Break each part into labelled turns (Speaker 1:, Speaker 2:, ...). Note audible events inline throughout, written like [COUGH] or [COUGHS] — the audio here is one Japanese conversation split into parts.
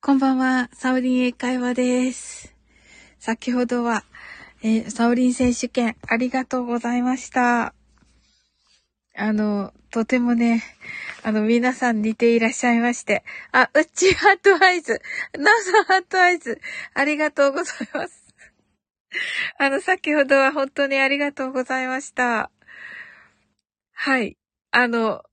Speaker 1: こんばんは、サオリン英会話です。先ほどは、えーサオリン選手権ありがとうございました。あの、とてもね、あの、皆さん似ていらっしゃいまして。あ、うっちーハートアイズ、ナオさんハートアイズ、ありがとうございます。 [LAUGHS] あの、先ほどは本当にありがとうございました。はい。あの、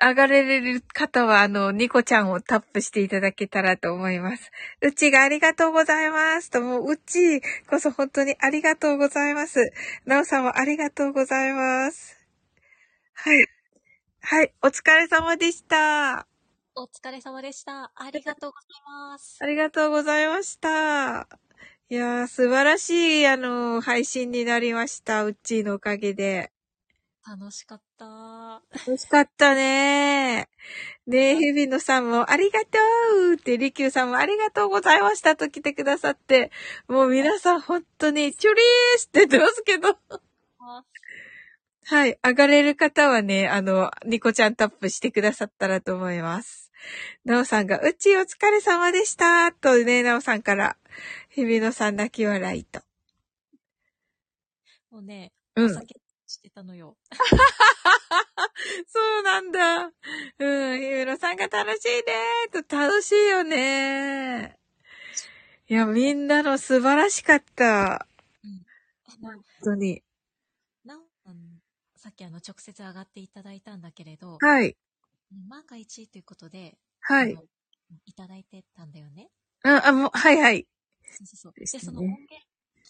Speaker 1: 上がれる方は、あの、ニコちゃんをタップしていただけたらと思います。うちがありがとうございます。と、もう、うちこそ本当にありがとうございます。なおさんもありがとうございます。はい。はい、お疲れ様でした。あ
Speaker 2: お疲れ様でした。ありがとうございます。
Speaker 1: りがとうございました。いやー、素晴らしい、あの、配信になりました。うちのおかげで。
Speaker 2: 楽しかった。
Speaker 1: 楽しかったね。ねえ、日比野さんもありがとうって、りきゅうさんもありがとうございましたと来てくださって、もう皆さん本当にチュリースって言ってますけど。はい、上がれる方はね、あの、ニコちゃんタップしてくださったらと思います。なおさんが、うちお疲れ様でしたとね、なおさんから、日比野さん泣き笑いと。
Speaker 2: もうね、
Speaker 1: う
Speaker 2: お
Speaker 1: ん。
Speaker 2: 酒してたのよ。
Speaker 1: そうなんだ。うん、日比野さんが楽しいねーと楽しいよねー。いや、みんなの素晴らしかった。
Speaker 2: な
Speaker 1: 本当に。
Speaker 2: なおさん、さっきあの、直接上がっていただいたんだけれど、
Speaker 1: はい。
Speaker 2: 万が一ということで、
Speaker 1: は
Speaker 2: あ
Speaker 1: い。
Speaker 2: のいただいてたんだよね。
Speaker 1: あ、あ、もう、はいはい。
Speaker 2: そうそうそう。
Speaker 1: で
Speaker 2: で、
Speaker 1: すね
Speaker 2: その音源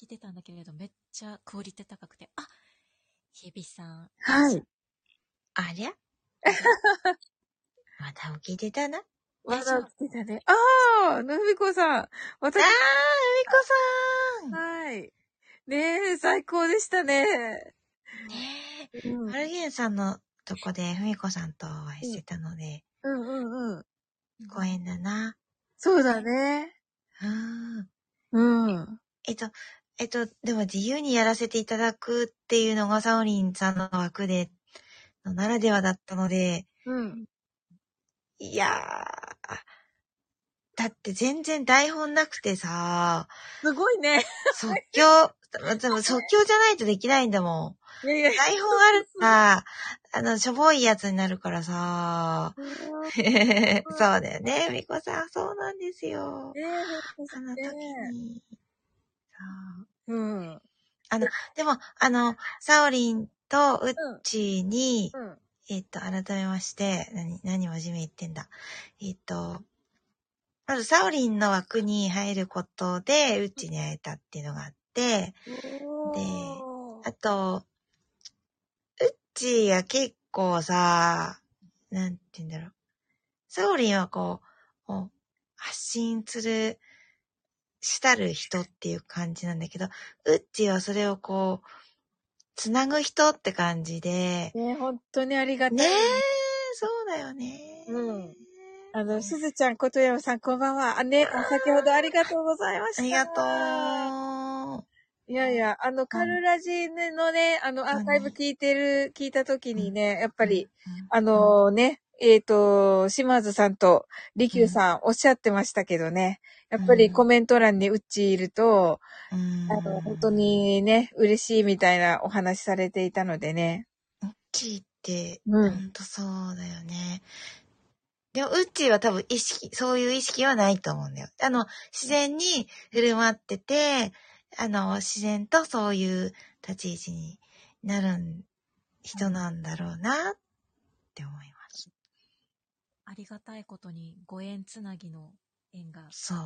Speaker 2: 聞いてたんだけれど、めっちゃクオリティ高くて、あ日比さん、
Speaker 1: はい。
Speaker 3: あ
Speaker 1: [LAUGHS]
Speaker 3: りゃまた起きてたな。あ
Speaker 1: ま
Speaker 2: 大丈
Speaker 1: だ
Speaker 2: 夫
Speaker 1: 来てたね。ああ、のびこさん。
Speaker 3: あ
Speaker 1: 私
Speaker 3: ー、、うみこさ
Speaker 1: はい。ねえ、最高でしたね。
Speaker 3: んね
Speaker 1: うん
Speaker 3: え、ハルゲンさんのとこでふみこさんとお会いしてたので、
Speaker 1: うんうん。
Speaker 3: ご縁だな。
Speaker 1: そうだね。
Speaker 3: うん。
Speaker 1: うん。
Speaker 3: えっと、えっと、でも自由にやらせていただくっていうのがサオリンさんの枠で、のならではだったので、
Speaker 1: うん。
Speaker 3: いやー、だって全然台本なくてさ、
Speaker 1: すごいね。
Speaker 3: 即興、でも即興じゃないとできないんだもん。
Speaker 1: いやいや。
Speaker 3: 台本あるさ、あの、しょぼいやつになるからさ。そうだよね、みこさん。そうなんですよ。
Speaker 1: ね
Speaker 3: あの時に。そ
Speaker 1: え、
Speaker 3: う
Speaker 1: うん。
Speaker 3: でも、あの、サオリンとウッチーに、
Speaker 1: うん。
Speaker 3: えっと、改めまして、何、何真面目言ってんだ。えっと、まずサオリンの枠に入ることで、ウッチーに会えたっていうのがあって、
Speaker 1: おー
Speaker 3: あと、うっちーが結構さ、なんて言うんだろう。サオリンはこう、こう発信する、したる人っていう感じなんだけど、うっちーはそれをこう、つなぐ人って感じで、
Speaker 1: ねえ、本当にありがたい。
Speaker 3: ねえ、そうだよね。
Speaker 1: うんあの、すずちゃん、ことやまさん、こんばんは。あ、ね、あ先ほどありがとうございまし
Speaker 3: あ
Speaker 1: た。
Speaker 3: りがとう。
Speaker 1: いやいや、あの、カルラジのね、あの、アーカイブ聞いてる、聞いたときにね、やっぱり、あのね、えっ、と、島津さんと利休さんおっしゃってましたけどね、やっぱりコメント欄にうっちいると、
Speaker 3: うん、
Speaker 1: あ
Speaker 3: う
Speaker 1: の、
Speaker 3: ん
Speaker 1: 本当にね、嬉しいみたいなお話されていたのでね。
Speaker 3: ウッチーって、
Speaker 1: う
Speaker 3: ほ
Speaker 1: ん
Speaker 3: んとそうだよね。でも、ウッチーは多分意識、そういう意識はないと思うんだよ。あの、自然に振る舞ってて、あの、自然とそういう立ち位置になる人なんだろうなって思います。
Speaker 2: ありがたいことにご縁つなぎの縁が
Speaker 3: そう。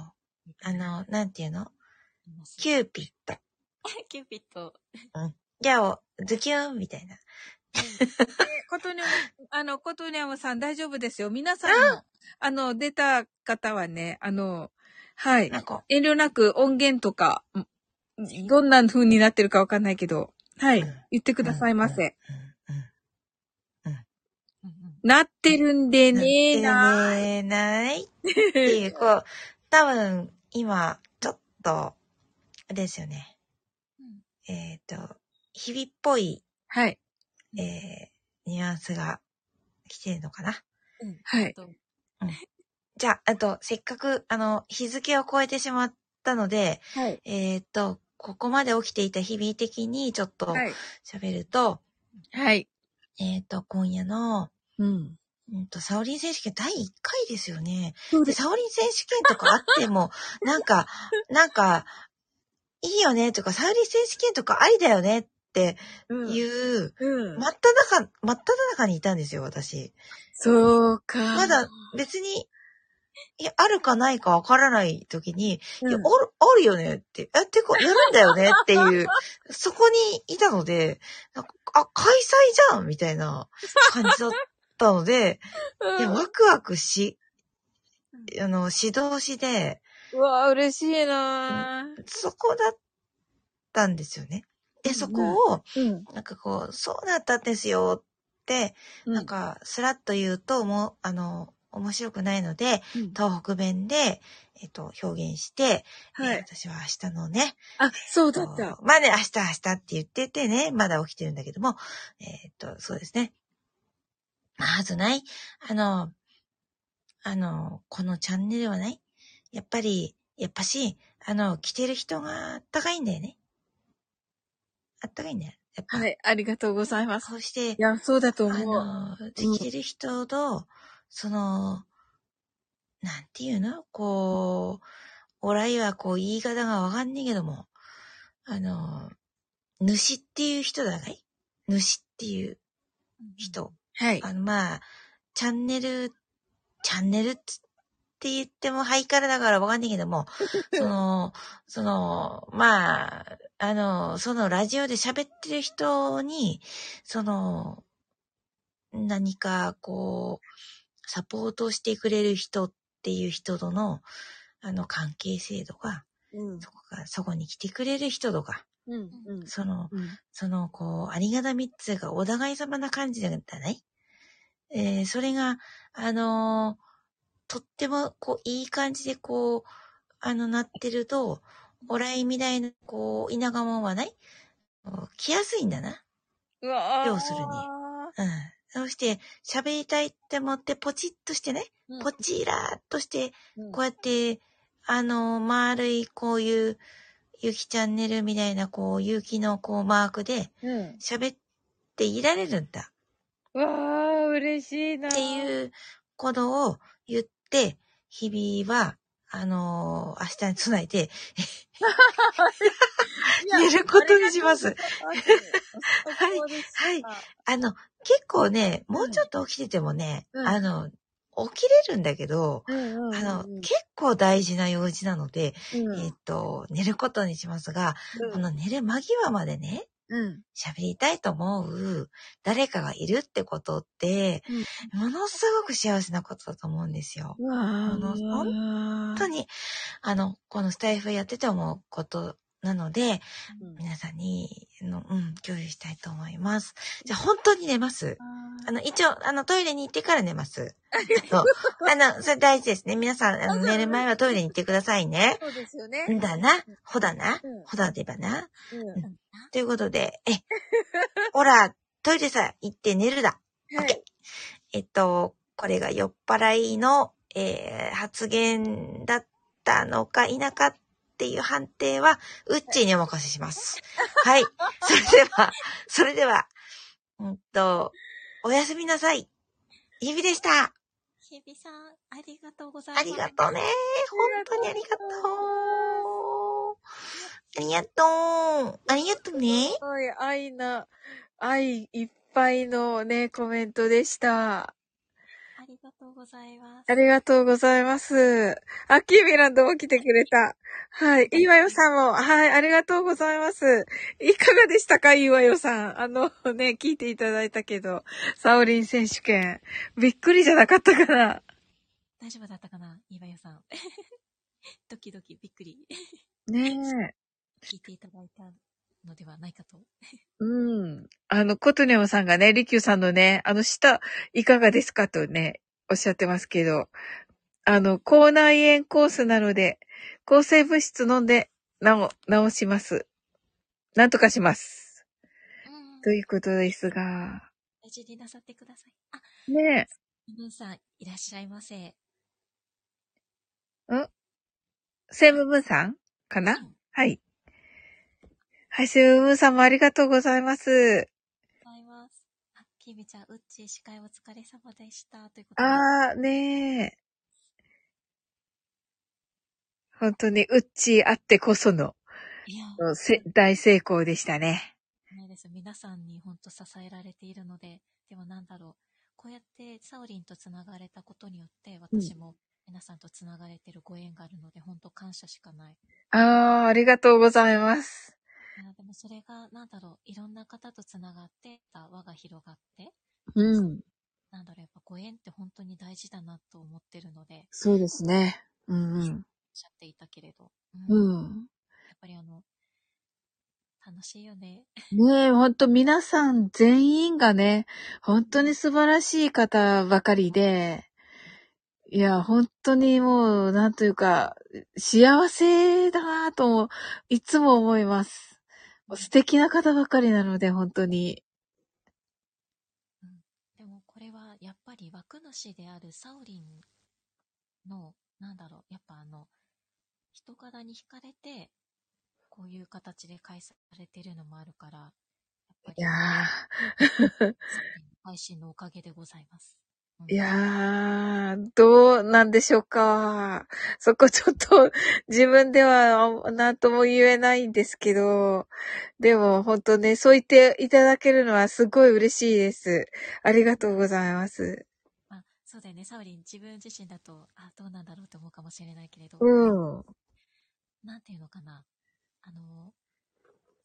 Speaker 3: あの、なんていうの
Speaker 2: います。
Speaker 3: キューピッド。
Speaker 2: キューピット。
Speaker 3: ギャオ、ズキュンみたいな。
Speaker 1: でことにゃむ、あの、ことにゃむさん大丈夫ですよ。皆さんの、あの、出た方はね、あの、はい。
Speaker 3: なんか、
Speaker 1: 遠慮なく音源とか、んどんな風になってるかわかんないけど、はい
Speaker 3: うん。
Speaker 1: 言ってくださいませ。
Speaker 3: うん。
Speaker 2: うん
Speaker 3: うん。
Speaker 2: うん
Speaker 1: なってるんで
Speaker 3: なって
Speaker 1: ね
Speaker 3: る
Speaker 1: ーなー。
Speaker 3: ねーないっていう、こう、多分、今、ちょっと、あれですよね。
Speaker 2: うん
Speaker 3: えっ、と、日々っぽい、
Speaker 1: はい。
Speaker 3: えー、ニュアンスが来てるのかな。
Speaker 2: うん
Speaker 1: はい。
Speaker 2: と
Speaker 3: じゃあ、あと、せっかく、あの、日付を超えてしまったので、
Speaker 1: はい。
Speaker 3: えーっと、ここまで起きていた日々的にちょっと
Speaker 1: はい。
Speaker 3: 喋ると、
Speaker 1: はい。
Speaker 3: えーっと、今夜の、
Speaker 2: うん。
Speaker 3: うんと、サオリン選手権第1回ですよね。
Speaker 1: そう
Speaker 3: で、。サオリン選手権とかあって
Speaker 1: [LAUGHS]
Speaker 3: も、なんか、なんか、いいよねとか、サオリン選手権とかありだよねって
Speaker 1: うん。
Speaker 3: いう、
Speaker 1: うん
Speaker 3: 真っ只中、真っ只中にいたんですよ、私。
Speaker 1: そうか。
Speaker 3: まだ別に、いや、あるかないかわからない時に、
Speaker 1: う
Speaker 3: いや
Speaker 1: ん、
Speaker 3: ある、あるよねって、え、てか、やるんだよねって
Speaker 1: [LAUGHS]
Speaker 3: いう、そこにいたので、なんかあ、開催じゃんみたいな感じだったので、いや、
Speaker 1: うん
Speaker 3: ワクワクし、あの、指導しで、
Speaker 1: うわ、嬉しいな
Speaker 3: そこだったんですよね。で、そこを、
Speaker 1: うん。
Speaker 3: なんかこう、そうだったんですよって、
Speaker 1: な
Speaker 3: なん、か、スラッと言うと、もう、あの、面白くないので、
Speaker 1: うん
Speaker 3: 東北弁で、えっと、表現して、
Speaker 1: は
Speaker 3: え
Speaker 1: い。
Speaker 3: ー私は明日のね、
Speaker 1: あ、そうだった。
Speaker 3: まあね、明日明日って言っててね、まだ起きてるんだけども、えーっと、そうですね。まずない、あの、あの、このチャンネルはない、やっぱり、やっぱし、あの、着てる人があったかいんだよね。あったかいんだよ。やっぱ、
Speaker 1: はい。ありがとうございます。
Speaker 3: こうして
Speaker 1: い、や、そうだと
Speaker 3: あ
Speaker 1: 思う。
Speaker 3: の、できる人と、その、なんていうのこう、おらいはこう言い方がわかんねえけども、あの、主っていう人だがい主っていう人。
Speaker 1: はい。
Speaker 3: あの、まあ、チャンネル、チャンネルっつって言ってもハイカラだからわかんないけど
Speaker 1: [LAUGHS]
Speaker 3: も、その、その、まあ、あの、そのラジオで喋ってる人に、その、何かこう、サポートをしてくれる人っていう人との、あの、関係性とか、
Speaker 1: うん。
Speaker 3: そこが、そこに来てくれる人とか、
Speaker 1: うん。うん。
Speaker 3: その、
Speaker 1: うん
Speaker 3: その、こう、ありがたみっつうか、お互い様な感じだったね。えーそれが、あのーとっても、こう、いい感じで、こう、あの、なってると、おらいみたいな、こう、田舎者はないこう来やすいんだな。
Speaker 1: うわー
Speaker 3: 要するにうん。そして、喋りたいって思って、ポチッとしてね、
Speaker 1: うん
Speaker 3: ポチラーっとして、
Speaker 1: うん
Speaker 3: こうやって、あの、丸い、こういう、ゆきチャンネルみたいな、こう、ゆきの、こう、マークで、
Speaker 1: うん。
Speaker 3: 喋っていられるんだ
Speaker 1: うわー、嬉しいな
Speaker 3: って
Speaker 1: う。
Speaker 3: いうことを言って、日々は、あのー明日に備えて、言えることにします
Speaker 1: ありがとうございます。
Speaker 3: はい
Speaker 1: そうですか
Speaker 3: はいあの、結構ね、もうちょっと起きててもね、
Speaker 1: うん
Speaker 3: あの、起きれるんだけど、
Speaker 1: うんうんうんうん。
Speaker 3: あの、結構大事な用事なので、
Speaker 1: うん
Speaker 3: えっと、寝ることにしますが、この寝る間際までね、
Speaker 1: うん。
Speaker 3: 喋りたいと思う誰かがいるってことって、ものすごく幸せなことだと思うんですよ。
Speaker 1: うわ
Speaker 3: あの
Speaker 1: 本
Speaker 3: 本当に、あの、このスタイフやってて思うことなので、皆さんに、あの、うん、共有したいと思います。じゃあ、本当に寝ます。あの、一応、あの、トイレに行ってから寝ます。そう。あの、それ大事ですね。皆さん、あの、寝る前はトイレに行ってくださいね。
Speaker 1: そうですよね。
Speaker 3: んだな、ほだな
Speaker 1: うん、
Speaker 3: ほだでばな。
Speaker 1: うん
Speaker 3: うんということで、え、ほら、トイレさ、行って寝るだ。
Speaker 1: はい。
Speaker 3: えっと、これが酔っ払いの、えー発言だったのか否かっていう判定は、ウッチーにお任せし [LAUGHS] ます。はい。それでは、それでは、うんと、おやすみなさい。日々でした。
Speaker 2: 日比さん、ありがとうございま
Speaker 3: あ
Speaker 2: す。
Speaker 3: りがとうね。本当にありがとう。ありがとう。ありがとうね。
Speaker 1: すごい愛な、愛いっぱいのね、コメントでした。
Speaker 2: ありがとうございます。
Speaker 1: ありがとうございます。あ、キーミランドも来てくれた。はい。いいわよさんも、はい、ありがとうございます。いかがでしたか、いいわよさん。あのね、聞いていただいたけど、サオリン選手権。びっくりじゃなかったかな。
Speaker 2: 大丈夫だったかな岩代さん。 [LAUGHS] ドキドキ、びっくり。
Speaker 1: ねえ。
Speaker 2: 聞いていただいたのではないかと。
Speaker 1: うん。あの、コトネオさんがね、リキューさんのね、あの、舌、いかがですかとね、おっしゃってますけど、あの、口内炎コースなので、抗生物質飲んで、なお、治します。なんとかします。
Speaker 2: うん
Speaker 1: ということですが、
Speaker 2: 大事になさってください。あ、
Speaker 1: ね
Speaker 2: 皆さん、いらっしゃいませ。
Speaker 1: セブブンさんかな、
Speaker 4: うん
Speaker 1: はい。はい、セブブンさんもありがとうございます。
Speaker 4: ございます。あ、キービちゃん、うっちー司会お疲れ様でした。ということで。
Speaker 1: あー、ねえ。本当に、うっちーあってこその、
Speaker 4: いや、
Speaker 1: せ大成功でしたね。
Speaker 4: ないです。皆さんに本当支えられているので、でもなんだろう。こうやってサオリンとつながれたことによって、私も皆さんとつながれてるご縁があるので、本当感謝しかない。
Speaker 1: あー、ありがとうございます。
Speaker 4: いやでもそれが、なんだろう。いろんな方とつながって、輪が広がって、
Speaker 1: うん、
Speaker 4: なんだろう。やっぱご縁って本当に大事だなと思ってるので、
Speaker 1: そうですね。うん、
Speaker 4: おっしゃっていたけれど。
Speaker 1: う
Speaker 4: やっ
Speaker 1: ん。うん。
Speaker 4: ぱりあの、楽しいよね。
Speaker 1: ねえ、ほんと皆さん全員がね、本当に素晴らしい方ばかりで、いや、本当にもう、なんというか、幸せだなぁとも、いつも思います。素敵な方ばかりなので、本当に。
Speaker 4: でもこれはやっぱり枠主であるサオリンの、なんだろう、やっぱあの、人柄に惹かれて、こういう形で開催されてるのもあるから、やっぱ
Speaker 1: い
Speaker 4: り
Speaker 1: やー
Speaker 4: サオリンの配信のおかげでございます。うん
Speaker 1: いやー、どうなんでしょうか。そこちょっと [LAUGHS] 自分ではあなんとも言えないんですけど、でも本当ね、そう言っていただけるのはすごい嬉しいです。ありがとうございます。
Speaker 4: まあ、そうだよね、サオリン自分自身だと、あ、どうなんだろうと思うかもしれないけれど、
Speaker 1: うん。
Speaker 4: なんていうのかな、あの、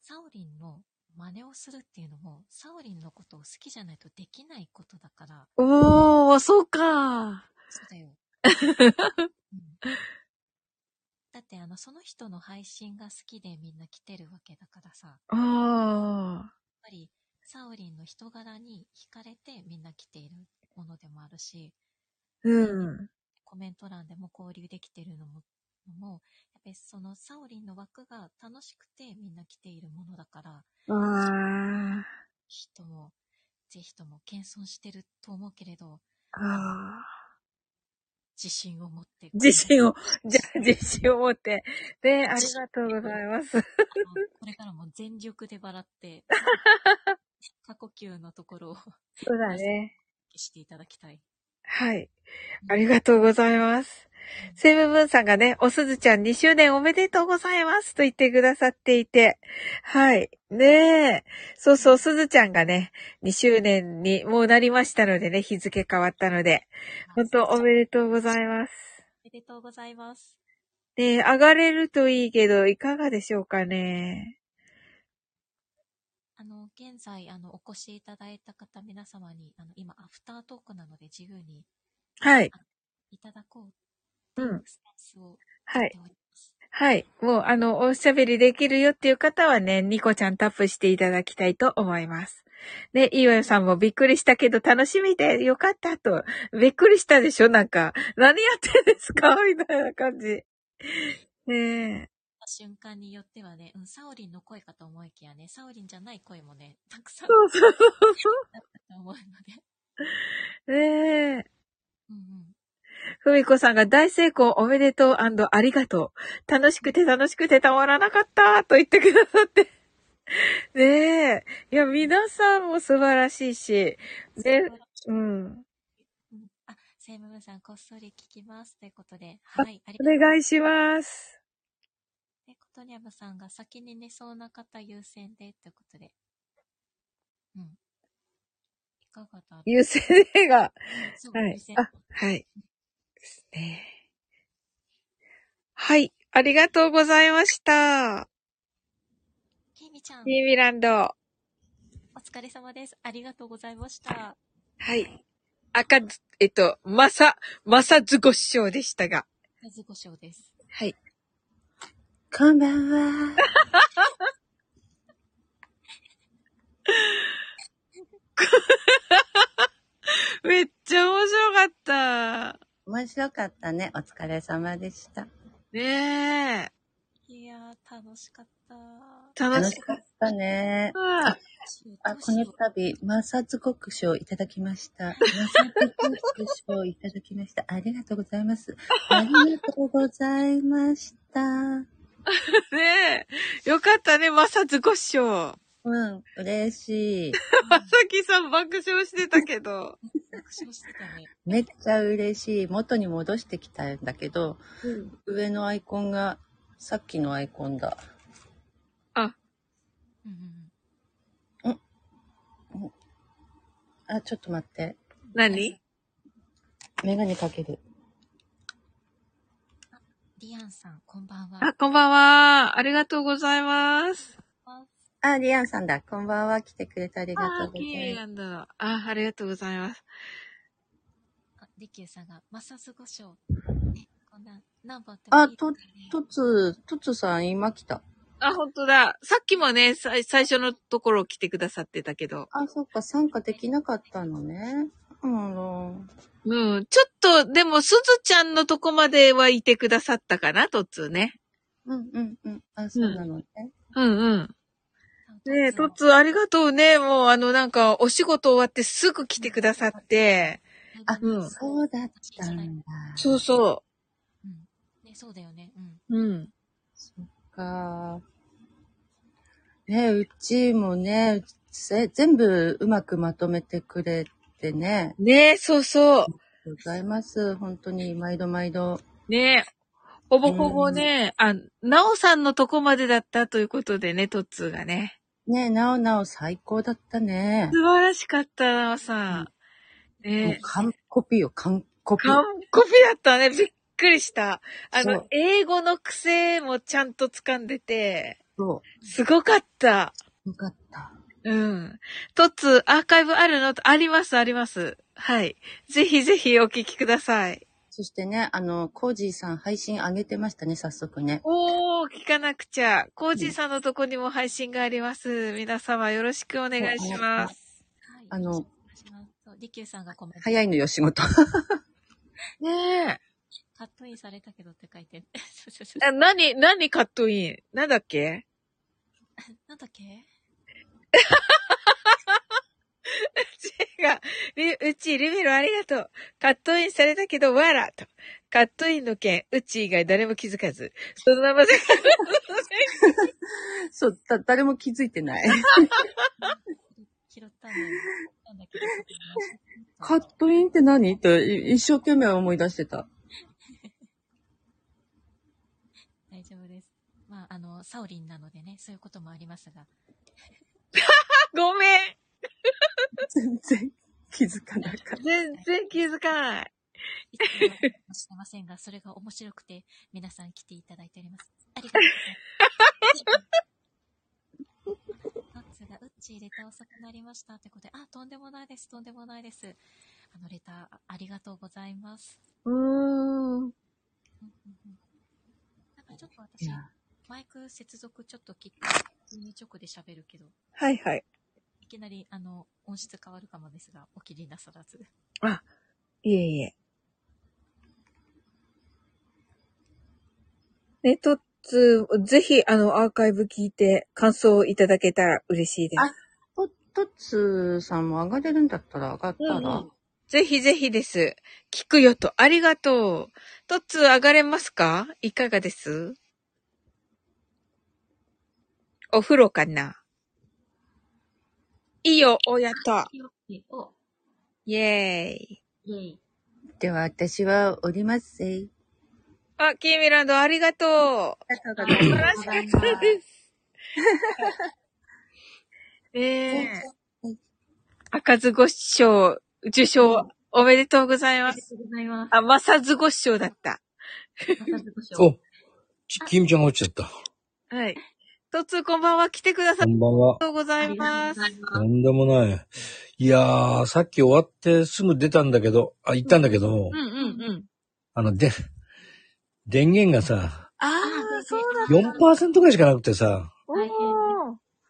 Speaker 4: サオリンの真似をするっていうのも、サオリンのことを好きじゃないとできないことだから、
Speaker 1: おー、そうか。
Speaker 4: そう
Speaker 1: [LAUGHS]
Speaker 4: だよ。うんだってあの、その人の配信が好きでみんな来てるわけだからさ、やっ
Speaker 1: あ
Speaker 4: ぱり、サオリンの人柄に惹かれてみんな来ているものでもあるし、
Speaker 1: ー。うん。
Speaker 4: コメント欄でも交流できてるのも、のもやっぱりそのサオリンの枠が楽しくてみんな来ているものだから、
Speaker 1: あ
Speaker 4: 人も、ぜひとも謙遜してると思うけれど、
Speaker 1: ー。あー
Speaker 4: 自信を持って。
Speaker 1: 自信を、 [LAUGHS] じゃあ自信を持って。ね、ありがとうございます。
Speaker 4: あのこれからも全力で笑って、過呼吸のところを
Speaker 1: [LAUGHS] そうだね。
Speaker 4: していただきたい。
Speaker 1: はい。ありがとうございます。セブブンさんがね、おすずちゃん2周年おめでとうございますと言ってくださっていて。はい。ねえ。そうそう、すずちゃんがね、2周年にもうなりましたのでね、日付変わったので。本当おめでとうございます。
Speaker 4: おめでとうございます。
Speaker 1: ねえ、上がれるといいけど、いかがでしょうかね。
Speaker 4: あの、現在、あの、お越しいただいた方皆様に、あの、今、アフタートークなので自由に
Speaker 1: はい。
Speaker 4: いただこう
Speaker 1: うん。
Speaker 4: スタンスを
Speaker 1: は
Speaker 4: 取っ
Speaker 1: い。
Speaker 4: ております。
Speaker 1: はい。もう、あの、おしゃべりできるよっていう方はね、ニコちゃんタップしていただきたいと思います。ね、いわよさんもびっくりしたけど楽しみでよかったと。びっくりしたでしょなんか、何やってんですかみたいな感じ。ねえ。
Speaker 4: 瞬間によってはね、うん、サオリンの声かと思いきやね、サオリンじゃない声もね、たくさん
Speaker 1: そうそうそうそ
Speaker 4: あったと思うので。 [LAUGHS]
Speaker 1: う。ねえ。
Speaker 4: うんうん。
Speaker 1: ふみこさんが大成功おめでとうありがとう。楽しくて楽しくてたまらなかったと言ってくださって。ねえ。いや、皆さんも素晴らしいし。ね、うん。
Speaker 4: うんあ、セイムブンさん、こっそり聞きます。ということで、はい、あ
Speaker 1: お
Speaker 4: りがとうございます。
Speaker 1: 願いします。
Speaker 4: で、コトリアムさんが先に寝そうな方優先で、ということで。うん。いかがだろ
Speaker 1: 優先映画。
Speaker 4: うそう
Speaker 1: はい
Speaker 4: 優先。
Speaker 1: あ、はい。ですね。はい。ありがとうございました。
Speaker 4: ケイミちゃん、
Speaker 1: ニーミランド。は
Speaker 4: お疲れ様です。ありがとうございました。
Speaker 1: い。赤ず、えっと、まさ、まさずご師匠でしたが。
Speaker 4: まずご賞です。
Speaker 1: はい。
Speaker 5: こんばんは。
Speaker 1: めっちゃ面白かった。
Speaker 6: 面白かったね。お疲れ様でした。
Speaker 1: ねえ。
Speaker 4: いやー、楽しかった。
Speaker 1: 楽
Speaker 6: 楽
Speaker 1: し
Speaker 6: しかったね。
Speaker 1: かった。
Speaker 6: あ、この度、摩擦国賞いただきました。摩擦国賞いただきました。ありがとうございます。ありがとうございました。
Speaker 1: ねえ。よかったね、摩擦ごっしょう。
Speaker 6: うん、嬉しい。
Speaker 1: まさきさん爆笑してたけど。
Speaker 4: そうしてたね。
Speaker 6: めっちゃ嬉しい。元に戻してきたんだけど、上のアイコンがさっきのアイコンだ。
Speaker 4: うんうん
Speaker 6: あ、ちょっと待って。
Speaker 1: 何
Speaker 6: メガネかける。
Speaker 4: リアンさん、こんばんは。
Speaker 1: あ、こんばんは。ありがとうございます。
Speaker 6: あ、リアンさんだ。こんばんは。来てくれてありがと
Speaker 1: あ
Speaker 6: う
Speaker 1: ー、
Speaker 6: ござ
Speaker 1: 綺麗
Speaker 6: いま
Speaker 1: なんだ。あ、ありがとうございます。
Speaker 4: あリキューさんが、マサスゴショね、こんな、何本あって
Speaker 6: あ
Speaker 4: いいからね
Speaker 6: す。とつ、とつさん今来た。
Speaker 1: あ、本当だ。さっきもね、さい最初のところ来てくださってたけど。
Speaker 6: あ、そっか。参加できなかったのね。うん。
Speaker 1: うん。ちょっと、でも、すずちゃんのとこまではいてくださったかな、とっつーね。
Speaker 6: うんうんうん。あ、そうなのね。
Speaker 1: うんうん。ねえ、
Speaker 4: ト
Speaker 1: と
Speaker 4: ッ
Speaker 1: っ
Speaker 4: ツ
Speaker 1: つーありがとうね。もう、あの、なんか、お仕事終わってすぐ来てくださって。
Speaker 4: ー
Speaker 6: あ、
Speaker 1: うん
Speaker 6: そうだったんだ。
Speaker 1: そうそ
Speaker 4: うんね、そうだよね。うん。
Speaker 1: う。うん。
Speaker 6: そっか。ね、うちもね、ぜ全部うまくまとめてくれてね。
Speaker 1: ねえ、そうそう。
Speaker 6: ありがとうございます。本当に毎度毎度。
Speaker 1: ねえ。ほぼほぼね、あ、なおさんのとこまでだったということでね、とっつーがね。
Speaker 6: ね、なおなお最高だったね。
Speaker 1: 素晴らしかった、なおさん。ね
Speaker 6: も
Speaker 1: え
Speaker 6: う。完コピよ、完コピ。
Speaker 1: 完コピだったね。びっくりした。あ
Speaker 6: そ
Speaker 1: の
Speaker 6: う、
Speaker 1: 英語の癖もちゃんと掴んでて、
Speaker 6: そ
Speaker 1: すごかった。
Speaker 6: う。よかった。
Speaker 1: うん。とつ、アーカイブあるのあります、あります。はい。ぜひぜひお聞きください。
Speaker 6: そしてね、あの、コージーさん配信上げてましたね、早速ね。
Speaker 1: おー、聞かなくちゃ。コージーさんのとこにも配信があります。皆様よろしくお願いします。
Speaker 4: はい。
Speaker 6: あの
Speaker 4: よろしくお願いします、そうリキューさんがコメント。
Speaker 6: 早いのよ、仕事。 [LAUGHS]
Speaker 1: ね
Speaker 4: カットインされたけどって書いてる。 [LAUGHS] そうそうそう
Speaker 1: え。あ何、何カットインなんだっけ
Speaker 4: なんだっけ
Speaker 1: 違う。りうち、リベロありがとう。カットインされたけど、わらと。カットインの件、うち以外誰も気づかず。そのままで。 [LAUGHS]
Speaker 6: そう、だ、誰も気づいてない。
Speaker 4: 拾った
Speaker 6: [LAUGHS]
Speaker 4: んだよ。なんだっけ
Speaker 6: カットインって何ってい一生懸命思い出してた。
Speaker 4: 大丈夫です。まあ、あの、サオリンなのでね、そういうこともあります
Speaker 6: [LAUGHS]
Speaker 4: が。
Speaker 1: ごめん。
Speaker 6: 全然気づかなかった。
Speaker 1: 全然気づかない。
Speaker 4: いつもはしてませんが、それが面白くて、皆さん来ていただいております。ありがとうご
Speaker 6: [LAUGHS]
Speaker 4: ざいます。トッツがウッチーレター遅くなりましたってことで、あ、とんでもないです、とんでもないです。あの、レター、あありがとうございます。
Speaker 1: うーん。
Speaker 4: うんうんうんなんかちょっと
Speaker 6: い
Speaker 4: 私
Speaker 6: や、
Speaker 4: マイク接続ちょっと切って、入直で喋るけど、
Speaker 1: はいはい。
Speaker 4: いきなり、あの、音質変わるかもですが、お気になさらず。
Speaker 1: あ、いえいえ。ね、とっつー、ぜひ、あの、アーカイブ聞いて、感想をいただけたら嬉しいです。
Speaker 6: あポットツーさんも上がれるんだったら上がったら、
Speaker 1: うんうんぜひぜひです。聞くよと、ありがとう。とっつー上がれますかいかがですお風呂かないいよ、おやった。
Speaker 4: お、
Speaker 1: イェーイ。
Speaker 4: イェイ。
Speaker 6: では私はおりますせい。
Speaker 1: あ、キーミランド、ありがとう。
Speaker 6: ありが
Speaker 4: とうござ
Speaker 1: 素
Speaker 4: い
Speaker 1: 晴
Speaker 4: ま
Speaker 1: らしかったです。ね [LAUGHS] え。赤ずご賞受賞おめでとうございます。
Speaker 4: とうございま
Speaker 1: あ、マサズご賞だった。
Speaker 4: す。また自己紹介
Speaker 7: お、き、きみちゃんが落ち
Speaker 1: [LAUGHS]
Speaker 7: ちゃっ
Speaker 1: はい。とつーこんばんは。来てくださ
Speaker 7: た。こ
Speaker 1: って
Speaker 7: んばんは。
Speaker 1: ありがとうございます。
Speaker 7: とんでもない。いやー、さっき終わってすぐ出たんだけど、あ、行ったんだけ
Speaker 1: う
Speaker 7: ど、
Speaker 1: んうんうん。
Speaker 7: あの、で、電源がさ、
Speaker 1: ああ、
Speaker 4: あ
Speaker 1: そうだ。
Speaker 7: 4%ぐらいしかなくてさ、
Speaker 1: お
Speaker 4: 大変
Speaker 1: ー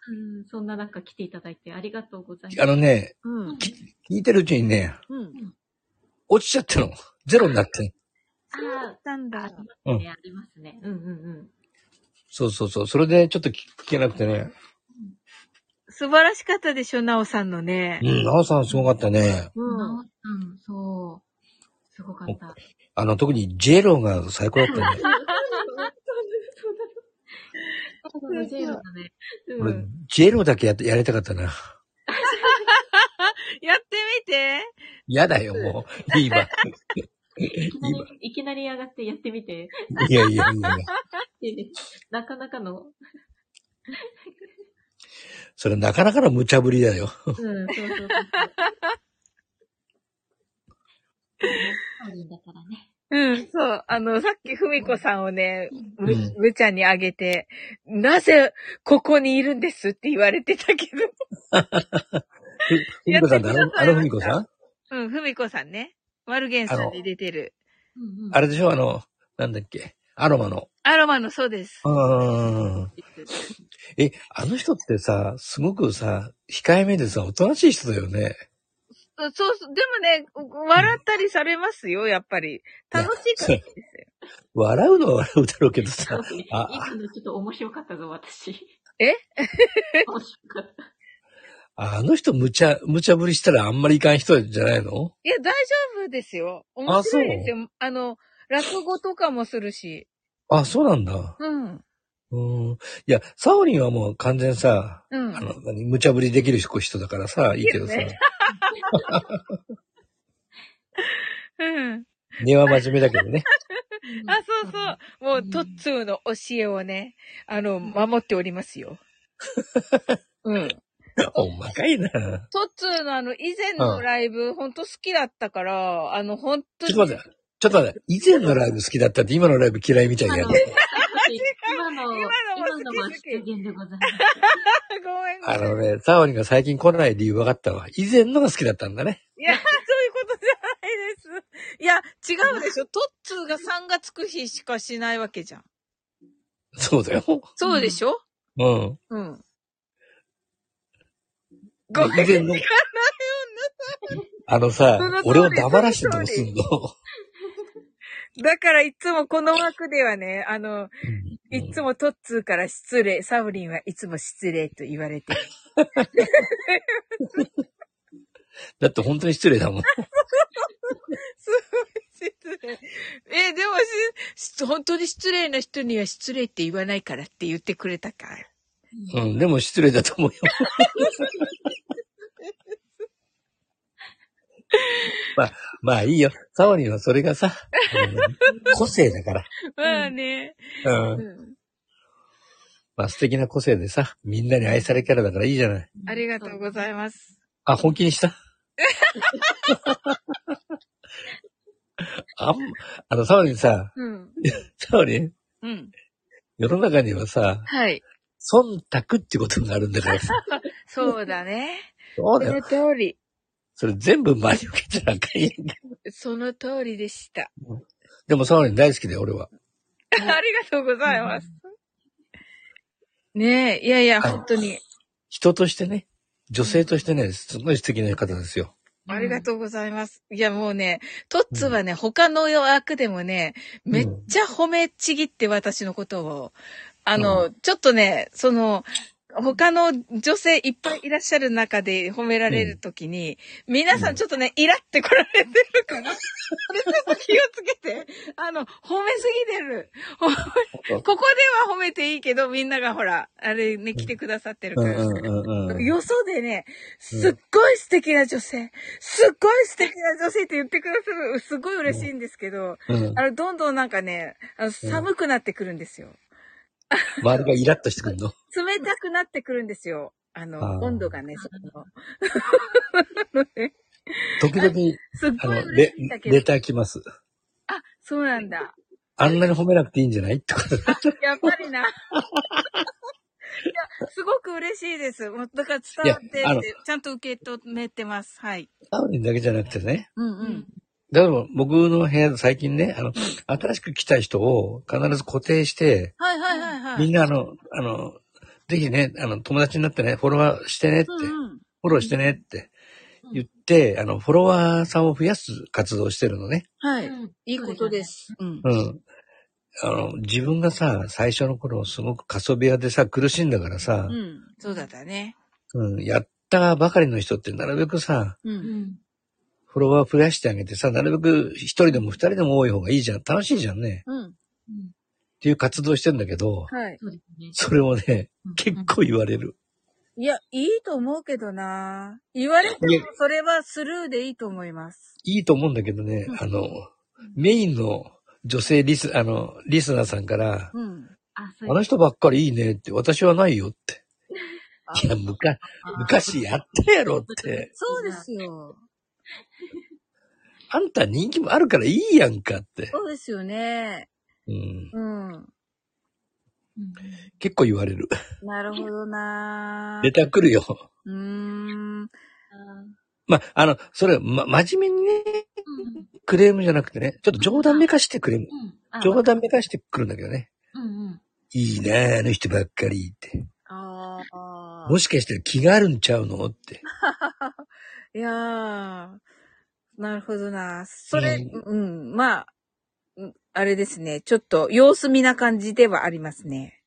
Speaker 4: うん、そんな中来ていただいてありがとうござい
Speaker 7: あ
Speaker 4: ます。
Speaker 7: のね、
Speaker 1: うん。
Speaker 7: 聞いてるうちにね、
Speaker 1: うん。
Speaker 7: 落ちちゃったの。ゼロになって。
Speaker 1: そうだったん
Speaker 4: あ
Speaker 1: だ。
Speaker 4: りますね、ありますね。うんうんうん。
Speaker 7: そうそうそう。それでちょっと聞けなくてね。
Speaker 1: 素晴らしかったでしょ、なおさんのね
Speaker 7: う。ん、なおさんすごかったね。
Speaker 1: うん。
Speaker 2: 直ったん、そう。すごかった。
Speaker 7: あの、特にジェロが最高だったね。
Speaker 1: そう
Speaker 2: ジェイロだね。
Speaker 1: う
Speaker 7: 俺
Speaker 1: ん、
Speaker 7: ジェロだけやってやりたかったな。
Speaker 1: やってみて。
Speaker 7: 嫌だよ、もう。いいわ。
Speaker 2: いきなり、いきなり上がってやってみて。
Speaker 7: いやいやいやいや。
Speaker 2: なかなかの。
Speaker 7: それなかなかの無茶ぶりだよ。
Speaker 2: うん、そうそうそうそう。サオリンだからね。
Speaker 1: うん、そう。あの、さっきふみこさんをね、む
Speaker 7: うん、
Speaker 1: むちゃんにあげて、なぜここにいるんですって言われてたけど。
Speaker 7: ふふみこさんだあのあのふみこさん
Speaker 1: うん、ふみこさんね。マルゲンさんで出てる。
Speaker 2: うんうん。
Speaker 7: あれでしょあの、なんだっけアロマの。
Speaker 1: アロマのそうです
Speaker 7: う。ーん。え、あの人ってさ、すごくさ、控えめでさ、おとなしい人だよね。
Speaker 1: そうそう、でもね、笑ったりされますよ、やっぱり。楽しいからですよ。
Speaker 7: 笑うのは笑うだろうけどさ。あ
Speaker 2: 今のちょっと面白かったぞ、私。
Speaker 1: え
Speaker 2: 面白かった。
Speaker 7: あの人無茶、無茶ぶりしたらあんまりいかん人じゃないの
Speaker 1: いや、大丈夫ですよ。面白いですよ。あの、落語とかもするし。
Speaker 7: あ、そうなんだ。
Speaker 1: うん。
Speaker 7: うーん。いや、サオリンはもう完全さ、
Speaker 1: う
Speaker 7: あ
Speaker 1: ん。
Speaker 7: の、何、無茶ぶりできる人だからさ、いいけどさ、
Speaker 1: いいよねうん。
Speaker 7: 根は真面目だけど
Speaker 1: [LAUGHS]
Speaker 7: ね。
Speaker 1: あ、そうそう。もう、トッツーの教えをね、あの、守っております [LAUGHS] よ。うん。
Speaker 7: おまかいな。ちょ
Speaker 1: トッツーのあの、以前のライブ、ほんと好きだったから、あの、ほんと
Speaker 7: っと待って。ちょっと待って。以前のライブ好きだったって今のライブ嫌いみたい
Speaker 2: 今
Speaker 7: でや
Speaker 2: の、
Speaker 7: だ。
Speaker 2: 今の、
Speaker 1: 今
Speaker 2: 今
Speaker 1: の
Speaker 2: の
Speaker 1: も
Speaker 2: は
Speaker 1: 好き好
Speaker 2: 失
Speaker 1: き
Speaker 2: 言でございます。
Speaker 1: [LAUGHS] ごめんごめ
Speaker 7: あ
Speaker 1: ん。
Speaker 7: のね、サオリンが最近来ない理由分かったわ。以前のが好きだったんだね。
Speaker 1: いや、そういうことじゃないです。いや、違うでしょ。トッツーが3がつく日しかしないわけじゃん。
Speaker 7: そうだよ。
Speaker 1: そうでしょ
Speaker 7: うん。
Speaker 1: うん。ごめ
Speaker 7: 以
Speaker 1: ん。[LAUGHS]
Speaker 7: 前の。あのさ
Speaker 1: その通、り
Speaker 7: 俺を黙らしてどうすんの
Speaker 1: だからいつもこの枠ではね、あの、いつもトッツーから失礼、サウリンはいつも失礼と言われて。
Speaker 7: だって本当に失礼だもん。
Speaker 1: すごい失礼。え、でもしし、本当に失礼な人には失礼って言わないからって言ってくれたから。
Speaker 7: うん、でも失礼だと
Speaker 1: [LAUGHS]
Speaker 7: 思うよ。まあ、まあいいよ。サオリンはそれがさ、あのね個性だから。
Speaker 1: まあね。
Speaker 7: う。
Speaker 1: うんん。
Speaker 7: まあ素敵な個性でさ、みんなに愛されキャラだからいいじゃない。
Speaker 1: ありがとうございます。
Speaker 7: あ、本気にした
Speaker 1: [LAUGHS]
Speaker 7: あん、あの、サオリンさ、
Speaker 1: うん。
Speaker 7: サオリン、
Speaker 1: うん。
Speaker 7: 世の中にはさ、
Speaker 1: はい。
Speaker 7: 忖度ってことがあるん
Speaker 1: [LAUGHS]
Speaker 7: だからさ。
Speaker 1: そうだね。
Speaker 7: そう
Speaker 1: そ
Speaker 7: だよ。
Speaker 1: の通り。そ
Speaker 7: それ全部真に受けちゃあかんやんか。
Speaker 1: の通りでした。
Speaker 7: でもサオリン大好きだよ、俺は。
Speaker 1: [LAUGHS] ありがとうございます。ねえ、いやいや、本当に。
Speaker 7: 人としてね、女性としてね、すごい素敵な方ですよ。
Speaker 1: ありがとうございます。いや、もうね、トッツはね、他の役でもね、めっちゃ褒めちぎって私のことを、あの、ちょっとね、その、他の女性いっぱいいらっしゃる中で褒められるときに、皆さんちょっとね、イラってこられてるから、ちょっと気をつけて、あの、褒めすぎてる。ほここでは褒めていいけど、みんながほら、あれね、来てくださってる
Speaker 7: う
Speaker 1: か
Speaker 7: ん
Speaker 1: ら。
Speaker 7: うんうんうん。
Speaker 1: よそでね、すっごい素敵な女性、すっごい素敵な女性って言ってくださる、すごい嬉しいんですけど、
Speaker 7: うん、
Speaker 1: あの、どんどんなんかね、あの寒くなってくるんですよ。
Speaker 7: 周りがイラッとしてくる
Speaker 1: [LAUGHS]
Speaker 7: の。
Speaker 1: 冷たくなってくるんですよ。あ
Speaker 7: あ
Speaker 1: の、
Speaker 7: ー
Speaker 1: 温度がね、その。
Speaker 7: [LAUGHS] 時々、
Speaker 1: すっ
Speaker 7: あ
Speaker 1: ごい
Speaker 7: の、
Speaker 1: 嬉
Speaker 7: レ
Speaker 1: しいんだ、けど
Speaker 7: レ。ター来ます。
Speaker 1: あ、そうなんだ。
Speaker 7: あんなに褒めなくていいんじゃない [LAUGHS] ってこと。
Speaker 1: やっぱりな。いや、すごく嬉しいです。もうだから伝わって
Speaker 7: いやあの
Speaker 1: って、ちゃんと受け止めてます。はい。
Speaker 7: サオリンだけじゃなくてね。
Speaker 1: うんう
Speaker 2: うんん。
Speaker 7: だから僕の部屋で最近ね、あの、新しく来た人を必ず固定して、
Speaker 1: はいはいはいはい。
Speaker 7: みんなあの、あの、ぜひね、あの、友達になってね、フォロワーしてねって、
Speaker 1: うんうん。
Speaker 7: フォローしてねって言って、あの、フォロワーさんを増やす活動をしてるのね。
Speaker 1: は
Speaker 2: う
Speaker 1: い。
Speaker 2: ん
Speaker 1: いいことで。す。うん。
Speaker 7: うん。あの、自分がさ、最初の頃、すごく過疎部屋でさ、苦しんだからさ、
Speaker 1: うん。そうだったね。
Speaker 7: うん、やったばかりの人って、なるべくさ、
Speaker 1: う。
Speaker 2: うんん。
Speaker 7: フォロワー増やしてあげてさ、なるべく一人でも二人でも多い方がいいじゃん。楽しいじゃんね。
Speaker 1: うん。
Speaker 2: うん。
Speaker 7: っていう活動してんだけど、
Speaker 1: はい。
Speaker 2: そうですね。
Speaker 7: それをね、
Speaker 2: うん
Speaker 7: 結構言われる。
Speaker 1: いや、いいと思うけどな言われて
Speaker 7: いや
Speaker 1: もそれはスルーでいいと思います。
Speaker 7: いいと思うんだけどね、あの、メインの女性リス、あの、リスナーさんから、
Speaker 1: うん。
Speaker 2: あ、そう
Speaker 7: あの人ばっかりいいねって、私はないよ [LAUGHS] って。いや、むか、昔やったやろって。
Speaker 1: そうですよ。
Speaker 7: あんた人気もあるからいいやんかって。
Speaker 1: そうですよね。
Speaker 7: うん。
Speaker 1: うん。
Speaker 2: うん
Speaker 7: 結構言われる。
Speaker 1: なるほどな
Speaker 7: レター来るよ。 [LAUGHS]
Speaker 1: うーん。
Speaker 7: ま、あの、それ、ま、真面目にね、
Speaker 2: うん
Speaker 7: クレームじゃなくてね、ちょっと冗談めかしてくれる。
Speaker 2: うんあ
Speaker 7: 冗談めかしてくるんだけどね。
Speaker 2: うんうん。
Speaker 7: いいなああの人ばっかりって。
Speaker 1: ああ。
Speaker 7: もしかして気があるんちゃうのって。
Speaker 1: いやー、なるほどな。それ、
Speaker 7: う
Speaker 1: うん、まあ、うんあれですね。ちょっと様子見な感じではありますね。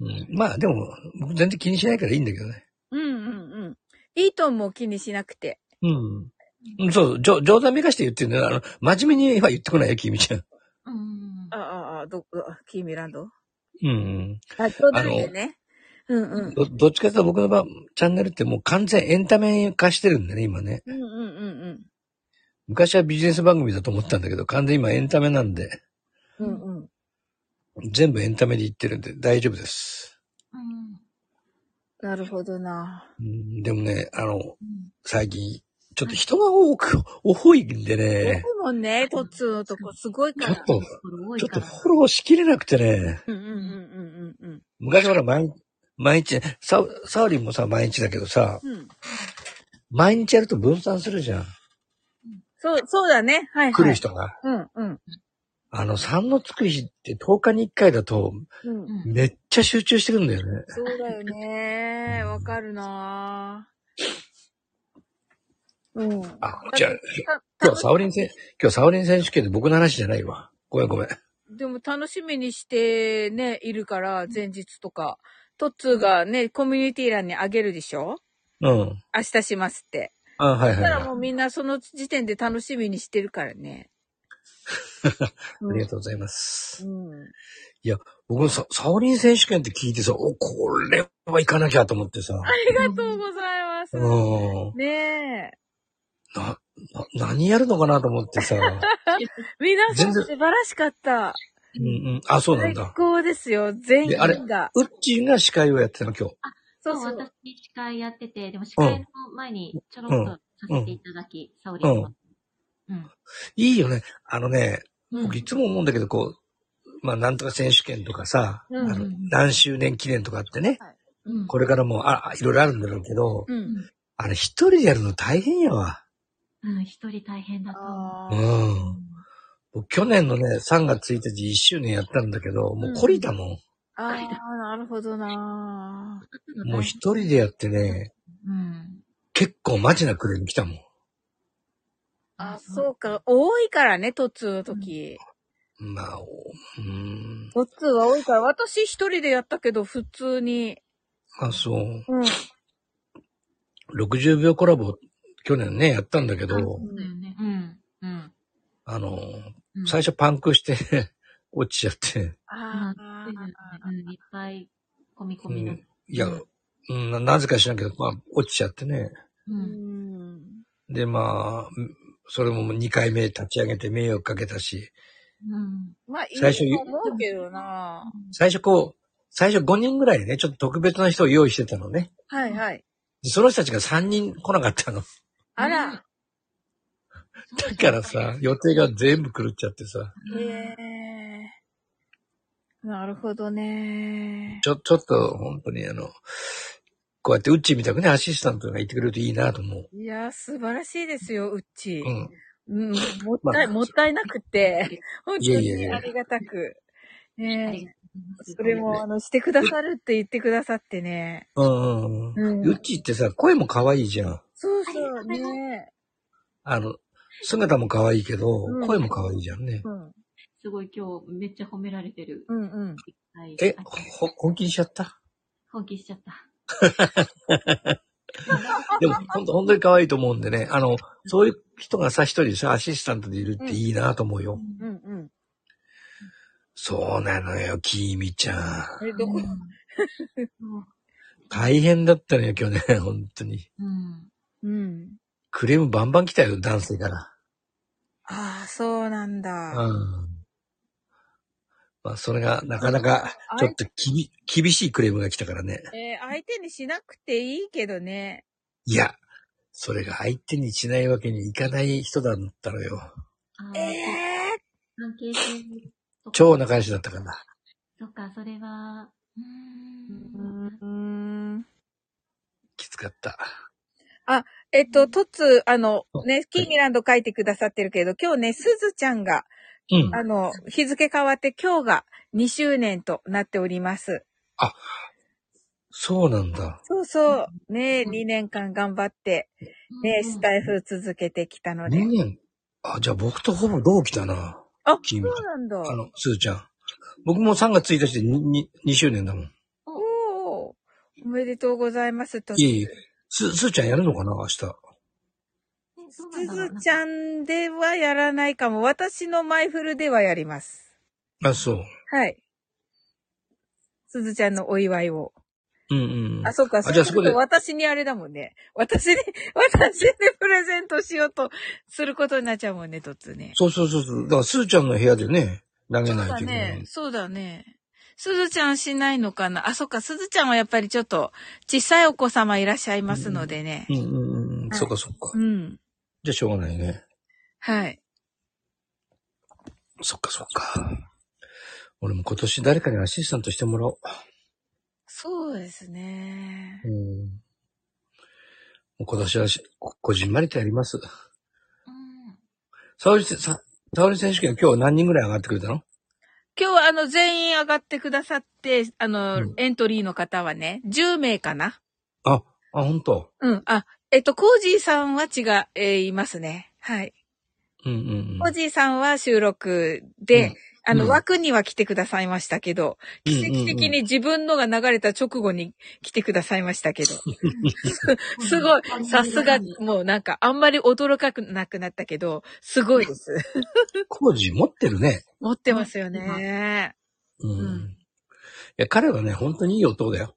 Speaker 7: うん、まあでも、僕全然気にしないからいいんだけどね。
Speaker 1: うんうんうん。いいと思う、気にしなくて。
Speaker 7: うんうん。そうそう、冗冗談めかして言ってるんだよ。あの、真面目には言ってこないよ、君ちゃん。
Speaker 2: うんうん
Speaker 1: ああ、あど、あキーミランド
Speaker 7: うん
Speaker 1: あ、そうなんでね。うんう
Speaker 7: うん
Speaker 1: ん。
Speaker 7: ど。どっちかというと僕の場合チャンネルってもう完全エンタメ化してるんだね、今ね。
Speaker 1: うんうんうん
Speaker 7: 昔はビジネス番組だと思ったんだけど、完全に今エンタメなんで、
Speaker 1: うん。うんうん。
Speaker 7: 全部エンタメで言ってるんで大丈夫です。
Speaker 2: うん
Speaker 1: なるほどな。
Speaker 7: うん、でもね、あの、
Speaker 2: うん
Speaker 7: 最近、ちょっと人が多く、多いん
Speaker 1: 僕
Speaker 7: でね、
Speaker 1: もね、トッツーのとこすごいか
Speaker 7: ちょっ
Speaker 1: ら。
Speaker 2: こ
Speaker 7: と、
Speaker 2: れ多い
Speaker 7: ちょっ
Speaker 2: か
Speaker 7: と
Speaker 2: ら。
Speaker 7: フォローしきれなくてね、
Speaker 1: うんうんうんうんうんうん。
Speaker 7: 昔ほら毎、毎日、サウサウリンもさ、毎日だけどさ、
Speaker 1: うん。
Speaker 7: 毎日やると分散するじゃん。
Speaker 1: そう、そうだね。はいはい。
Speaker 7: 来る人が。
Speaker 1: うんうん。
Speaker 7: あの、3のつく日って10日に1回だと、
Speaker 1: うん
Speaker 2: う。ん
Speaker 7: めっちゃ集中してくるんだよね。
Speaker 1: そうだよね。わかるなぁ。うん。
Speaker 7: あ、じゃあ、
Speaker 1: た
Speaker 7: 今日はサオリン選、今日サオリン選手権で僕の話じゃないわ。ごめんごめん。
Speaker 1: でも楽しみにしてね、いるから、前日とか。トッツーがね、コミュニティ欄にあげるでしょ
Speaker 7: うん。
Speaker 1: 明日しますって。
Speaker 7: あ、はい
Speaker 1: だ
Speaker 7: はい、
Speaker 1: か
Speaker 7: はい。
Speaker 1: ら
Speaker 7: あ
Speaker 1: もうみんなその時点で楽しみにしてるからね。うん
Speaker 7: りがとうございます。
Speaker 1: うん。
Speaker 7: 僕もさ、サオリン選手権って聞いてさ、お、これは行かなきゃと思ってさ。
Speaker 1: ありがとうございます。
Speaker 7: うん。
Speaker 1: ねえ。
Speaker 7: な、な、何やるのかなと思っ
Speaker 1: [LAUGHS]
Speaker 7: てさ。う
Speaker 1: 皆さん
Speaker 7: 全
Speaker 1: 素
Speaker 7: 然
Speaker 1: 晴らしかった。
Speaker 7: んうん。あ、そうなん
Speaker 1: 最
Speaker 7: だ。
Speaker 1: 高ですよ。全
Speaker 7: であれ
Speaker 1: 員が。
Speaker 7: うっちーが司会をやってたの、今日。
Speaker 1: そう
Speaker 2: そう、
Speaker 1: そう。
Speaker 2: 私、司会やってて、でも司会の前にちょろっとさせていただき、サオリンは。うん。
Speaker 7: いいよね。あのね、
Speaker 2: うん
Speaker 7: 僕いつも思うんだけど、こう、まあ、なんとか選手権とかさ、
Speaker 1: うんうん
Speaker 7: あの、何周年記念とかあってね、
Speaker 2: うん。
Speaker 7: これからも、あ、あいろいろあるんだろうけど、
Speaker 1: うん。
Speaker 7: あれ一人でやるの大変やわ。
Speaker 2: うん、一人大変だと思
Speaker 1: あ
Speaker 7: う
Speaker 1: ー
Speaker 7: ん。僕去年のね、3月1日1周年やったんだけど、もう懲りたもん。
Speaker 1: あー、なるほどなぁ。
Speaker 2: う。
Speaker 7: もう一人でやってね、
Speaker 2: うん。
Speaker 7: 結構マジなクレーム来たもん。
Speaker 1: あ、そうか。多いからね、トッツーの時。
Speaker 7: まあ、おうーん。
Speaker 1: トッツーは多いから、私一人でやったけど、普通に。
Speaker 7: あ、そう。
Speaker 1: うん。
Speaker 7: 60秒コラボ、去年ね、やったんだけ
Speaker 2: あ
Speaker 7: ど
Speaker 2: そ、うだよね。うん。うん。
Speaker 7: あの、
Speaker 2: うん
Speaker 7: 最初パンクして、 [LAUGHS] 落ちちゃって。
Speaker 1: あ
Speaker 2: う
Speaker 1: あ
Speaker 2: ん、いっぱい、込み込
Speaker 7: う
Speaker 2: みの。
Speaker 7: ん、いや、うん、ななぜか知らんけど、まあ、落ちちゃってね。
Speaker 2: う。
Speaker 1: うんん。
Speaker 7: で、まあ、うんそれも2回目立ち上げて迷惑かけたし、
Speaker 2: うん。
Speaker 1: まあ、いい
Speaker 7: 最初
Speaker 1: と思うけどな
Speaker 7: 最初こう、最初5人ぐらいね、ちょっと特別な人を用意してたのね。
Speaker 1: ぁ。はいはい。
Speaker 7: でその人たちが3人来なかったの。 [LAUGHS]
Speaker 1: あら。
Speaker 7: だからさ、予定が全部狂っちゃってさ、
Speaker 1: へえ。なるほどね
Speaker 7: ちょ、ちょっと本当にあの、こうやってうっちーみたくね、アシスタントが言ってくれるといいなと思う。
Speaker 1: いやー、素晴らしいですよ、うっち
Speaker 7: う。ん。
Speaker 1: うん、もったい、
Speaker 7: まあ
Speaker 1: もったいなくて、本
Speaker 7: い
Speaker 1: 当
Speaker 7: やいやい
Speaker 1: に
Speaker 7: や
Speaker 1: ありがたく。
Speaker 2: あ
Speaker 1: ね
Speaker 2: りがとうござい
Speaker 1: え
Speaker 2: ます
Speaker 1: それも、あの、してくださるって言ってくださってね。
Speaker 7: うんうんう
Speaker 1: うん
Speaker 7: ん。うっちーってさ、声も可愛いじゃん。
Speaker 1: そうそう、ねえ。
Speaker 7: あの、姿も可愛いけど
Speaker 1: うん、
Speaker 7: 声も可愛いじゃんね。
Speaker 1: うん。
Speaker 4: すごい今日めっちゃ褒められてる。
Speaker 6: うんうん。
Speaker 4: はい。
Speaker 7: え、
Speaker 4: あ
Speaker 7: ほ、本気にしちゃった
Speaker 4: 放棄しちゃった。
Speaker 7: でも、ほんと、本当に可愛いと思うんでね。あの、そういう人がさ、一人さ、アシスタントでいるっていいなと思うよ。
Speaker 6: うんうん。
Speaker 7: そうなのよ、きみちゃん。
Speaker 6: え、どこ
Speaker 4: も
Speaker 7: 大変だったのよ、去年、 [LAUGHS] 本当に。
Speaker 4: ううん。
Speaker 1: うん。
Speaker 7: クレームバンバン来たよ、男性から。
Speaker 1: ああ、そうなんだ。
Speaker 7: うん。まあ、それが、なかなか、ちょっときび、厳しいクレームが来たからね。
Speaker 1: えー相手にしなくていいけどね。
Speaker 7: いや、それが相手にしないわけにいかない人だったのよ。
Speaker 4: ああ、
Speaker 1: ええ
Speaker 4: 関係性とか。
Speaker 7: 超仲良しだったから。
Speaker 4: そっか、それは、うーん。
Speaker 1: ー。うーん。
Speaker 7: きつかった。
Speaker 1: えっと、とつ、あの、ね、キーミランド書いてくださってるけど、今日ね、すずちゃんが、
Speaker 7: うん。
Speaker 1: あの、日付変わって今日が2周年となっております。
Speaker 7: そうなんだ。
Speaker 1: そうそう。ね、2年間頑張って、ね、スタ
Speaker 4: イ
Speaker 1: イフ続けてきたので。
Speaker 7: 2年。あ、じゃあ僕とほぼ同期だな。
Speaker 1: あ、そ
Speaker 7: 君
Speaker 1: うなんだ。
Speaker 7: あの、すーちゃん。僕も3月1日で 2, 2周年だもん。
Speaker 1: おーおめでとうございます。と
Speaker 7: いえいえ。す、すーちゃんやるのかな明日。
Speaker 4: す
Speaker 1: すずちゃんではやらないかも。私のマイフルではやります。
Speaker 7: あ、そう。
Speaker 1: はい。すずちゃんのお祝いを。
Speaker 7: うんうん。
Speaker 1: あ、そっか。
Speaker 7: あじゃあそこで
Speaker 1: うすると私にあれだもんね。私に、 [LAUGHS] 私にプレゼントしようとすることになっちゃうもんね、とつね。
Speaker 7: そうそうそうそう。だから、すーちゃんの部屋でね、投げ
Speaker 1: そう
Speaker 7: ない
Speaker 1: だ
Speaker 7: といけない。
Speaker 1: ね。そうだね。すずちゃんしないのかなあ、そっか。すずちゃんはやっぱりちょっと、小さいお子様いらっしゃいますのでね
Speaker 7: う。んうんうん。そっかそっか。
Speaker 1: うん。
Speaker 7: じゃあ、しょうがないね。
Speaker 1: はい。
Speaker 7: そっかそっか。俺も今年誰かにアシスタントしてもらおう。
Speaker 1: そうですね。
Speaker 7: うん。もう今年はしこ、こじんまりとやります。
Speaker 2: うん。
Speaker 7: 沙織せ、さ、沙織選手権今日何人ぐらい上がってくれたの
Speaker 1: 今日はあの全員上がってくださって、あの、
Speaker 7: うん
Speaker 1: エントリーの方はね、10名かな
Speaker 7: あ、あ、ほんと。
Speaker 1: うん。あ、えっと、コージーさんは違う、えーいますね。はい。
Speaker 7: うんうん
Speaker 1: コージーさんは収録で、
Speaker 7: うん
Speaker 1: あの、
Speaker 7: うん
Speaker 1: 枠には来てくださいましたけど、
Speaker 7: うん。
Speaker 1: 奇跡的に自分のが流れた直後に来てくださいました
Speaker 7: [LAUGHS]
Speaker 1: けど。すごい。さすが、もうなんか、あんまり驚かなくなったけど、すごいです。
Speaker 7: 工事持ってるね。
Speaker 1: 持ってますよね。
Speaker 7: うん。
Speaker 1: うん
Speaker 7: いや、彼はね、本当にいい男だよ。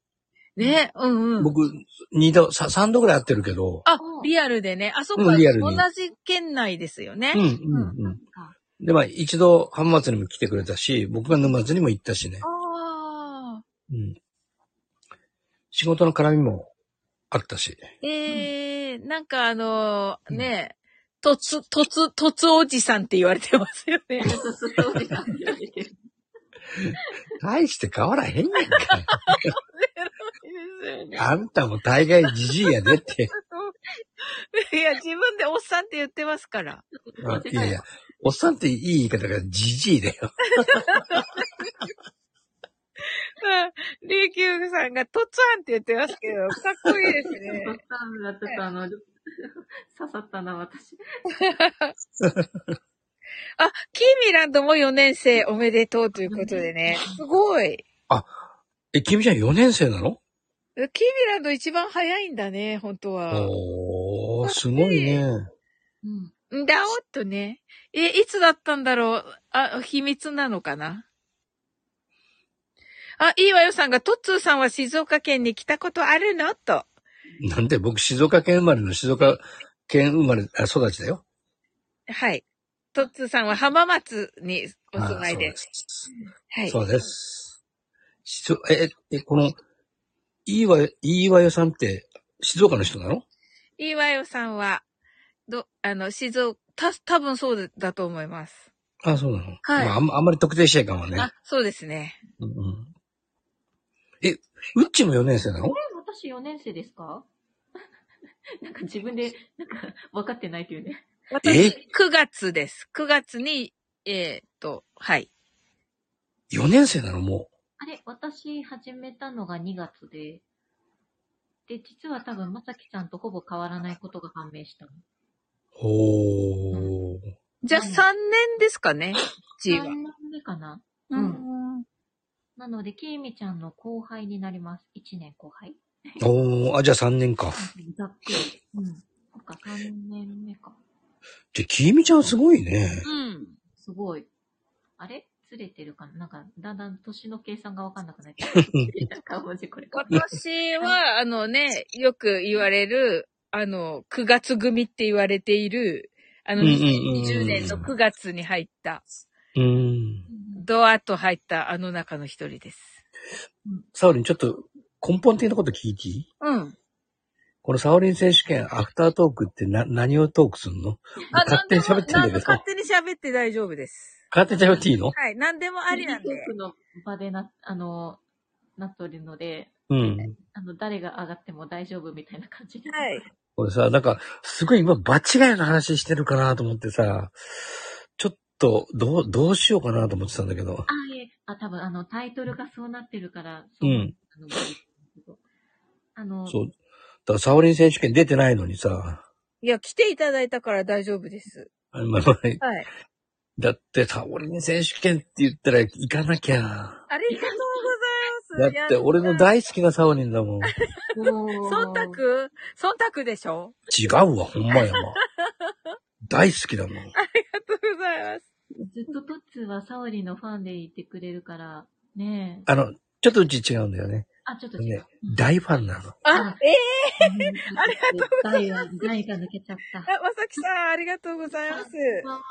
Speaker 1: ね、うんうん。
Speaker 7: 僕、二度、さ三度ぐらい会ってるけど。
Speaker 1: あ、リアルでね。あそこ
Speaker 7: う
Speaker 1: は
Speaker 7: んリアル
Speaker 1: 同
Speaker 7: に
Speaker 1: じ県内ですよね
Speaker 7: うん、。うん、うん。で、まあ、一度、浜松にも来てくれたし、僕が沼津にも行ったしね。
Speaker 1: ああ。
Speaker 7: うん。仕事の絡みもあったし。
Speaker 1: ええなんかあの
Speaker 7: う
Speaker 1: ー、
Speaker 7: ん
Speaker 1: ね、とつ、とつ、とつおじさんって言われてますよ [LAUGHS] ね。
Speaker 7: 大して変わらへん [LAUGHS] やんか。あんたも大概じじいやで [LAUGHS] って。
Speaker 1: いや、自分でおっさんって言ってますから。
Speaker 7: あいやいや、おっさんっていい言い方がじじいだよ。
Speaker 1: うん。琉球さんがとつあんって言ってますけど、かっこいいです [LAUGHS] ね。
Speaker 4: だったとあの、刺さった
Speaker 1: [LAUGHS]
Speaker 4: な、私。
Speaker 1: あ、キーミランドも4年生おめでとうということでね。すごい。
Speaker 7: え、君ちゃん4年生なの
Speaker 1: キーミランド一番早いんだね、本当は。
Speaker 7: おー、すごいね。
Speaker 4: うん。
Speaker 1: んだおっとね。え、いつだったんだろうあ、秘密なのかなあ、いいわよさんが、トッツーさんは静岡県に来たことあるのと。
Speaker 7: [LAUGHS] なんで僕静岡県生まれの静岡県生まれ、あ、育ちだよ。
Speaker 1: はい。トッツーさんは浜松にお
Speaker 7: あ
Speaker 1: 住まい
Speaker 7: そう
Speaker 1: で。
Speaker 7: ですす。
Speaker 1: はい。
Speaker 7: そうです。しそえ、え、この、いいわよ、いいわよさんって静岡の人なの
Speaker 1: いいわよさんは、ど、あの、静岡、た、多分そうだと思います。
Speaker 7: あ、そうなの
Speaker 1: はい
Speaker 7: まあ、あんまあんまり特定しないかもね。
Speaker 1: あ、そうですね。
Speaker 7: うんうん、え、うっちも4年生なの
Speaker 4: 私4年生ですか [LAUGHS] なんか自分で、なんか分かってないというね。
Speaker 1: 私、9月です。9月に、えーっと、はい。
Speaker 7: ?4 年生なのも
Speaker 4: あれ、私始めたのが2月で、で、実は多分まさきちゃんとほぼ変わらないことが判明したの。
Speaker 7: う。ほー。
Speaker 1: じゃあ3
Speaker 4: うん
Speaker 1: [LAUGHS] 年ですかね、G は。
Speaker 4: 3年かな
Speaker 1: う。
Speaker 4: うんなので、きえみちゃんの後輩になります。1年後輩。
Speaker 7: おー、あ、じゃあ3年か。
Speaker 4: ざっくり。うん。そっか、3年目か。
Speaker 7: じゃあ、きみちゃんすごいね。
Speaker 4: うん。すごい。あれずれてるかななんか、だんだん年の計算がわかん [LAUGHS] なくなってきた。顔文字これか。
Speaker 1: 私 [LAUGHS] は、あのね、よく言われる、あの、9月組って言われている、あの、
Speaker 7: うんうんうんうん
Speaker 1: 2020年の9月に入った、
Speaker 7: うん。
Speaker 1: ドアと入ったあの中の一人です。
Speaker 7: サオリン、ちょっと根本的なこと聞いていい
Speaker 1: うん。
Speaker 7: このサオリン選手権、アフタートークってな、何をトークするの
Speaker 1: あ
Speaker 7: 勝手に喋ってんだ
Speaker 1: な
Speaker 7: け
Speaker 1: んで
Speaker 7: ど
Speaker 1: も。勝手に喋って大丈夫です。
Speaker 7: 勝手に喋っていいの
Speaker 1: はい。何でもありなんで
Speaker 4: フリ。ートークの場でな、あの、なっておるので、
Speaker 7: うん。
Speaker 4: あの、誰が上がっても大丈夫みたいな感じで。
Speaker 1: はい。
Speaker 7: これさ、なんか、すごい今、場違いの話してるかなと思ってさ、ちょっと、どう、どうしようかなと思ってたんだけど。
Speaker 4: あ、いえ、あ、多分あの、タイトルがそうなってるから、そ
Speaker 7: うん。
Speaker 4: あの、あの、
Speaker 7: そう。だから、サオリン選手権出てないのにさ、
Speaker 1: [LAUGHS] いや、来ていただいたから大丈夫です。
Speaker 7: あまあまあ
Speaker 1: はい。
Speaker 7: だって、サオリン選手権って言ったら行かなきゃ。
Speaker 1: ありがとうござ
Speaker 7: だ
Speaker 1: います。
Speaker 7: って、俺の大好きなサオリンだもん。
Speaker 6: [LAUGHS]
Speaker 1: 忖度
Speaker 4: 忖
Speaker 1: 忖度でしょ
Speaker 7: 違うわ、ほんまやわ。大好きだもん。
Speaker 1: ありがとうございます。
Speaker 4: ずっとトッツーはサオリのファンでいてくれるから、ねえ。
Speaker 7: あの、ちょっとうち違うんだよね。
Speaker 4: あ、ちょっと違
Speaker 7: ね
Speaker 4: う。うん、
Speaker 7: 大ファンなの。
Speaker 1: あ
Speaker 4: あ、
Speaker 1: ええ
Speaker 4: ありがとうございます。台が抜けちゃった。
Speaker 1: あ、まさきさん、ありがとうございます。
Speaker 4: こんばんは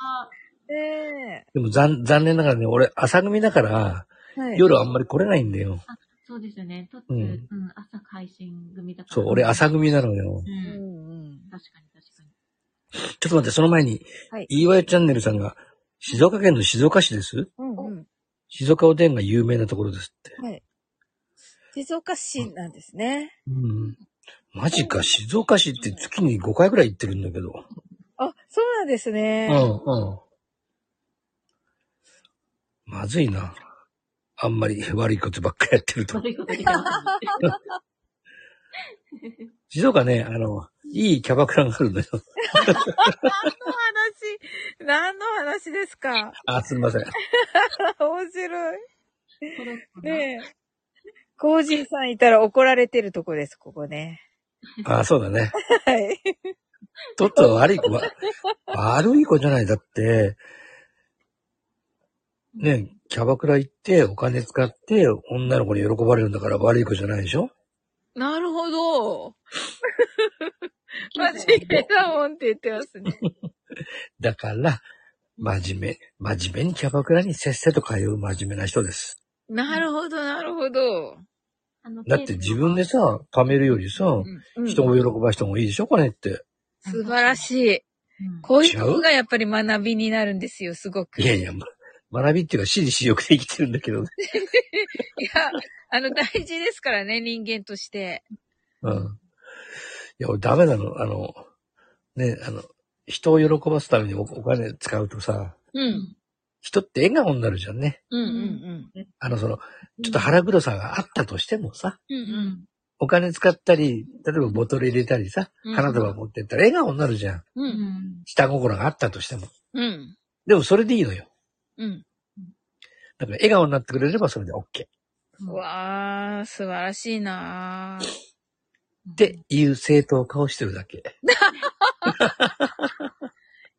Speaker 1: ええ
Speaker 7: でも残、残念ながらね、俺、朝組だから、
Speaker 1: はい。
Speaker 7: 夜あんまり来れないんだよ。
Speaker 4: そうですよね。トッツ
Speaker 7: う
Speaker 4: ー、
Speaker 7: ん
Speaker 4: うん、朝配信組だから。
Speaker 7: そう、俺、朝組なの
Speaker 4: う。。
Speaker 7: よ
Speaker 1: うんんうん。
Speaker 4: 確かに確かに。
Speaker 7: ちょっと待って、その前に、
Speaker 1: はい
Speaker 7: EY チャンネルさんが、静岡県の静岡市です
Speaker 1: うんうん。
Speaker 7: 静岡おでんが有名なところですって。
Speaker 1: はい。静岡市なんですね。
Speaker 7: うん。マジか、静岡市って月に5回くらい行ってるんだけど。
Speaker 1: あ、そうなんですね。
Speaker 7: うんうん。まずいな。あんまり悪いことばっかりやってると。
Speaker 4: 悪いこと言ってますね。
Speaker 7: 静岡ね、あの、いいキャバクラがあるのよ。
Speaker 1: 何の話、何の話ですか [LAUGHS]
Speaker 7: あ、すみません。
Speaker 1: 面白い。
Speaker 4: コロッケ
Speaker 1: [LAUGHS]
Speaker 4: の
Speaker 1: ねえ。コージーさんいたら怒られてるとこです、ここね。
Speaker 7: あ、そうだね。
Speaker 1: はい。
Speaker 7: ちょっと悪い子は、悪い子じゃない。だって、ね、キャバクラ行って、お金使って、女の子に喜ばれるんだから悪い子じゃないでしょ
Speaker 1: なるほ [LAUGHS] ど。真面目だもんって言ってますね。
Speaker 7: だから、真面目、真面目にキャバクラにせっせと通う真面目な人です。
Speaker 1: なるほど、なるほど。
Speaker 4: あの
Speaker 7: だって自分でさ、貯めるよりさ、
Speaker 1: うん
Speaker 7: 人を喜ばした方がいいでしょ金って。
Speaker 1: 素晴らしい。
Speaker 4: うん
Speaker 1: こういうのがやっぱり学びになるんですよ、すごく。
Speaker 7: いやいや、ま学びっていうか、私利私欲で生きてるんだけどね。
Speaker 1: いや、あの、大事ですからね、人間として。
Speaker 7: うん。いや、俺ダメなの。あの、ね、あの、人を喜ばすためにおお金使うとさ、
Speaker 1: う。
Speaker 4: うん
Speaker 7: 人って笑顔になるじゃんね。
Speaker 1: うんうん
Speaker 7: あの、その、ちょっと腹黒さがあったとしてもさ、
Speaker 1: うん。うん
Speaker 4: う
Speaker 1: うん。
Speaker 4: ん。
Speaker 7: お金使ったり、例えばボトル入れたりさ、
Speaker 1: うん
Speaker 7: 花束持ってったら笑顔になるじゃん。
Speaker 1: う。
Speaker 4: うんん。
Speaker 7: 下心があったとしても。
Speaker 1: うん。
Speaker 7: でもそれでいいのよ。
Speaker 1: うん。
Speaker 7: だから笑顔になってくれればそれで OK。
Speaker 4: うん
Speaker 1: うわー、素晴らしいなー。
Speaker 7: っていう正当化をしてるだけ。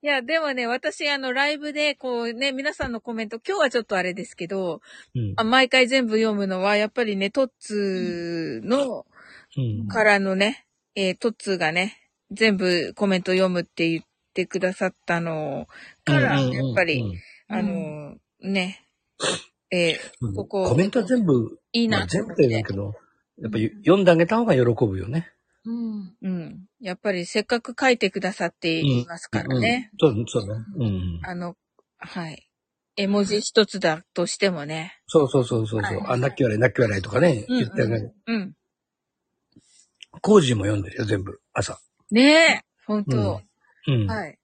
Speaker 1: いや、でもね、私、あの、ライブで、こうね、皆さんのコメント、今日はちょっとあれですけど、
Speaker 7: うん
Speaker 1: あ。毎回全部読むのは、やっぱりね、トッツーの、
Speaker 7: うん。
Speaker 1: からのね、えートッツーがね、全部コメント読むって言ってくださったのから、
Speaker 7: うんうんうんうん
Speaker 1: やっぱり、
Speaker 4: うん
Speaker 1: あのーね、え
Speaker 7: うん
Speaker 1: ここ
Speaker 7: コメントは全部、
Speaker 1: ーいい
Speaker 7: ま
Speaker 1: な
Speaker 7: あ
Speaker 1: と
Speaker 7: 全
Speaker 1: 思
Speaker 7: 部
Speaker 1: っ
Speaker 7: と言う
Speaker 1: て
Speaker 7: け。ど、やっぱ読んであげた方が喜ぶよね。
Speaker 4: うん。
Speaker 1: うん。やっぱりせっかく書いてくださっていますからね。
Speaker 7: うん。そうそうね。うん。
Speaker 1: あの、はい。絵文字一つだとしてもね。
Speaker 7: そうそうそうそうそう。あ、なき笑い、なき笑いとかね、
Speaker 1: うん
Speaker 7: 言ってあげる。
Speaker 1: うん。
Speaker 7: コージーも読んでるよ、全部。朝。
Speaker 1: ねえ本当、
Speaker 7: うん。
Speaker 1: はい。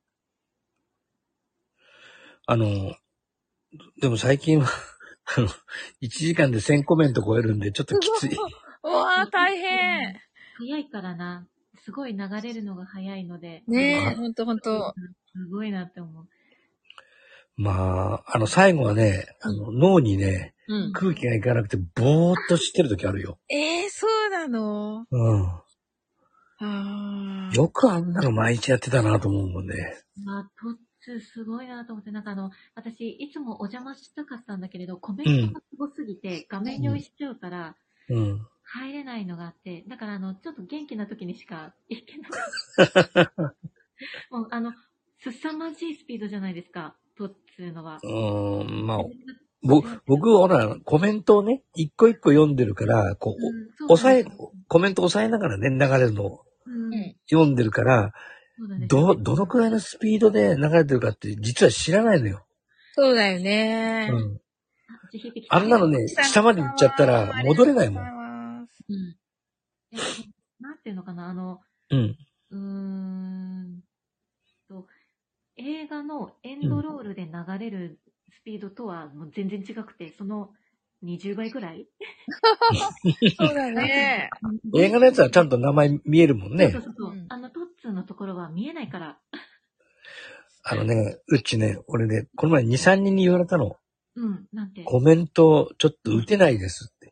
Speaker 7: あの、でも最近は、 [LAUGHS] あの、1時間で1000コメント超えるんで、ちょっときつい。
Speaker 1: うわー、大変
Speaker 4: 早いからな。すごい流れるのが早いので。
Speaker 1: ね
Speaker 7: は
Speaker 1: え
Speaker 7: い
Speaker 1: ほんとほんと。
Speaker 4: すごいなって思う。
Speaker 7: まあ、あの、最後はね、あの脳にね、
Speaker 4: うん。
Speaker 7: 空気がいかなくて、ぼーっとしてる時あるよ。
Speaker 1: ええー、そうなの
Speaker 7: う
Speaker 1: あ
Speaker 7: ん。
Speaker 1: あ。
Speaker 7: よくあんなの毎日やってたなと思うもんね。
Speaker 4: まあ、トッツーすごいなと思って、なんかあの、私、いつもお邪魔したかったんだけれど、コメントがすごすぎて、画面用意しちゃうから、
Speaker 7: うん。
Speaker 4: 入れないのがあって、だからあの、ちょっと元気な時にし
Speaker 7: [LAUGHS]
Speaker 4: か行けない。もうあの、凄まじいスピードじゃないですか、トッツーのは。
Speaker 7: うん、まあ、
Speaker 4: う
Speaker 7: ぼ、僕、ほら、コメントをね、一個一個読んでるから、こう、
Speaker 4: んそう
Speaker 7: 押さえ
Speaker 4: なんです、
Speaker 7: コメント押さえながらね、流れるのを
Speaker 4: うん
Speaker 2: うん
Speaker 7: 読んでるから、
Speaker 4: そうなんです
Speaker 7: ど、どのくらいのスピードで流れてるかって、実は知らないのよ。
Speaker 1: そうだよね
Speaker 7: う。ん。
Speaker 4: あ地響き
Speaker 7: あんなのね、
Speaker 1: さん
Speaker 7: 下まで行っちゃったら戻れないも
Speaker 1: ありが
Speaker 7: ん。
Speaker 1: とうございます
Speaker 4: うん。いやなんていうのかな、あの、
Speaker 7: うん。
Speaker 4: うーんと、映画のエンドロールで流れるスピードとはもう全然違くて、その20倍ぐらい
Speaker 1: そうだね。
Speaker 7: 映画のやつはちゃんと名前見えるもんね
Speaker 4: そう。そうそう。
Speaker 1: うん
Speaker 4: あの、トッツーのところは見えないから。
Speaker 7: あのね、うちね、俺ね、この前2、3人に言われたの。
Speaker 4: うん、なんて。
Speaker 7: コメントちょっと打てないですって。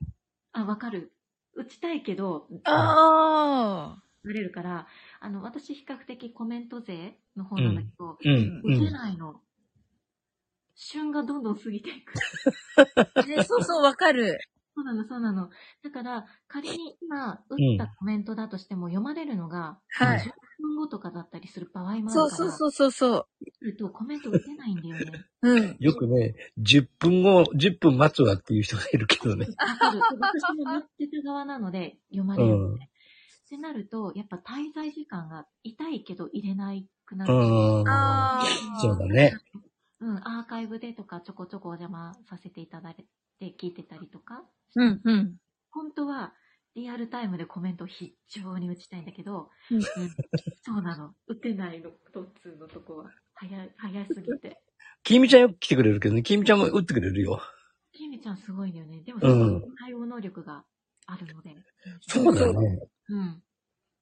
Speaker 4: あ、わかる。打ちたいけど、
Speaker 1: [LAUGHS] ああ。
Speaker 4: 打れるから、あの、私比較的コメント勢の方なんだけど、
Speaker 7: うん、う
Speaker 4: 打て
Speaker 7: ん。
Speaker 4: ないの。旬がどんどん過ぎていく。
Speaker 1: ね、そうそう、わかる。
Speaker 4: そうなの、そうなの。だから、仮に今、打
Speaker 7: ん
Speaker 4: ったコメントだとしても、読まれるのが、
Speaker 1: は
Speaker 4: 10
Speaker 1: い。
Speaker 4: 分後とかだったりする場合もあるから、
Speaker 1: そうそうそうそうそう。
Speaker 4: するとコメント打てないんだよね。
Speaker 1: うん。
Speaker 7: よくね、10分後、10分待つわっていう人がいるけどね。
Speaker 4: わかる私も待ってた側なので、読ま
Speaker 7: う
Speaker 4: れる。っ
Speaker 7: ん。
Speaker 4: てなると、やっぱ滞在時間が痛いけど入れないくな
Speaker 7: う
Speaker 4: る。
Speaker 7: ん。
Speaker 1: ああ。
Speaker 7: そうだね。
Speaker 4: うん、アーカイブでとかちょこちょこお邪魔させていただいて聞いてたりとか、
Speaker 1: うん、うん。
Speaker 4: 本当はリアルタイムでコメントを非常に打ちたいんだけど、
Speaker 1: うん
Speaker 4: そうなの。打てないの、トッツーのとこは。早い、早すぎて。
Speaker 7: きみちゃんよく来てくれるけどね、きみちゃんも打ってくれるよ。
Speaker 4: キミちゃんすごいんだよね。でも、
Speaker 7: うん
Speaker 4: 対応能力があるので。
Speaker 7: そうだね。
Speaker 4: うん。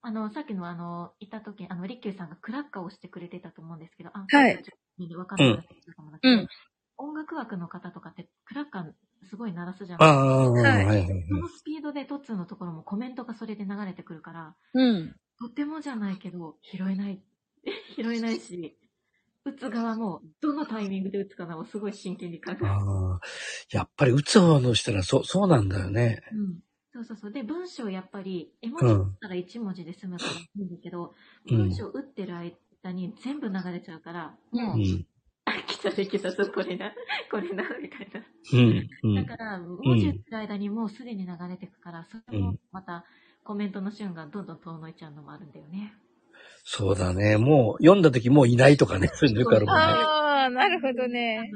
Speaker 4: あの、さっきのあの、いた時、あの、リッキューさんがクラッカーをしてくれてたと思うんですけど、あ、
Speaker 1: はい。
Speaker 4: 分かってないと思うんだけど、
Speaker 1: うん
Speaker 4: 音楽枠の方とかってクラッカーすごい鳴らすじゃな
Speaker 7: あ
Speaker 4: いですか。
Speaker 7: あ、はい
Speaker 1: は
Speaker 7: はいいはい。
Speaker 4: そのスピードでトッツーのところもコメントがそれで流れてくるから、
Speaker 1: うん。
Speaker 4: とてもじゃないけど、拾えない、 [LAUGHS] 拾えないし、打つ側も、どのタイミングで打つかなをすごい真剣に考えて
Speaker 7: ああ、やっぱり打つ方のしたら、そう、そうなんだよね。
Speaker 4: うんそうそうそう。で、文章やっぱり、絵文字だったら1文字で済むからいいんだけど、
Speaker 7: うん
Speaker 4: 文章打ってる間に全部流れちゃうから、もう、
Speaker 7: うん。
Speaker 4: あ、来たで来たぞ、これな、 [LAUGHS] これな、みたいな。
Speaker 7: うん。う
Speaker 4: だ
Speaker 7: ん。
Speaker 4: から、文字打ってる間にもうすでに流れてくから、それもまた、コメントの瞬間どんどん遠のいちゃうのもあるんだよね。
Speaker 7: そうだね。もう、読んだ時もういないとかね、そういうのよくあるもんね。
Speaker 1: ああ、なるほどね。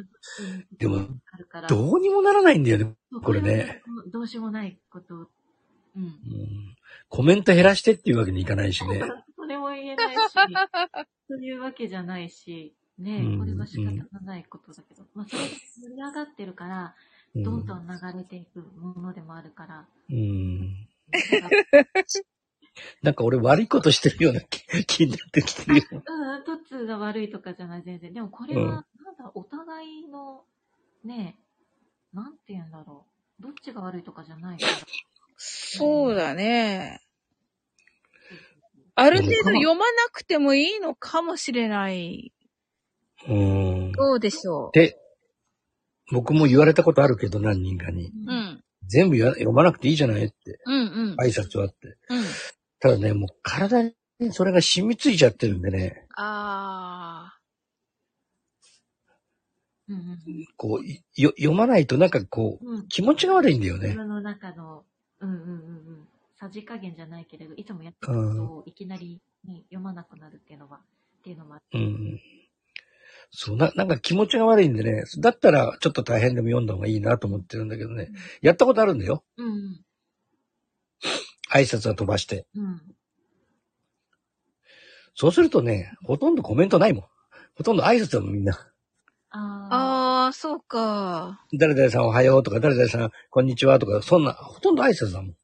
Speaker 7: でも、
Speaker 4: あるから、
Speaker 7: どうにもならないんだよね、
Speaker 4: そう
Speaker 7: これね。。
Speaker 4: はどうしようもないこと。うん
Speaker 7: う。ん、コメント減らしてっていうわけにいかないし [LAUGHS] ね。
Speaker 4: それも言えないし、そういうわけじゃないし、ね
Speaker 7: う
Speaker 4: え、
Speaker 7: ん
Speaker 4: これは仕方がないことだけど、まあ、それが盛り上がってるから、
Speaker 7: うん
Speaker 4: どんどん流れていくものでもある
Speaker 7: [LAUGHS]
Speaker 4: から、
Speaker 7: うん。
Speaker 4: だから
Speaker 7: なんか俺悪いことしてるような気 [LAUGHS] 気になってきてるよ。
Speaker 4: うんうん、トッツーが悪いとかじゃない、全然。でもこれは、
Speaker 7: うん
Speaker 4: なんだ、お互いの、ねえ、なんて言うんだろう。どっちが悪いとかじゃないから。
Speaker 1: そうだね。ある程度読まなくてもいいのかもしれない。
Speaker 7: [LAUGHS] うん。
Speaker 1: どうでしょ
Speaker 7: で、僕も言われたことあるけど何人かに。
Speaker 1: う。うん。
Speaker 7: 全部や読まなくていいじゃないって、
Speaker 1: うんうん。
Speaker 7: 挨拶はって。
Speaker 1: うん。
Speaker 7: ただね、もう体にそれが染みついちゃってるんでね、
Speaker 1: ああ。
Speaker 4: うんうん
Speaker 7: こう、いよ読まないとなんかこう、
Speaker 4: うん。うん。
Speaker 7: 気持ちが悪いんだよ
Speaker 4: 自
Speaker 7: ね。
Speaker 4: 分の中の、うんうんうんうん。さじ加減じゃないけれど、いつもやってる
Speaker 7: うん
Speaker 4: ことをいきなり、ね、読まなくなるっていうのは、っていうのもある。
Speaker 7: うん。そう、な、なんか気持ちが悪いんでね。だったら、ちょっと大変でも読んだ方がいいなと思ってるんだけどね。やったことあるんだよ。
Speaker 4: うん
Speaker 7: 挨拶は飛ばして。
Speaker 4: うん。うん。
Speaker 7: そうするとね、ほとんどコメントないもん。ほとんど挨拶だもん、みんな。
Speaker 4: ああ。
Speaker 1: ああ、そうか。
Speaker 7: 誰々さんおはようとか、誰々さんこんにちはとか、そんな、ほとんど挨拶だもん。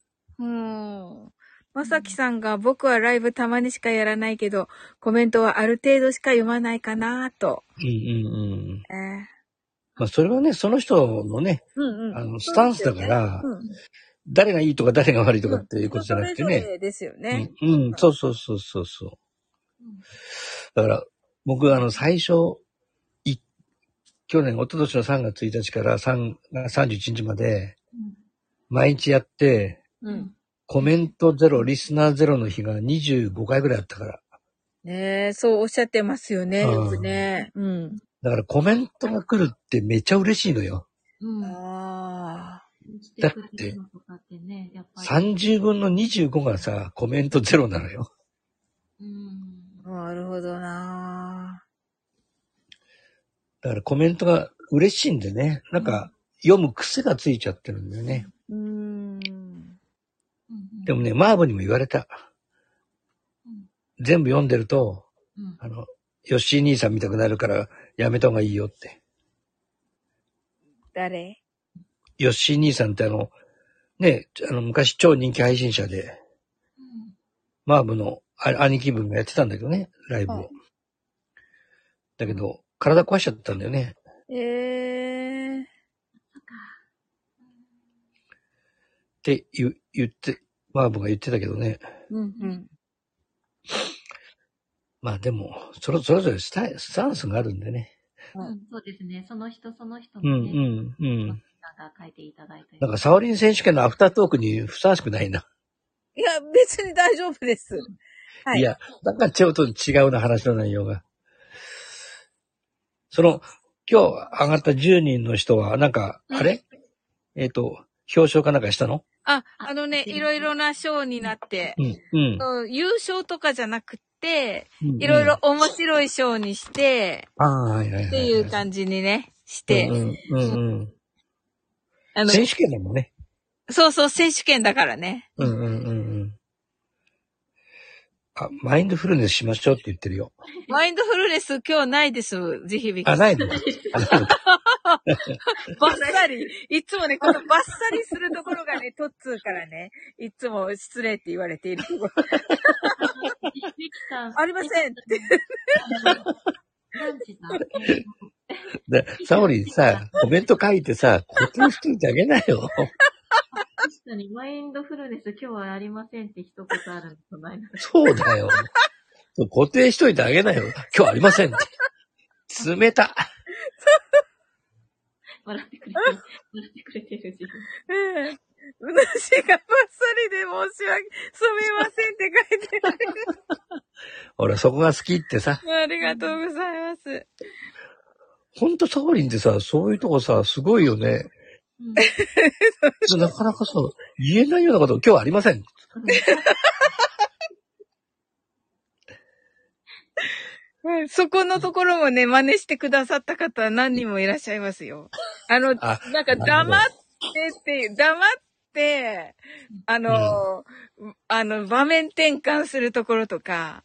Speaker 1: うん。まさきさんが僕はライブたまにしかやらないけど、コメントはある程度しか読まないかなと。
Speaker 7: うんうんうん。
Speaker 1: えー
Speaker 7: まあ、それはね、その人のね、
Speaker 1: うんうん。
Speaker 7: あの、スタンスだから、
Speaker 1: うん。
Speaker 7: 誰がいいとか誰が悪いとかっていうことじゃなくて
Speaker 1: それぞ
Speaker 7: ね。
Speaker 1: れですよ
Speaker 7: う
Speaker 1: ね
Speaker 7: ん。、うん、そうそうそうそうそう。
Speaker 2: うん
Speaker 7: だから、僕あの、最初、い去年、一昨年の3月1日から3 31日まで、毎日やって、
Speaker 1: う
Speaker 2: うん
Speaker 1: ん。
Speaker 7: コメントゼロ、リスナーゼロの日が25回ぐらいあったから。
Speaker 1: ねえ、そうおっしゃってますよね、
Speaker 7: うん
Speaker 1: よくね。うん。
Speaker 7: だからコメントが来るってめっちゃ嬉しいのよ。
Speaker 2: うんうん
Speaker 1: ああ。
Speaker 4: 来てくれてるのとかってね、やっぱり。
Speaker 7: 30分の25がさ、コメントゼロなのよ。
Speaker 2: うん
Speaker 1: なるほどな
Speaker 7: だからコメントが嬉しいんでね。なんか、読む癖がついちゃってるんだよね。
Speaker 1: ーうーん。
Speaker 2: うん
Speaker 7: でもね、マーブにも言われた。
Speaker 2: うん
Speaker 7: 全部読んでると、
Speaker 2: うん
Speaker 7: あの、ヨッシー兄さん見たくなるからやめた方がいいよって。
Speaker 1: 誰
Speaker 7: ヨッシー兄さんってあの、ね、あの昔超人気配信者で、
Speaker 2: うん
Speaker 7: マーブのあ兄貴分がやってたんだけどね、ライブを。
Speaker 1: はい
Speaker 7: だけど、体壊しちゃったんだよね。
Speaker 1: ええー。
Speaker 7: って言う言って、マーブが言ってたけどね。
Speaker 1: うんうん。
Speaker 7: まあでも、それそれぞれスタイスタンスがあるんでね。
Speaker 1: はい
Speaker 4: うんそうですね。その人その人
Speaker 7: う
Speaker 4: のね、
Speaker 7: んうんうん。
Speaker 4: なんか書いていただいたり
Speaker 7: なんか、サオリン選手権のアフタートークにふさわしくないな。
Speaker 1: いや、別に大丈夫です。はい
Speaker 7: いや、なんかちょっと違うな、話の内容が。その、今日上がった10人の人は、なんか、あれえっ、と、表彰かなんかしたの
Speaker 1: あ、あのね、いろいろな賞になって、
Speaker 7: うん、うん。
Speaker 1: うん優勝とかじゃなくて、
Speaker 7: うん
Speaker 1: いろいろ。面白い賞にして、
Speaker 7: ああ、はいはいはい、
Speaker 1: っていう感じにね、して、
Speaker 7: うんうん、うん
Speaker 1: あ
Speaker 7: うん。
Speaker 1: の、
Speaker 7: 選手権だもんね。
Speaker 1: そうそう、選手権だからね。
Speaker 7: うんうんうんうん。あ、マインドフルネスしましょうって言ってるよ。
Speaker 1: マインドフルネス今日ないです、ジヒビキ
Speaker 7: あ、
Speaker 1: さん。
Speaker 7: な
Speaker 1: [LAUGHS]
Speaker 7: いのか。あないのか
Speaker 1: バッサリ。いつもね、このバッサリするところがね、ト [LAUGHS] ッツーからね、いつも失礼って言われている。
Speaker 4: ミキさん、
Speaker 1: ありませんって。
Speaker 4: 何時だえ
Speaker 7: でサオリンさ、コメント書いてさ、固定しといてあげなよ。
Speaker 4: 確かに、マインドフルネス今日はありませんって一言あるのとないの。
Speaker 7: そうだよ。固定しといてあげなよ。今日ありませんって。冷た。
Speaker 4: 笑ってくれてる。笑ってくれてる自分。
Speaker 1: うん。私がバッサリで申し訳、すみませんって書いてある。
Speaker 7: 俺そこが好きってさ。
Speaker 1: [LAUGHS] ありがとうございます。
Speaker 7: ほんとサオリンってさ、そういうとこさ、すごいよね。
Speaker 4: うん
Speaker 7: なかなかさ、言えないようなこと、今日はありません。
Speaker 1: はいそこのところもね、真似してくださった方は何人もいらっしゃいますよ。あの、
Speaker 7: あ
Speaker 1: なんか
Speaker 7: なるほど
Speaker 1: 黙ってって、黙って、あの、あの、場面転換するところとか、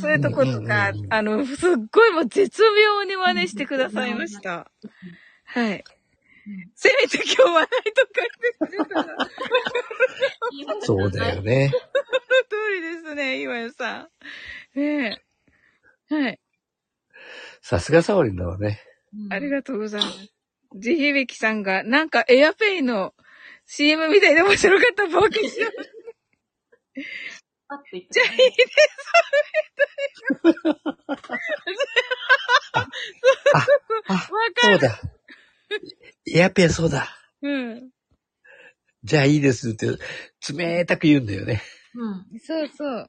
Speaker 1: そういうとことか
Speaker 7: うんうんう、ん
Speaker 1: あの、すっごいもう絶妙に真似してくださいました。はい。せめて今日はないとか言ってくれたら、
Speaker 7: そうだよね。
Speaker 1: その通りですね、今やさん。ねえ。はい。
Speaker 7: さすがサオリンだわね。
Speaker 1: ありがとうございます。地響きさんが、なんかエアペイの CM みたいで面白かった冒険しよう。
Speaker 4: パッと言った。
Speaker 1: わ
Speaker 7: あ、
Speaker 1: か
Speaker 7: そうだ。エアペンそうだ。
Speaker 1: うん。
Speaker 7: じゃあいいですって、冷たく言うんだよね。
Speaker 4: うん。
Speaker 1: そうそう。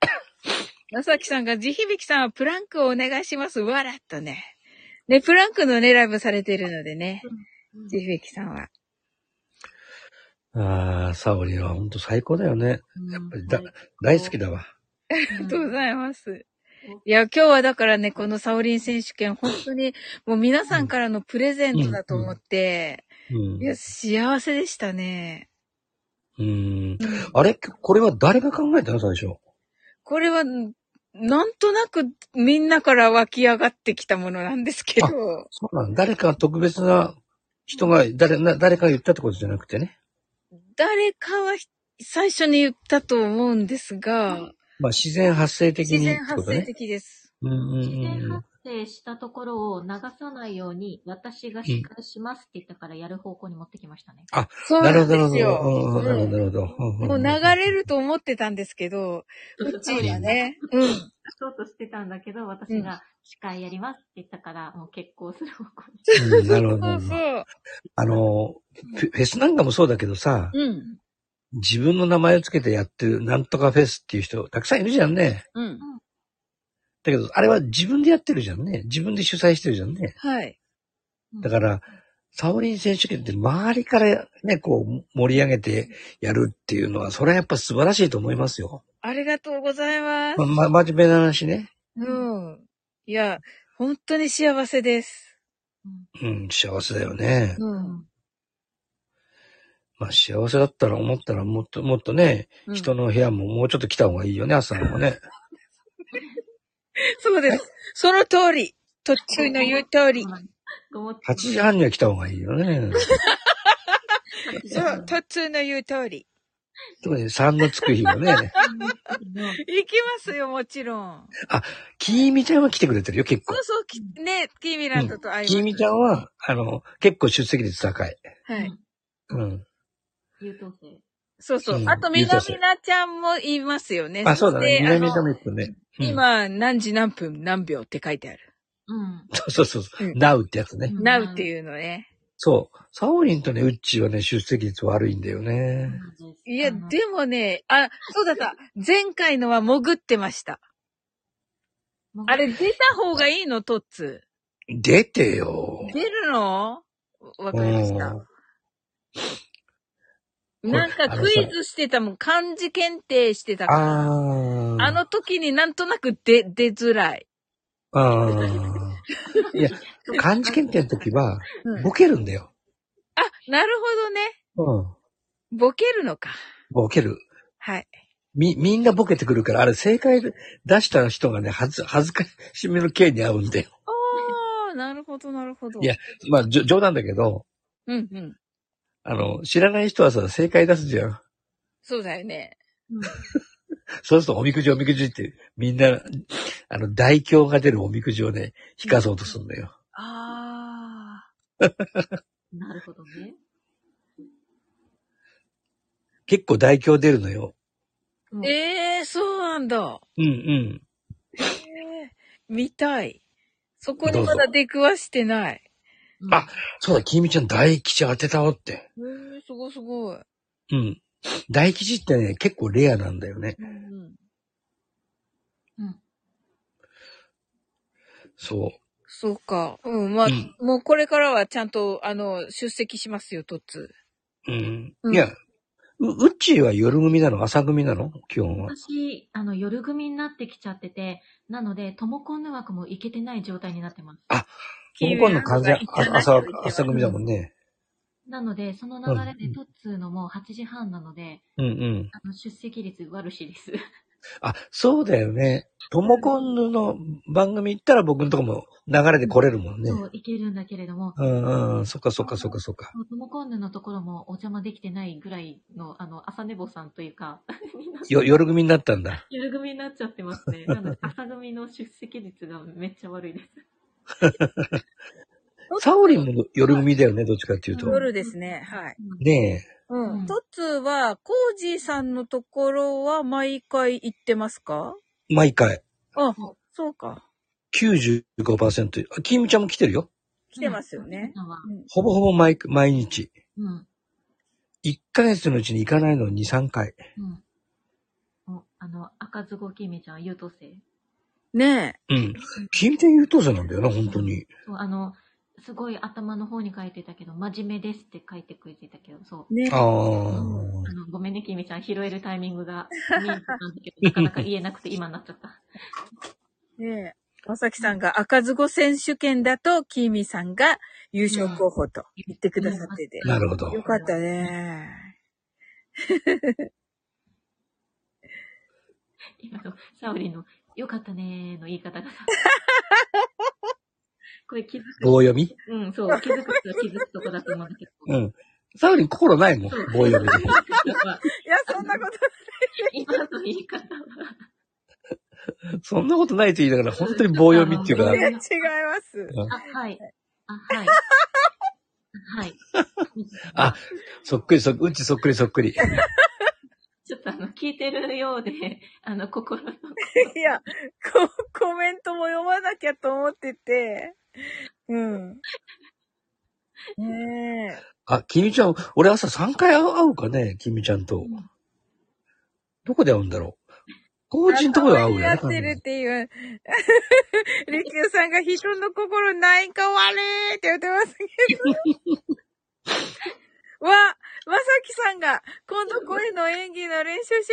Speaker 1: [COUGHS] まさきさんが、地響きさんはプランクをお願いします。わらっとね。ね、プランクのね、ライブされてるのでね。地響きさんは。
Speaker 7: ああ、サオリンはほんと最高だよね。やっぱりだ、大好きだわ。
Speaker 1: ありがとうございます。いや、今日はだからね、このサオリン選手権、本当に、もう皆さんからのプレゼントだと思って、
Speaker 7: うん
Speaker 1: い。や、幸せでしたね。
Speaker 7: うん。あれこれは誰が考えたの最初。
Speaker 1: これは、なんとなくみんなから湧き上がってきたものなんですけど、
Speaker 7: そうなの。誰か特別な人が、誰、な誰かが言ったってことじゃなくてね。
Speaker 1: 誰かはひ最初に言ったと思うんですが、
Speaker 7: まあ自然発生的
Speaker 1: 自
Speaker 7: にっ
Speaker 1: 然
Speaker 7: てこ
Speaker 1: 発
Speaker 7: と
Speaker 1: 生
Speaker 7: ね。
Speaker 1: 的です。
Speaker 7: うんうん
Speaker 4: 自然
Speaker 7: うんうん
Speaker 4: 発。生したところを流さないように、私が司会しますって言ったからやる方向に持ってきましたね。
Speaker 1: そう
Speaker 7: なる
Speaker 1: な
Speaker 7: ほ
Speaker 1: んで
Speaker 7: ど、なるほ
Speaker 1: すよ。
Speaker 7: ど。うんなるほど、なるほど。
Speaker 1: もう流れると思ってたんですけど、うちがね、うん。
Speaker 4: そうとしてたんだけど、
Speaker 1: う
Speaker 4: 私
Speaker 1: ん
Speaker 4: が司会やりますって言ったから、もう結婚する方向に。
Speaker 7: うんうんなるほど。な
Speaker 1: そう
Speaker 7: るほ
Speaker 1: そ
Speaker 7: ど
Speaker 1: う。
Speaker 7: あの、フェフェスなんかもそうだけどさ、
Speaker 6: うん。
Speaker 7: 自分の名前をつけてやってるなんとかフェスっていう人たくさんいるじゃんね。
Speaker 6: うん。
Speaker 7: だけど、あれは自分でやってるじゃんね。自分で主催してるじゃんね。
Speaker 1: はい。
Speaker 7: だから、サオリン選手権って周りからね、こう盛り上げてやるっていうのは、それはやっぱ素晴らしいと思いますよ。
Speaker 1: ありがとうございます。
Speaker 7: ま、ま、真面目な話ね。
Speaker 1: うん。いや、本当に幸せです。
Speaker 7: うん、幸せだよね。
Speaker 1: うん。
Speaker 7: まあ幸せだったら思ったらもっともっとね、
Speaker 6: うん
Speaker 7: 人の部屋ももうちょっと来た方がいいよね、朝のもね。
Speaker 1: そうです。その通り。途中の言う通り。
Speaker 4: ごもっと
Speaker 7: 8時半には来た方がいいよ
Speaker 1: [LAUGHS]
Speaker 7: ね。
Speaker 1: そう、途中の言う通り。
Speaker 7: 特に3のつく日はね。
Speaker 1: 行きますよ、もちろん。
Speaker 7: きーみちゃんは来てくれてるよ、結構
Speaker 1: そう。そう、きね、キーミランドと会い
Speaker 7: きー
Speaker 1: ま
Speaker 7: みちゃんは、あの、結構出席率高い。
Speaker 1: す。はい。
Speaker 7: うん。
Speaker 4: 優等生。
Speaker 1: そうそうう。
Speaker 7: ん
Speaker 1: あと、みなみなちゃんもいますよね。
Speaker 7: あ、そうだね。
Speaker 1: であ
Speaker 7: 南
Speaker 1: の
Speaker 7: ダメットね。うん、
Speaker 1: 今、何時何分何秒って書いてある。
Speaker 4: うん。
Speaker 7: そうそうそうう。
Speaker 1: ん
Speaker 7: ナウってやつね。
Speaker 4: うん
Speaker 1: なうっていうのね。
Speaker 7: そう。サオリンとね、ウッチーはね、出席率悪いんだよね。
Speaker 1: いや、
Speaker 4: あの
Speaker 1: でもね、あ、そうだった。前回のは潜ってました。あれ、出た方がいいのトッツ
Speaker 7: 出てよ。
Speaker 1: ー。出るのわ
Speaker 7: う
Speaker 1: かりました。
Speaker 7: ん。
Speaker 1: なんかクイズしてたもん。漢字検定してたから。
Speaker 7: あー。
Speaker 1: あの時になんとなく出、出づらい。
Speaker 7: あ
Speaker 1: [LAUGHS]
Speaker 7: あ。いや、漢字検定の時は、ボケるんだよ。
Speaker 1: あ、なるほどね。
Speaker 7: うん。
Speaker 1: ボケるのか。
Speaker 7: ボケる。
Speaker 1: はい。
Speaker 7: み、みんなボケてくるから、あれ正解出した人がね、はず、恥ずかしめの刑に合うんだよ。
Speaker 1: おー、なるほど、なるほど。
Speaker 7: いやまあ、じょ冗談だけど、
Speaker 1: うんうん。
Speaker 7: あの、知らない人はさ、正解出すじゃん。
Speaker 1: そうだよね。
Speaker 7: そうすると、おみくじおみくじって、みんな、あの、大凶が出るおみくじをね、引かそうとするんだよ。
Speaker 1: あ
Speaker 4: なるほどね。
Speaker 7: 結構大凶出るのよ。
Speaker 1: ー。ええー、そうなんだ。
Speaker 7: うんうん。
Speaker 1: ええー、見たい。そこにま
Speaker 7: どう
Speaker 1: だ出くわしてない。
Speaker 7: あそうだ、きみちゃん大吉当てたわっ
Speaker 1: え
Speaker 7: て。
Speaker 1: えー、すごいすごい。
Speaker 7: うん。大吉ってね、結構レアなんだよね。
Speaker 1: うん。
Speaker 7: そう。
Speaker 1: そうか。うん、まあ、
Speaker 7: うん
Speaker 1: もうこれからはちゃんと、あの、出席しますよ、トッツ
Speaker 7: うん
Speaker 1: うん
Speaker 7: いや、う、うっちーは夜組なの朝組なの基本は。
Speaker 4: 私、あの、夜組になってきちゃってて、なので、トモコンヌ枠も行けてない状態になってます。
Speaker 1: キーミ
Speaker 7: 僕
Speaker 1: ラ
Speaker 7: はの
Speaker 1: ンド
Speaker 7: 完
Speaker 1: が
Speaker 7: 全
Speaker 1: 行、か
Speaker 7: あ
Speaker 1: ない
Speaker 7: 朝
Speaker 1: といけな、い
Speaker 7: 朝組だもんね。
Speaker 4: なので、その流れで、トッツーのもう8時半なので、
Speaker 7: うんうん。
Speaker 4: あの、出席率悪しです。
Speaker 7: あ、そうだよね。ともこんぬの番組行ったら僕のとこも流れで来れるもんね。
Speaker 4: そう、行けるんだけれども、
Speaker 7: うんうん。そっかそっかそっかそっか。
Speaker 4: トモコンヌのところもお邪魔できてないぐらいの、あの、朝寝坊さんというか、みんな
Speaker 7: よ、夜組になったんだ。
Speaker 4: 夜組になっちゃってます
Speaker 7: [LAUGHS]
Speaker 4: ね。なので、朝組の出席率がめっちゃ悪いです。
Speaker 1: ー。
Speaker 7: サオリンも夜組だよね、どっちかっていうと。
Speaker 1: 夜ですね、はい。
Speaker 7: ねえ。
Speaker 1: う。
Speaker 4: うんん
Speaker 1: トッツーは、コージーさんのところは毎回行ってますか
Speaker 7: 毎回。
Speaker 1: あ、そうか。
Speaker 7: 95%。あ、きみちゃんも来てるよ。
Speaker 1: 来てますよね。
Speaker 7: ほぼほぼ毎、毎日。
Speaker 4: うん。
Speaker 7: 1ヶ月のうちに行かないの2、3回。
Speaker 4: うん。おあの、赤ずごきみちゃん、優等生。
Speaker 1: ねえ。
Speaker 7: うん。君天優等生なんだよな、本当に。
Speaker 4: そう、あの、すごい頭の方に書いてたけど、真面目ですって書いてくれてたけど、そう。
Speaker 1: ね
Speaker 7: ああ。
Speaker 4: あの、ごめんね、きみちゃん、拾えるタイミングが見えてたんだけど、なかなか言えなくて今になっちゃった。
Speaker 1: え。ねえ。まさきさんが赤ずご選手権だと、キーミさんが優勝候補と言ってくださってて。
Speaker 7: [LAUGHS] なるほど。
Speaker 1: よかったね。
Speaker 4: 今の、サオリの、よかったねーの言い方
Speaker 7: [LAUGHS]
Speaker 4: がさ。これ気づく。
Speaker 7: 棒読み
Speaker 4: うん、そう、気づく人は気づくとこだと思うんだけど。
Speaker 7: うん。サウリン心ないもん、棒読みで。 [LAUGHS]
Speaker 4: やっぱ
Speaker 1: いや、そんなこと。
Speaker 4: 今の言い方は、
Speaker 7: そんなことないと言いながら、本当に棒読みっていう
Speaker 1: い [LAUGHS]
Speaker 7: か、
Speaker 1: や違い
Speaker 7: [LAUGHS]
Speaker 1: ます。
Speaker 4: あ、はい。あ、はい。はい。
Speaker 7: あ、そっくりそっくり、うんちそっくりそっくり。
Speaker 4: ちょっとあの、聞いてるようで、あの、心の、
Speaker 1: いや、こコメントも読まなきゃと思ってて。うん。ねえ。
Speaker 7: あ、君ちゃん、俺朝3回会う会うかね、君ちゃんと。どこで会うんだろう。高知のとこで会うよね。
Speaker 1: やってるっていう。 [LAUGHS] りきゅうさんが人の心ないか悪いって言ってますけど。わ、まさきさんが、今度声の演技の練習しまし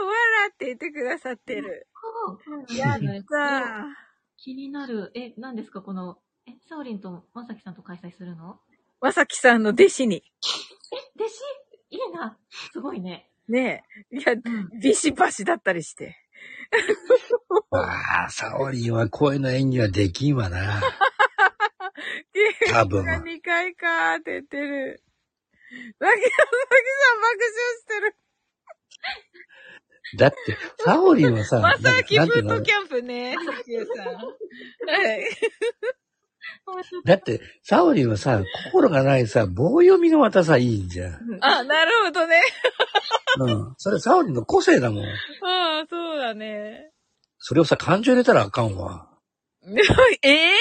Speaker 1: ょうわらって言ってくださってる。さ
Speaker 4: や
Speaker 1: あ。
Speaker 4: 気になる。え、何ですかこの、え、サオリンとまさきさんと開催するの
Speaker 1: まさきさんの弟子に。
Speaker 4: え、弟子いいな。すごいね。
Speaker 1: ねえ。いや、
Speaker 4: ん
Speaker 1: ビシバシだったりして。
Speaker 7: ああ、サオリンは声の演技はできんわな。多分。
Speaker 1: 2回かーって言ってる。わきさん、わきさん爆笑してる。
Speaker 7: だって、サオリンはさ、
Speaker 1: [LAUGHS] ま
Speaker 7: なん
Speaker 1: さ
Speaker 7: か
Speaker 1: き
Speaker 7: なん
Speaker 1: ブ
Speaker 7: ていう
Speaker 1: ート
Speaker 7: の
Speaker 1: キャンプね、てきゅうさん。はい。
Speaker 7: だって、サオリンはさ、心がないさ、棒読みのまたさ、いいんじゃん。
Speaker 1: あ、なるほどね。
Speaker 7: うん。それサオリンの個性だもん。
Speaker 1: ああ、そうだね。
Speaker 7: それをさ、感情入れたらあかんわ。
Speaker 1: でも [LAUGHS] ええ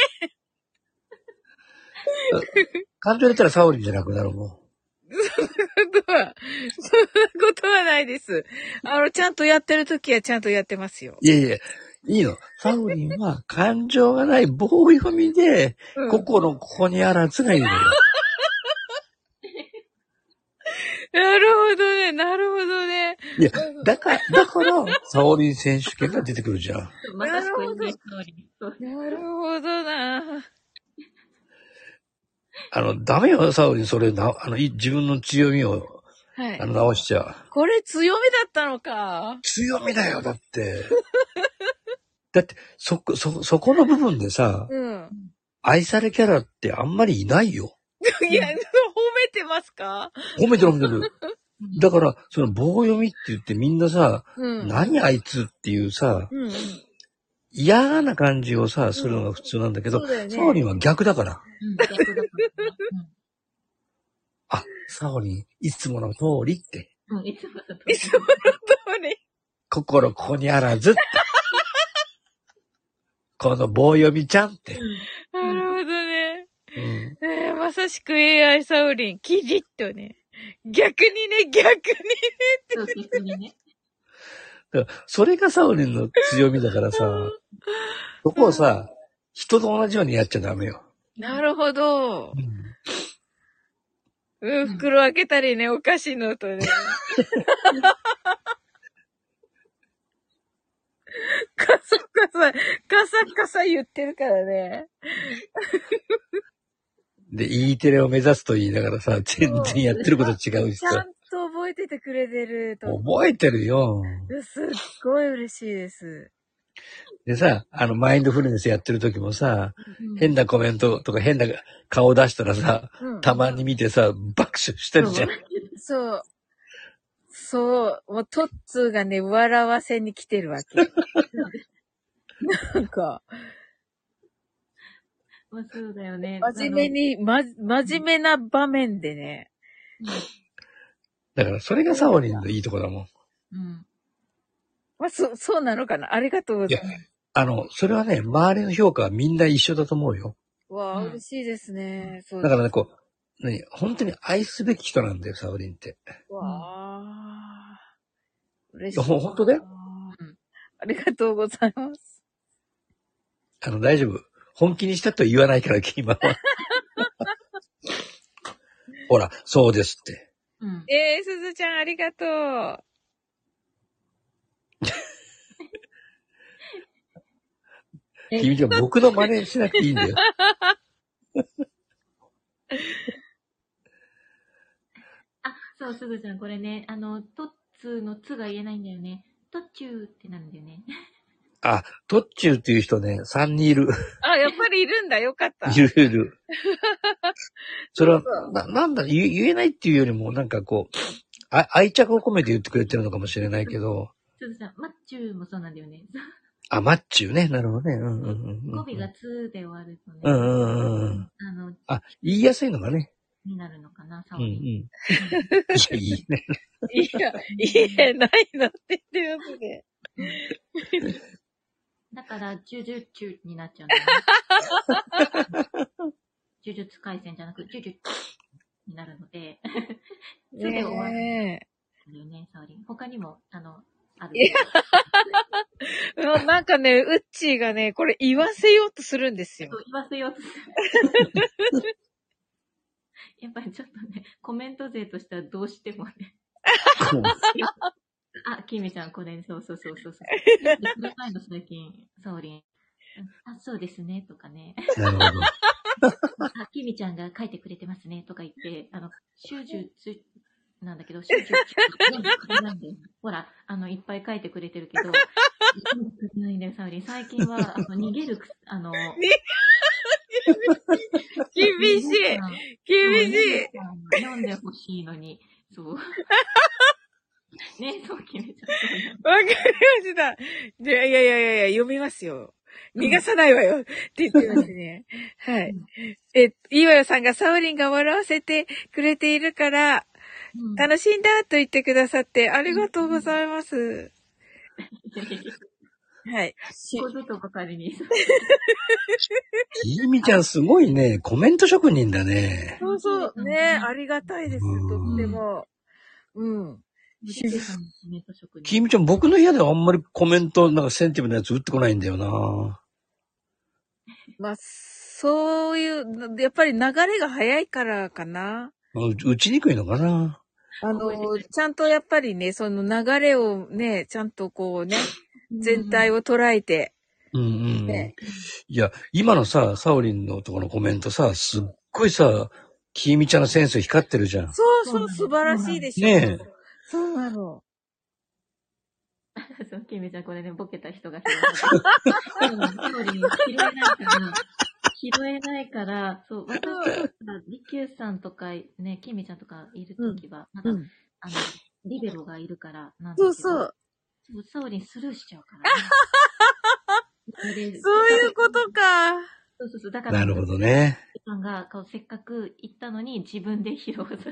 Speaker 7: 感情入れたらサオリンじゃなくなるもん。
Speaker 1: ことは、そんなことはないです。あの、ちゃんとやってるときはちゃんとやってますよ。
Speaker 7: いやいや、いいの。サオリンは感情がない棒読みで、
Speaker 1: うん
Speaker 7: 心ここにあらずがいいのよ。
Speaker 1: なるほどね、なるほどね。
Speaker 7: いや、だから、だから、サオリン選手権が出てくるじゃん。
Speaker 4: まさしく言い通り。そう
Speaker 1: なるほどな。
Speaker 7: あの、ダメよ、サオリン、それな、あの、い自分の強みを、
Speaker 1: はい
Speaker 7: あ。の、直しちゃう。
Speaker 1: これ強みだったのか。
Speaker 7: 強みだよ、だって。 [LAUGHS] だって、そこ、そ、そこの部分でさ、
Speaker 1: うん。
Speaker 7: 愛されキャラってあんまりいないよ。
Speaker 1: いや、褒めてますか
Speaker 7: 褒めてる褒めてる。だから、その棒読みって言ってみんなさ、
Speaker 1: うん。
Speaker 7: 何あいつっていうさ、
Speaker 1: うんうん。
Speaker 7: 嫌な感じをさ、するのが普通なんだけど、
Speaker 1: そうだよね
Speaker 7: サオリンは逆だから。
Speaker 2: うん、逆だからな
Speaker 7: あ、サオリン、いつもの通りって、
Speaker 4: うん、いつもだと。
Speaker 1: 本当に
Speaker 7: 心ここにあら
Speaker 1: [LAUGHS]
Speaker 7: ずって。この棒読みちゃんって。
Speaker 1: なるほどね。
Speaker 7: うん、
Speaker 1: えーまさしく AI サウリン、キリッとね。逆にね、逆に。
Speaker 4: そう、逆にね。
Speaker 7: だからそれがサオリンの強みだからさ、そこをさ、人と同じようにやっちゃダメよ。
Speaker 1: なるほど。
Speaker 7: うん
Speaker 1: うん、袋開けたりね、お菓子の音ね。カサカサ、カサカサ言ってるからね。
Speaker 7: で、E テレを目指すと言いながらさ、全然やってること違うし
Speaker 1: ちゃ
Speaker 7: さ
Speaker 1: ん、と覚えててくれてると。
Speaker 7: 覚えてるよ。
Speaker 1: すっごい嬉しいです。
Speaker 7: でさ、あの、マインドフルネスやってる時もさ、
Speaker 4: うん
Speaker 7: 変なコメントとか変な顔出したらさ、
Speaker 1: うん
Speaker 7: たまに見てさ、爆笑してるじゃん。
Speaker 1: そう。そう。もう、トッツーがね、笑わせに来てるわ
Speaker 7: [LAUGHS]
Speaker 1: け。なんか、
Speaker 4: まあ、そうだよね。
Speaker 1: 真面目に、ま、真面目な場面でね。
Speaker 7: だから、それがサオリンのいいとこだもん。
Speaker 2: うん。
Speaker 1: まあ、そ、そうなのかなありがとうございます。
Speaker 7: あの、それはね、周りの評価はみんな一緒だと思うよ。
Speaker 1: わあ、
Speaker 2: うん
Speaker 1: 嬉しいですね。そう
Speaker 7: だからね、こう、ね、本当に愛すべき人なんだよ、サオリンって。
Speaker 1: わあ。嬉しい
Speaker 7: いやほんほんとだよ
Speaker 1: うんありがとうございます。
Speaker 7: あの、大丈夫。本気にしたとは言わないから、今は。 [LAUGHS] ほら、そうですって。
Speaker 2: うん。
Speaker 1: えー、すずちゃんありがとう。
Speaker 4: え
Speaker 7: 君じゃ僕の真似しなくていいんだよ。
Speaker 4: あ、そう、すぐちゃん、これね、あの、トッツーのツが言えないんだよね。トッチューってなるんだよね。 [LAUGHS]
Speaker 7: あ、トッチューっていう人ね、3人いる。
Speaker 1: あ、やっぱりいるんだ。よかった。
Speaker 7: いるいる。それは、な、なんだ、言え言えないっていうよりも、なんかこう、あ愛着を込めて言ってくれてるのかもしれないけど、
Speaker 4: すずちゃん、マッチューもそうなんだよね。
Speaker 7: あ、マッチューね。なるほどね。うんうんうんうん。
Speaker 4: 語尾が2で終わるとね、
Speaker 7: うんうんうんうん。
Speaker 4: あの、
Speaker 7: あ、言いやすいのがね。
Speaker 4: になるのかな、サ
Speaker 7: う
Speaker 4: オ
Speaker 7: んうん。 [LAUGHS]
Speaker 4: リン。
Speaker 7: いや、いいね。
Speaker 1: いや、いえ、ないなって言ってます
Speaker 7: [LAUGHS]
Speaker 1: ね。
Speaker 4: だから、呪術中になっちゃうんだよね。 [LAUGHS] 呪術回戦じゃなく、呪術になるので、 [LAUGHS] すぐ終わるん
Speaker 1: ね
Speaker 4: だよね、サオリン。他にも、あの、ある。
Speaker 1: いやえ。もうなんかね、うっちーがね、これ言わせようとするんですよ
Speaker 4: そ。う言わせようとする。
Speaker 1: [LAUGHS]
Speaker 4: やっぱりちょっとね、コメント勢としてはどうしてもね、あ、キミちゃんこれ、そうそうそうそうそう。やってくれないの最近、サオリン。あ、そうですね、とかね。
Speaker 7: なるほど。
Speaker 4: あ、キミちゃんが書いてくれてますね、とか言って、あの、集中つ、なんだけど、集中全部くれないんだよ。ほら、あの、いっぱい書いてくれてるけど、全部くれないんだよ、サオリン。最近は、あの、逃げるく、あの、
Speaker 1: [LAUGHS] 厳しい厳しい
Speaker 4: 読んでほしいのに、
Speaker 1: [LAUGHS]
Speaker 4: そう。ね、そう決めちゃっ
Speaker 1: わかりました。いやいやいやいや、読みますよ。逃がさないわよって言ってますね。 [LAUGHS] はい。え、いわよさんがサオリンが笑わせてくれているから、
Speaker 4: た。
Speaker 1: 楽しんだと言ってくださって、ありがとうございます。はい。
Speaker 4: うん。こことばか
Speaker 1: [LAUGHS]
Speaker 4: りに。
Speaker 7: ひみちゃんすごいね。コメント職人だね。
Speaker 1: そうそう。ねありがたいです。
Speaker 7: う
Speaker 1: と
Speaker 7: ん
Speaker 1: っても。うん。
Speaker 4: 見てたのね、図書館に
Speaker 7: ひみちゃん、僕の部屋ではあんまりコメント、なんかセンティブなやつ打ってこないんだよな。
Speaker 1: まあ、そういう、やっぱり流れが早いからかな。
Speaker 7: う打ちにくいのかな。
Speaker 1: あの、ちゃんとやっぱりね、その流れをね、ちゃんとこうね、全体を捉えて、
Speaker 7: うんうん。
Speaker 1: ね
Speaker 7: いや、今のさ、サオリンのとこのコメントさ、すっごいさ、きみちゃんのセンス光ってるじゃん。
Speaker 1: そう
Speaker 4: そう
Speaker 1: そ
Speaker 4: な
Speaker 1: う、
Speaker 4: の
Speaker 1: 素晴らしいでしょ。
Speaker 7: ねえ
Speaker 1: そうなの。
Speaker 4: そう、キミちゃん、これね、ボケた人が拾えない。そうなの拾えないから、拾えないから、そう、私とか、リキューさんとか、ね、キミちゃんとかいるときは、まだ、
Speaker 1: うん
Speaker 4: あの、リベロがいるから、なんだけ
Speaker 1: そ
Speaker 4: ど
Speaker 1: うそう。
Speaker 4: そう、サオリンスルーしちゃうからね、で
Speaker 1: そういうことか。
Speaker 4: そうそうそう、だから、
Speaker 7: なるほどね。
Speaker 4: リキューさんが、こうせっかく行ったのに、自分で拾わざるを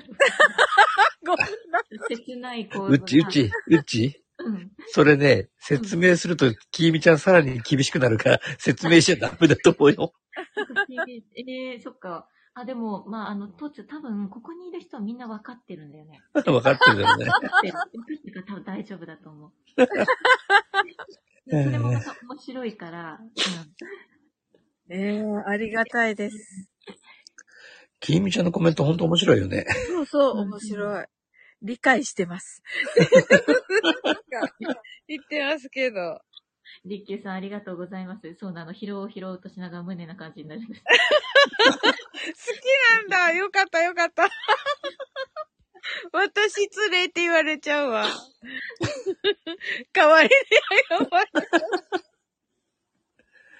Speaker 1: ごめんな。
Speaker 4: 得ない。切ない構
Speaker 7: うっち、うっち、うっち。
Speaker 4: うん。
Speaker 7: それね、説明すると、きみちゃんさらに厳しくなるから、説明しちゃダメだと思うよ。 [LAUGHS]
Speaker 4: えー、そっか。あ、でも、まあ、あの、とつ、多分、ここにいる人はみんなわかってるんだよ
Speaker 1: [LAUGHS]
Speaker 4: ね。
Speaker 7: わかってるよね。
Speaker 4: わかってる。わかってるから多分大丈夫だと思う。でそれもまた面白いから、
Speaker 1: ええありがたいです。
Speaker 7: きみちゃんのコメントほんと面白いよね。
Speaker 1: そうそう、
Speaker 4: うん
Speaker 1: 面白い。理解して [LAUGHS] ます。言ってますけど。
Speaker 4: うん。リッキーさんありがとうございます。そうなの、拾おう拾おうとしながら無念な感じになるんです。
Speaker 1: 好きなんだ。よかった、よかった。 [LAUGHS] 私失礼って言われちゃうわ。代わりに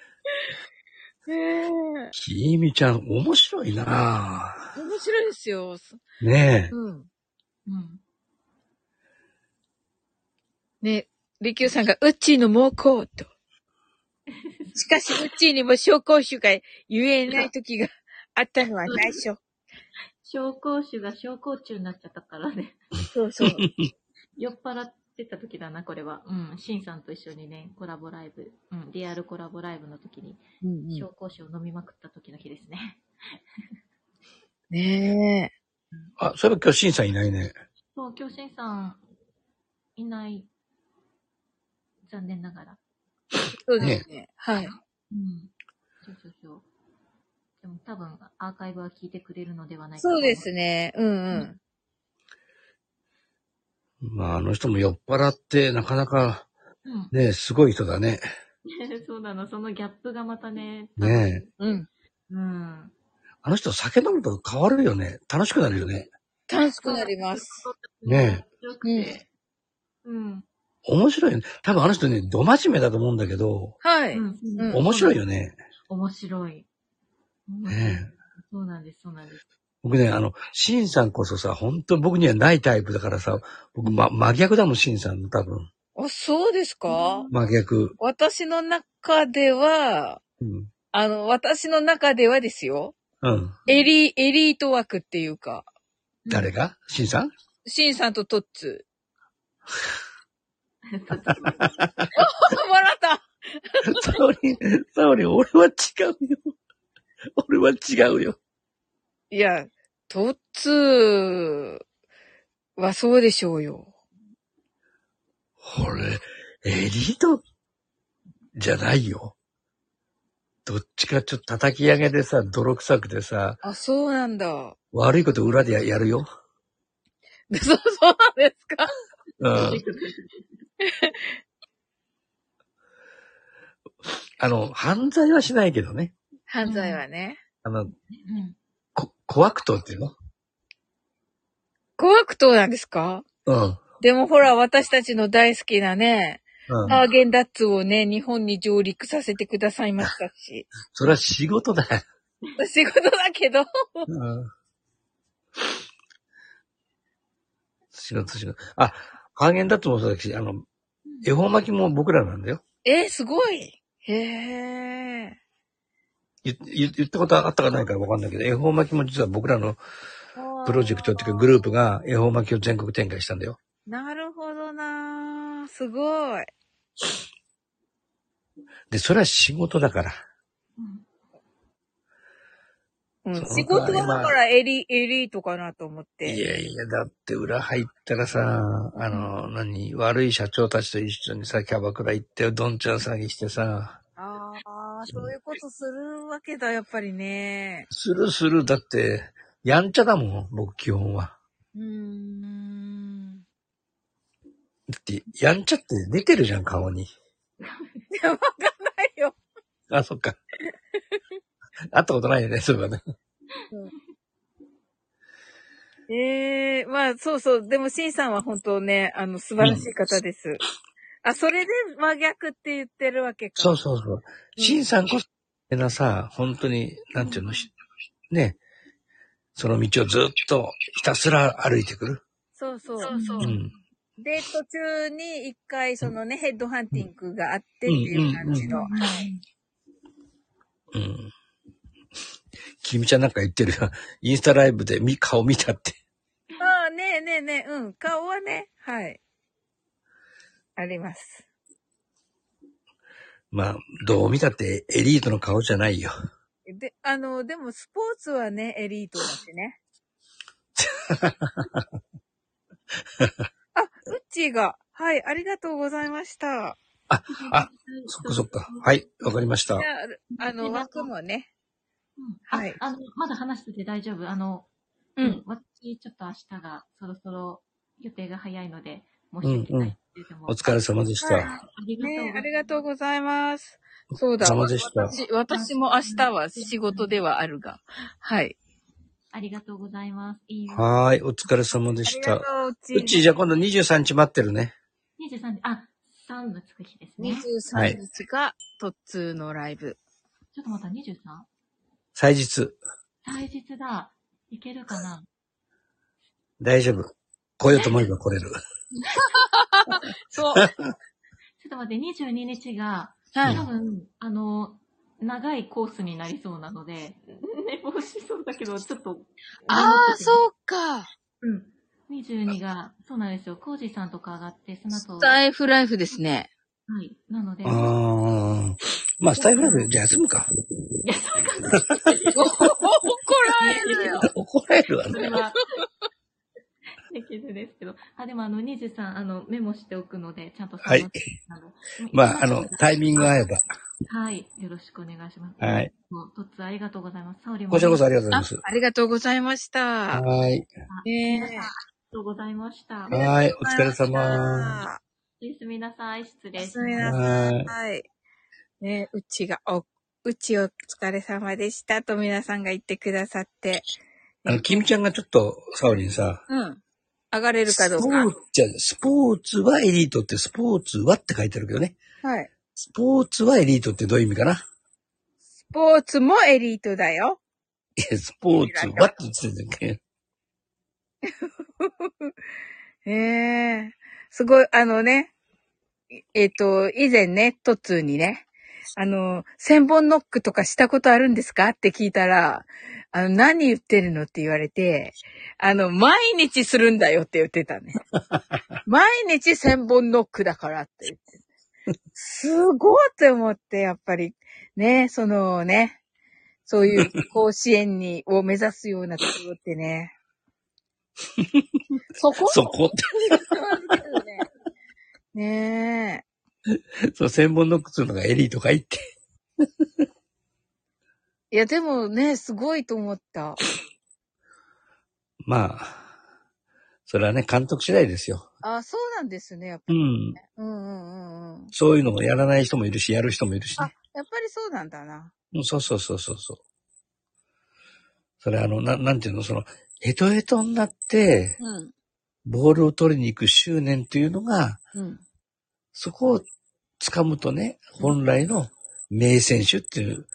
Speaker 1: 謝る。 [LAUGHS] ねえ。
Speaker 7: きみちゃん、面白いな
Speaker 1: 面白いですよ。
Speaker 7: ぁねえ。
Speaker 1: うん。
Speaker 4: うん。
Speaker 1: ね、リキューさんが、ウッチーの猛攻と。しかし、ウッチーにも紹興酒が言えない時があったのは内緒。
Speaker 4: 紹興酒が紹興中になっちゃったからね。 [LAUGHS]
Speaker 1: そうそう。
Speaker 4: 酔っ払ってた時だな、これは。うん。シンさんと一緒にね、コラボライブ、うん、リアルコラボライブの時に、
Speaker 1: うんうん
Speaker 4: 紹興酒を飲みまくった時の日ですね。
Speaker 1: ねえ。
Speaker 7: あ、そういえば今日、しんさんいないね。
Speaker 4: そう、今日シンさん、いない。残念ながら。
Speaker 1: そうですね。はい。
Speaker 4: うん。そうそうそう。でも多分、アーカイブは聞いてくれるのではないかと
Speaker 1: そう
Speaker 4: 思
Speaker 1: です。ね。うんうん。
Speaker 7: まあ、あの人も酔っ払って、なかなか、
Speaker 4: うん。 [LAUGHS]
Speaker 7: ね、すごい人だね。
Speaker 4: そうなの、そのギャップがまたね。
Speaker 7: ね
Speaker 1: うん。
Speaker 4: うん。
Speaker 7: あの人、酒飲むと変わるよね。楽しくなるよね。
Speaker 1: 楽しくなります。
Speaker 7: ね
Speaker 4: 面白くて。うん。
Speaker 7: 面白いよね。多分あの人ね、ど真面目だと思うんだけど、
Speaker 1: はい。
Speaker 4: うん。
Speaker 1: うん
Speaker 7: 面白い
Speaker 4: よ。
Speaker 7: よね。
Speaker 4: 面白い。
Speaker 7: ねえ
Speaker 4: そうなんです、そうなんです。
Speaker 7: 僕ね、あの、シンさんこそさ、本当に僕にはないタイプだからさ、僕、ま、真逆だもん、シンさんの多分。
Speaker 1: あ、そうですか
Speaker 7: 真逆。
Speaker 1: 私の中では、
Speaker 7: うん。
Speaker 1: あの、私の中ではですよ。
Speaker 7: うん。
Speaker 1: エリ、エリート枠っていうか、
Speaker 7: 誰がシンさん [LAUGHS]
Speaker 1: シンさんとトッ [LAUGHS] ツ
Speaker 4: とっち
Speaker 1: ー。笑った
Speaker 7: サオリン、サオリン、俺は違うよ。俺は違うよ。
Speaker 1: いや、トッツーはそうでしょうよ。
Speaker 7: 俺、エリートじゃないよ。どっちかちょっと叩き上げでさ、泥臭くてさ、
Speaker 1: あ、そうなんだ。 [LAUGHS]
Speaker 7: 悪いこと裏でややるよ。
Speaker 1: そう、そうなんですか
Speaker 7: うん。あの、犯罪はしないけどね。
Speaker 1: 犯罪はね。
Speaker 7: あの、
Speaker 4: うん
Speaker 7: こ、怖くとっていうの
Speaker 1: 怖く党なんですか
Speaker 7: うん。
Speaker 1: でもほら、私たちの大好きなね、
Speaker 7: うん。
Speaker 1: ハーゲンダッツをね、日本に上陸させてくださいました [LAUGHS] し。
Speaker 7: それは仕事だよ。
Speaker 1: 仕事だけど。
Speaker 7: うん。仕事、仕事。あ、ハーゲンダッツもそうだし、あの、恵方巻きも僕らなんだよ。
Speaker 1: えー、すごい。へえ。
Speaker 7: 言言言ったことあったかないからわかんないけど、恵方巻きも実は僕らのプロジェクトっていうかグループが恵方巻きを全国展開したんだよ。
Speaker 1: なるほどなーすごい。
Speaker 7: で、それは仕事だから。
Speaker 1: うん
Speaker 7: そう、
Speaker 1: 仕事は
Speaker 7: まあ
Speaker 1: だからエリ、エリートかなと思っ
Speaker 7: い
Speaker 1: て。
Speaker 7: やいや、だって裏入ったらさ、あの、何、悪い社長たちと一緒にさ、キャバクラ行って、どんちゃん詐欺してさ、
Speaker 1: ああ、そういうことするわけだ、やっぱりね。
Speaker 7: するする、だって、やんちゃだもん、僕基本は。
Speaker 1: うーん。
Speaker 7: だって、やんちゃって出てるじゃん、
Speaker 1: [LAUGHS]
Speaker 7: 顔に。
Speaker 1: いや、わかんないよ。
Speaker 7: あ、そっか。会ったことないよね、そういえばね。
Speaker 1: ええまあ、そうそう。でも、シンさんは本当ね、あの、素晴らしい方です。あ、それで真逆って言ってるわけか。
Speaker 7: そうそうそう。シンさんこそ、えなさ、本当に、なんていうの、しね、その道をずっとひたすら歩いてくる。
Speaker 1: そうそう。
Speaker 7: うん。
Speaker 1: で、途中に一回、そのね、ヘッドハンティングがあってって
Speaker 7: うん
Speaker 1: いう感じの。
Speaker 7: う
Speaker 1: はい。
Speaker 7: うん。君ちゃんなんか言ってるよ。 [LAUGHS] インスタライブでみ顔見たって。
Speaker 1: ああ、ねえねえねえ、うん。顔はね、はい。あります。
Speaker 7: まあ、どう見たってエリートの顔じゃないよ。
Speaker 1: で、あの、でも、スポーツはね、エリートだしね。あ、ウッチーが、はい、ありがとうございました。
Speaker 7: あ、そっかそっか。はい、わかりました
Speaker 1: じ。ゃあ、あの、枠もね。
Speaker 4: うん
Speaker 1: は
Speaker 4: あ
Speaker 1: い、
Speaker 4: あの、まだ話してて大丈夫。あの、
Speaker 1: う
Speaker 4: うん
Speaker 1: ん。
Speaker 4: 私、ちょっと明日がそろそろ予定が早いので、申
Speaker 7: う
Speaker 4: し
Speaker 7: ん
Speaker 4: 訳
Speaker 7: う
Speaker 4: ない
Speaker 7: ん。
Speaker 4: けれども。
Speaker 7: お疲れ様でし
Speaker 1: はい
Speaker 7: た。
Speaker 4: ありがとうござ
Speaker 1: ね
Speaker 4: いま
Speaker 1: あ
Speaker 4: す
Speaker 1: りがとうございます。そうだ。
Speaker 7: 様でした
Speaker 1: 私、私も明日は仕事ではあるが。はい。
Speaker 4: ありがとうございます。いいよ。
Speaker 7: はーい、お疲れ様で
Speaker 1: あ
Speaker 7: し
Speaker 1: りが
Speaker 7: た。
Speaker 1: と
Speaker 7: う
Speaker 1: う、うち。
Speaker 7: っちーじゃあ今度23日待ってるね。
Speaker 4: 23日、あ、3のつく日ですね。
Speaker 1: 23日が、トッツーのライブ。
Speaker 4: ちょっと待った、23?
Speaker 7: 祭日。
Speaker 4: 祭日だ。いけるかな
Speaker 7: 大丈夫。来ようと思えば来れる。
Speaker 1: そう。
Speaker 4: ちょっと待って、22日が、
Speaker 1: は
Speaker 4: 多
Speaker 1: い。
Speaker 4: 分、あの、長いコースになりそうなので、 [LAUGHS] 寝坊しそうだけど、ちょっと。
Speaker 1: ああ、そうか。
Speaker 4: うん。22が、そうなんですよ。コージさんとか上がって、その後、
Speaker 1: ス
Speaker 4: は
Speaker 1: タイフライフですね。
Speaker 4: い。なので、
Speaker 7: ああ。まあ、スタイフライブじゃあ休むか。 [LAUGHS]
Speaker 1: 怒られるよ。
Speaker 7: 怒られるわ
Speaker 4: そ
Speaker 7: ね。
Speaker 4: れは、できるですけど。あ、でもあの、23、あの、メモしておくので、ちゃんと
Speaker 7: はい
Speaker 4: の
Speaker 7: まあ、あの、タイミングが合えば。
Speaker 4: はい。よろしくお願いします。
Speaker 7: はい。
Speaker 4: もう、とっつありがとうございます。サオリも。
Speaker 7: こちらこそありが
Speaker 4: と
Speaker 7: とうござい
Speaker 1: あ
Speaker 7: ます、。
Speaker 1: ありがとうございました。
Speaker 7: はーい。
Speaker 1: ね
Speaker 4: うございました。
Speaker 1: え。
Speaker 7: はーい、お疲れ様。
Speaker 1: あ
Speaker 4: おやすみなさい。失
Speaker 1: り
Speaker 4: 礼
Speaker 1: が
Speaker 4: し
Speaker 1: とう
Speaker 4: ま
Speaker 1: ございましたおやすみな
Speaker 4: す。
Speaker 7: はーい。
Speaker 1: さい。ねうちが、お、うちお疲れ様でしたと皆さんが言ってくださって。
Speaker 7: あの、君ちゃんがちょっと、サオリンさ、
Speaker 1: うん。上がれるか
Speaker 7: ス
Speaker 1: ど
Speaker 7: ポ
Speaker 1: う
Speaker 7: ー
Speaker 1: か。
Speaker 7: ツ、じゃあスポーツはエリートって、スポーツはって書いてあるけどね。
Speaker 1: はい。
Speaker 7: スポーツはエリートってどういう意味かな
Speaker 1: スポーツもエリートだよ。
Speaker 7: いやスポーツはって言ってたんだっけ
Speaker 1: ええすごい、あのね、えっ、と、以前ね、トッツーにね、あの、千本ノックとかしたことあるんですかって聞いたら、あの、何言ってるのって言われて、あの、毎日するんだよって言ってたね。毎日千本ノックだからって言って。すごいって思って、やっぱり、ね、そのね、そういう甲子園に、を目指すようなところってね。そこ
Speaker 7: [LAUGHS] そこ
Speaker 1: ね
Speaker 7: そう、千本ノックするのがエリーとか言って。
Speaker 1: え。いや、でもね、すごいと思った。
Speaker 7: まあ、それはね、監督次第ですよ。
Speaker 1: あ、そうなんですね、やっぱ
Speaker 7: う
Speaker 1: り。
Speaker 7: ん。
Speaker 1: うんうんうんうん。
Speaker 7: そういうのもやらない人もいるし、やる人もいるし
Speaker 1: あ
Speaker 7: ね。、
Speaker 1: やっぱりそうなんだな。
Speaker 7: うんそうそうそうそうそう。それあの、ななんていうの、その、ヘトヘトになって、
Speaker 1: うん。
Speaker 7: ボールを取りに行く執念というのが、
Speaker 1: うん。
Speaker 7: そこを掴むとね、本来の名選手っていう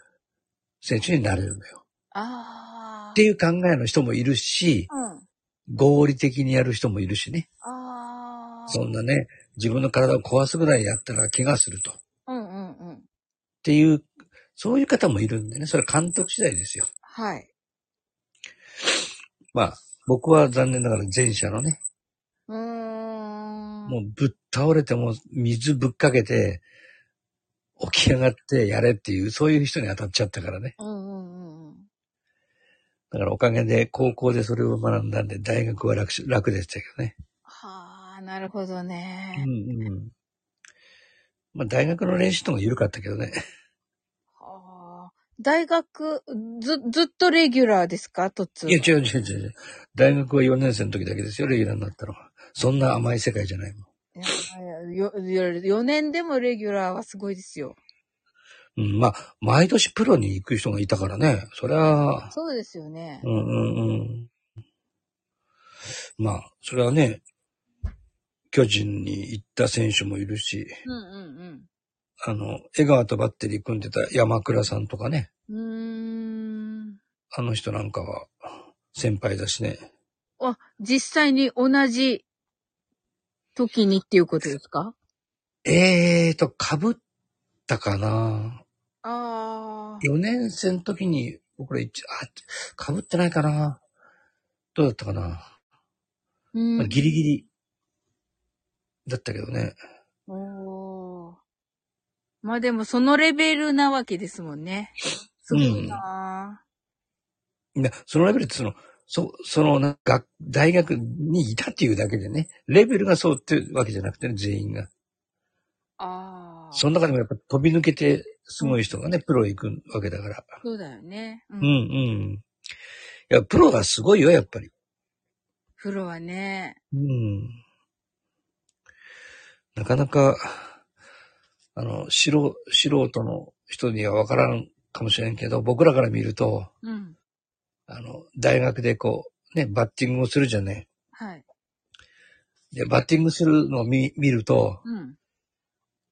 Speaker 7: 選手になれるんだよ。
Speaker 1: ああ。
Speaker 7: っていう考えの人もいるし、
Speaker 1: うん。
Speaker 7: 合理的にやる人もいるしね。
Speaker 1: ああ。
Speaker 7: そんなね、自分の体を壊すぐらいやったら怪我すると。っ
Speaker 1: うんうんうん。
Speaker 7: ていう、そういう方もいるんでね、それは監督次第ですよ。
Speaker 1: はい。
Speaker 7: まあ、僕は残念ながら前者のね、
Speaker 1: うーん。
Speaker 7: もうぶっ倒れても水ぶっかけて、起き上がってやれっていう、そういう人に当たっちゃったからね。
Speaker 1: うんうんうんうん。
Speaker 7: だからおかげで高校でそれを学んだんで、大学は楽し楽でしたけどね。
Speaker 1: はあ、なるほど
Speaker 7: う
Speaker 1: ね。
Speaker 7: んうん。まあ大学の練習とか緩かったけどね。
Speaker 1: はあ。大学、ず、ずっとレギュラーですかとつ
Speaker 7: いや、違う違う違う違う。大学は4年生の時だけですよ、レギュラーになったのは。そんな甘い世界じゃないもん。
Speaker 1: いやいやよ4年でもレギュラーはすごいですよ。
Speaker 7: うん、まあ、毎年プロに行く人がいたからね。そりゃ、
Speaker 1: そうですよね
Speaker 7: う。んうんうん。まあ、それはね、巨人に行った選手もいるし、
Speaker 1: うんうん
Speaker 7: あの、江川とバッテリー組んでた山倉さんとかね、
Speaker 1: うん。うーん。
Speaker 7: あの人なんかは先輩だしね。
Speaker 1: あ、実際に同じ時にっていうことですか
Speaker 7: えーと、被ったかな
Speaker 1: あ
Speaker 7: 4年生の時に、僕ら一、あ、被ってないかなどうだったかな、
Speaker 1: あ。
Speaker 7: ま
Speaker 1: う
Speaker 7: あ
Speaker 1: ん。
Speaker 7: ギリギリだったけどね。
Speaker 1: おーまあでもそのレベルなわけですもんね。すごいな
Speaker 7: でそのレベルってその、そ、その、なんか、大学にいたっていうだけでね、レベルがそうってわけじゃなくてね、全員が。
Speaker 1: あ。ああ。
Speaker 7: その中でもやっぱ飛び抜けてすごい人がね、プロ行くわけだから。
Speaker 1: そうだよね。う
Speaker 7: うん
Speaker 1: ん。
Speaker 7: うん。いや、プロがすごいよ、やっぱり。
Speaker 1: プロはね。
Speaker 7: うん。なかなか、あの、素素人の人には分からんかもしれんけど、僕らから見ると、
Speaker 1: うん。
Speaker 7: あの、大学でこう、ね、バッティングをするじゃんね。
Speaker 1: はい。
Speaker 7: で、バッティングするのを見見ると、
Speaker 1: うん。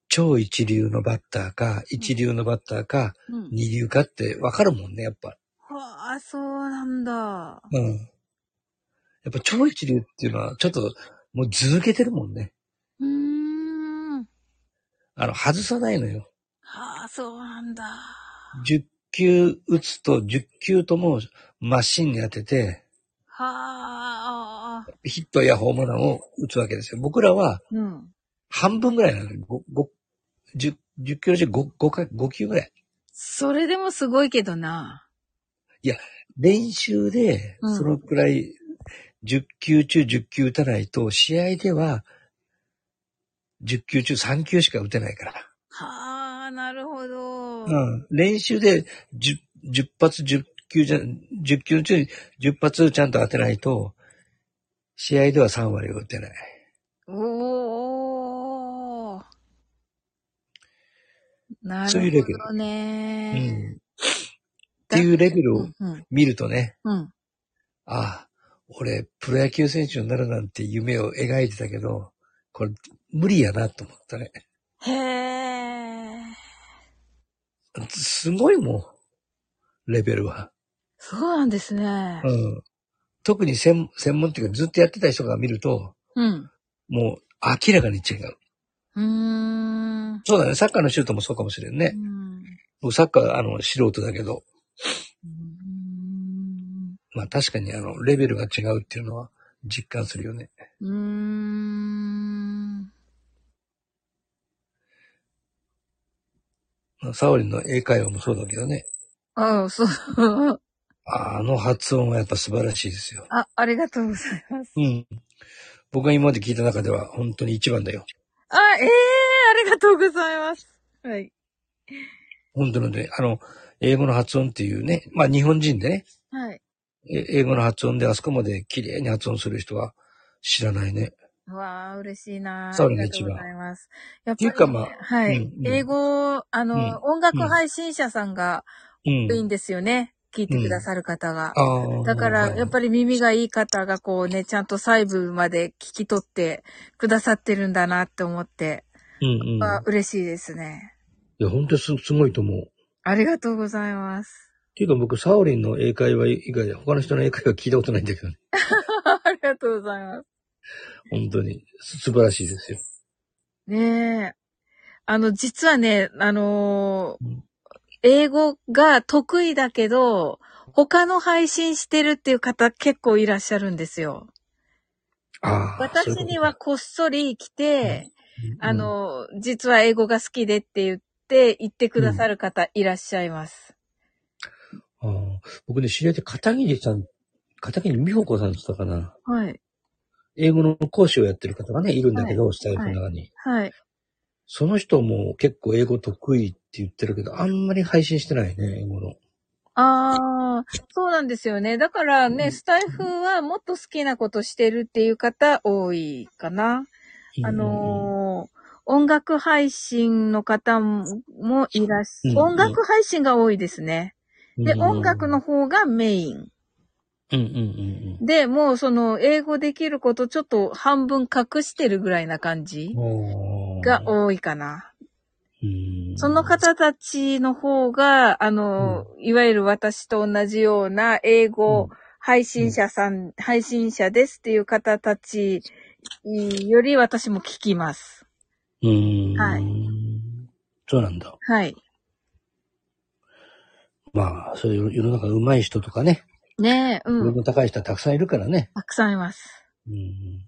Speaker 7: 超一流のバッターか、一流のバッターか、
Speaker 1: うん。
Speaker 7: 二流かって分かるもんね、やっぱ。
Speaker 1: わあ、そうなんだ。
Speaker 7: うん。やっぱ超一流っていうのは、ちょっと、もう続けてるもんね。
Speaker 1: うーん。
Speaker 7: あの、外さないのよ。
Speaker 1: はあ、そうなんだ。
Speaker 7: 10球打つと10球ともマシンに当てて、
Speaker 1: はあ。
Speaker 7: ヒットやホームランを打つわけですよ。僕らは
Speaker 1: うん。
Speaker 7: 半分ぐらいなのよ。ごご10、10球のうち 5, 5, 回5球ぐらい。
Speaker 1: それでもすごいけどな。
Speaker 7: 練習で、
Speaker 1: うん
Speaker 7: そのくらい、10球中10球打たないと、試合では、10球中3球しか打てないから。
Speaker 1: はあ、なるほど。
Speaker 7: うん。練習で10、10発10球じゃ、10球中10発ちゃんと当てないと、試合では3割打てない。
Speaker 1: おー。な
Speaker 7: そういうレ
Speaker 1: る
Speaker 7: ベル
Speaker 1: ほど
Speaker 7: う
Speaker 1: ね。
Speaker 7: ん。っていうレベルを
Speaker 1: うん。
Speaker 7: 見るとね、
Speaker 1: うん。
Speaker 7: ああ、俺、プロ野球選手になるなんて夢を描いてたけど、これ、無理やなと思ったね。
Speaker 1: へえ。
Speaker 7: すごいもん、レベルは。
Speaker 1: そうなんですね
Speaker 7: う。ん。特に専専門っていうかずっとやってた人が見ると、
Speaker 1: うん。
Speaker 7: もう明らかに違う。
Speaker 2: うーん。
Speaker 7: そうだね。サッカーのシュートもそうかもしれんね。
Speaker 2: うん
Speaker 7: 僕サッカー、あの、素人だけど、
Speaker 2: うん
Speaker 7: まあ確かにあの、レベルが違うっていうのは実感するよね。
Speaker 2: うーん。
Speaker 7: まあサオリンの英会話もそうだけどね。
Speaker 1: ああ、そう。
Speaker 7: あの発音はやっぱ素晴らしいですよ。
Speaker 1: あ、ありがとうございます。
Speaker 7: うん。僕が今まで聞いた中では本当に一番だよ。
Speaker 1: あ、ええありがとうございます。はい。
Speaker 7: 本当のね、あの、英語の発音っていうね、まあ日本人でね、
Speaker 1: はい。
Speaker 7: え英語の発音であそこまで綺麗に発音する人は知らないね。
Speaker 1: うわあ、嬉しいなあ
Speaker 7: そ
Speaker 1: り
Speaker 7: れが
Speaker 1: がと
Speaker 7: 一
Speaker 1: うご
Speaker 7: 番
Speaker 1: ざいます。やっ
Speaker 7: っていう
Speaker 1: ぱ
Speaker 7: か
Speaker 1: り、
Speaker 7: まあ、
Speaker 1: はい、
Speaker 7: うんうん
Speaker 1: 英語、あの、
Speaker 7: うん
Speaker 1: 音楽配信者さんが
Speaker 7: うん
Speaker 1: 多い。んですよね。聞いてくださる方が。
Speaker 7: ああ。
Speaker 1: だから、やっぱり耳がいい方がこうね、ちゃんと細部まで聞き取ってくださってるんだなって思って、
Speaker 7: り。うんうん。
Speaker 1: あ嬉しいですね。
Speaker 7: いや、本当にすすごいと思う。っ
Speaker 1: ありがとうございます。
Speaker 7: ていうか僕、サオリンの英会話以外で他の人の英会話聞いたことないんだけどね。
Speaker 1: [LAUGHS] ありがとうございます。
Speaker 7: 本当にす素晴らしいですよ。
Speaker 1: ねえ。あの、実はね、あのー
Speaker 7: うん
Speaker 1: 英語が得意だけど、他の配信してるっていう方結構いらっしゃるんですよ。
Speaker 7: ああ。そういうこ
Speaker 1: 私
Speaker 7: と
Speaker 1: には、こっそり来て、
Speaker 7: うん
Speaker 1: あ、の、実は英語が好きでって言って、言ってくださる方いらっしゃいます。
Speaker 7: うんああ僕ね、知り合いで片桐さん、片桐美穂子さんって言ったかな。
Speaker 1: はい。
Speaker 7: 英語の講師をやってる方がね、いるんだけど、スタイフの中に。
Speaker 1: はい。
Speaker 7: その人も結構英語得意って言ってるけど、あんまり配信してないね、英語の。
Speaker 1: ああ、そうなんですよね。だから
Speaker 7: う
Speaker 1: ね、
Speaker 7: ん
Speaker 1: スタイフはもっと好きなことしてるっていう方多いかな。あのー音楽配信の方ももいらっし
Speaker 7: う
Speaker 1: ゃ
Speaker 7: んうん
Speaker 1: 音楽配信が多いですね。
Speaker 7: うん
Speaker 1: で、
Speaker 7: うんうん
Speaker 1: 音楽の。方がメイン。
Speaker 7: うんうんうん
Speaker 1: で、もうその英語できることちょっと半分隠してるぐらいな感じ
Speaker 7: うん。おー
Speaker 1: が多いかな。
Speaker 7: うん
Speaker 1: その方たちの方が、あの、いわゆる私と同じような英語配信者さん、配信者ですっていう方たちより私も聞きます。
Speaker 7: うーん。
Speaker 1: はい
Speaker 7: そうなんだ。
Speaker 1: はい。
Speaker 7: まあ、そういう世の中上手い人とかね、
Speaker 1: ねえ、
Speaker 7: 上
Speaker 1: うん。
Speaker 7: の高い人はたくさんいるからね。
Speaker 1: たくさんいます。
Speaker 7: うん。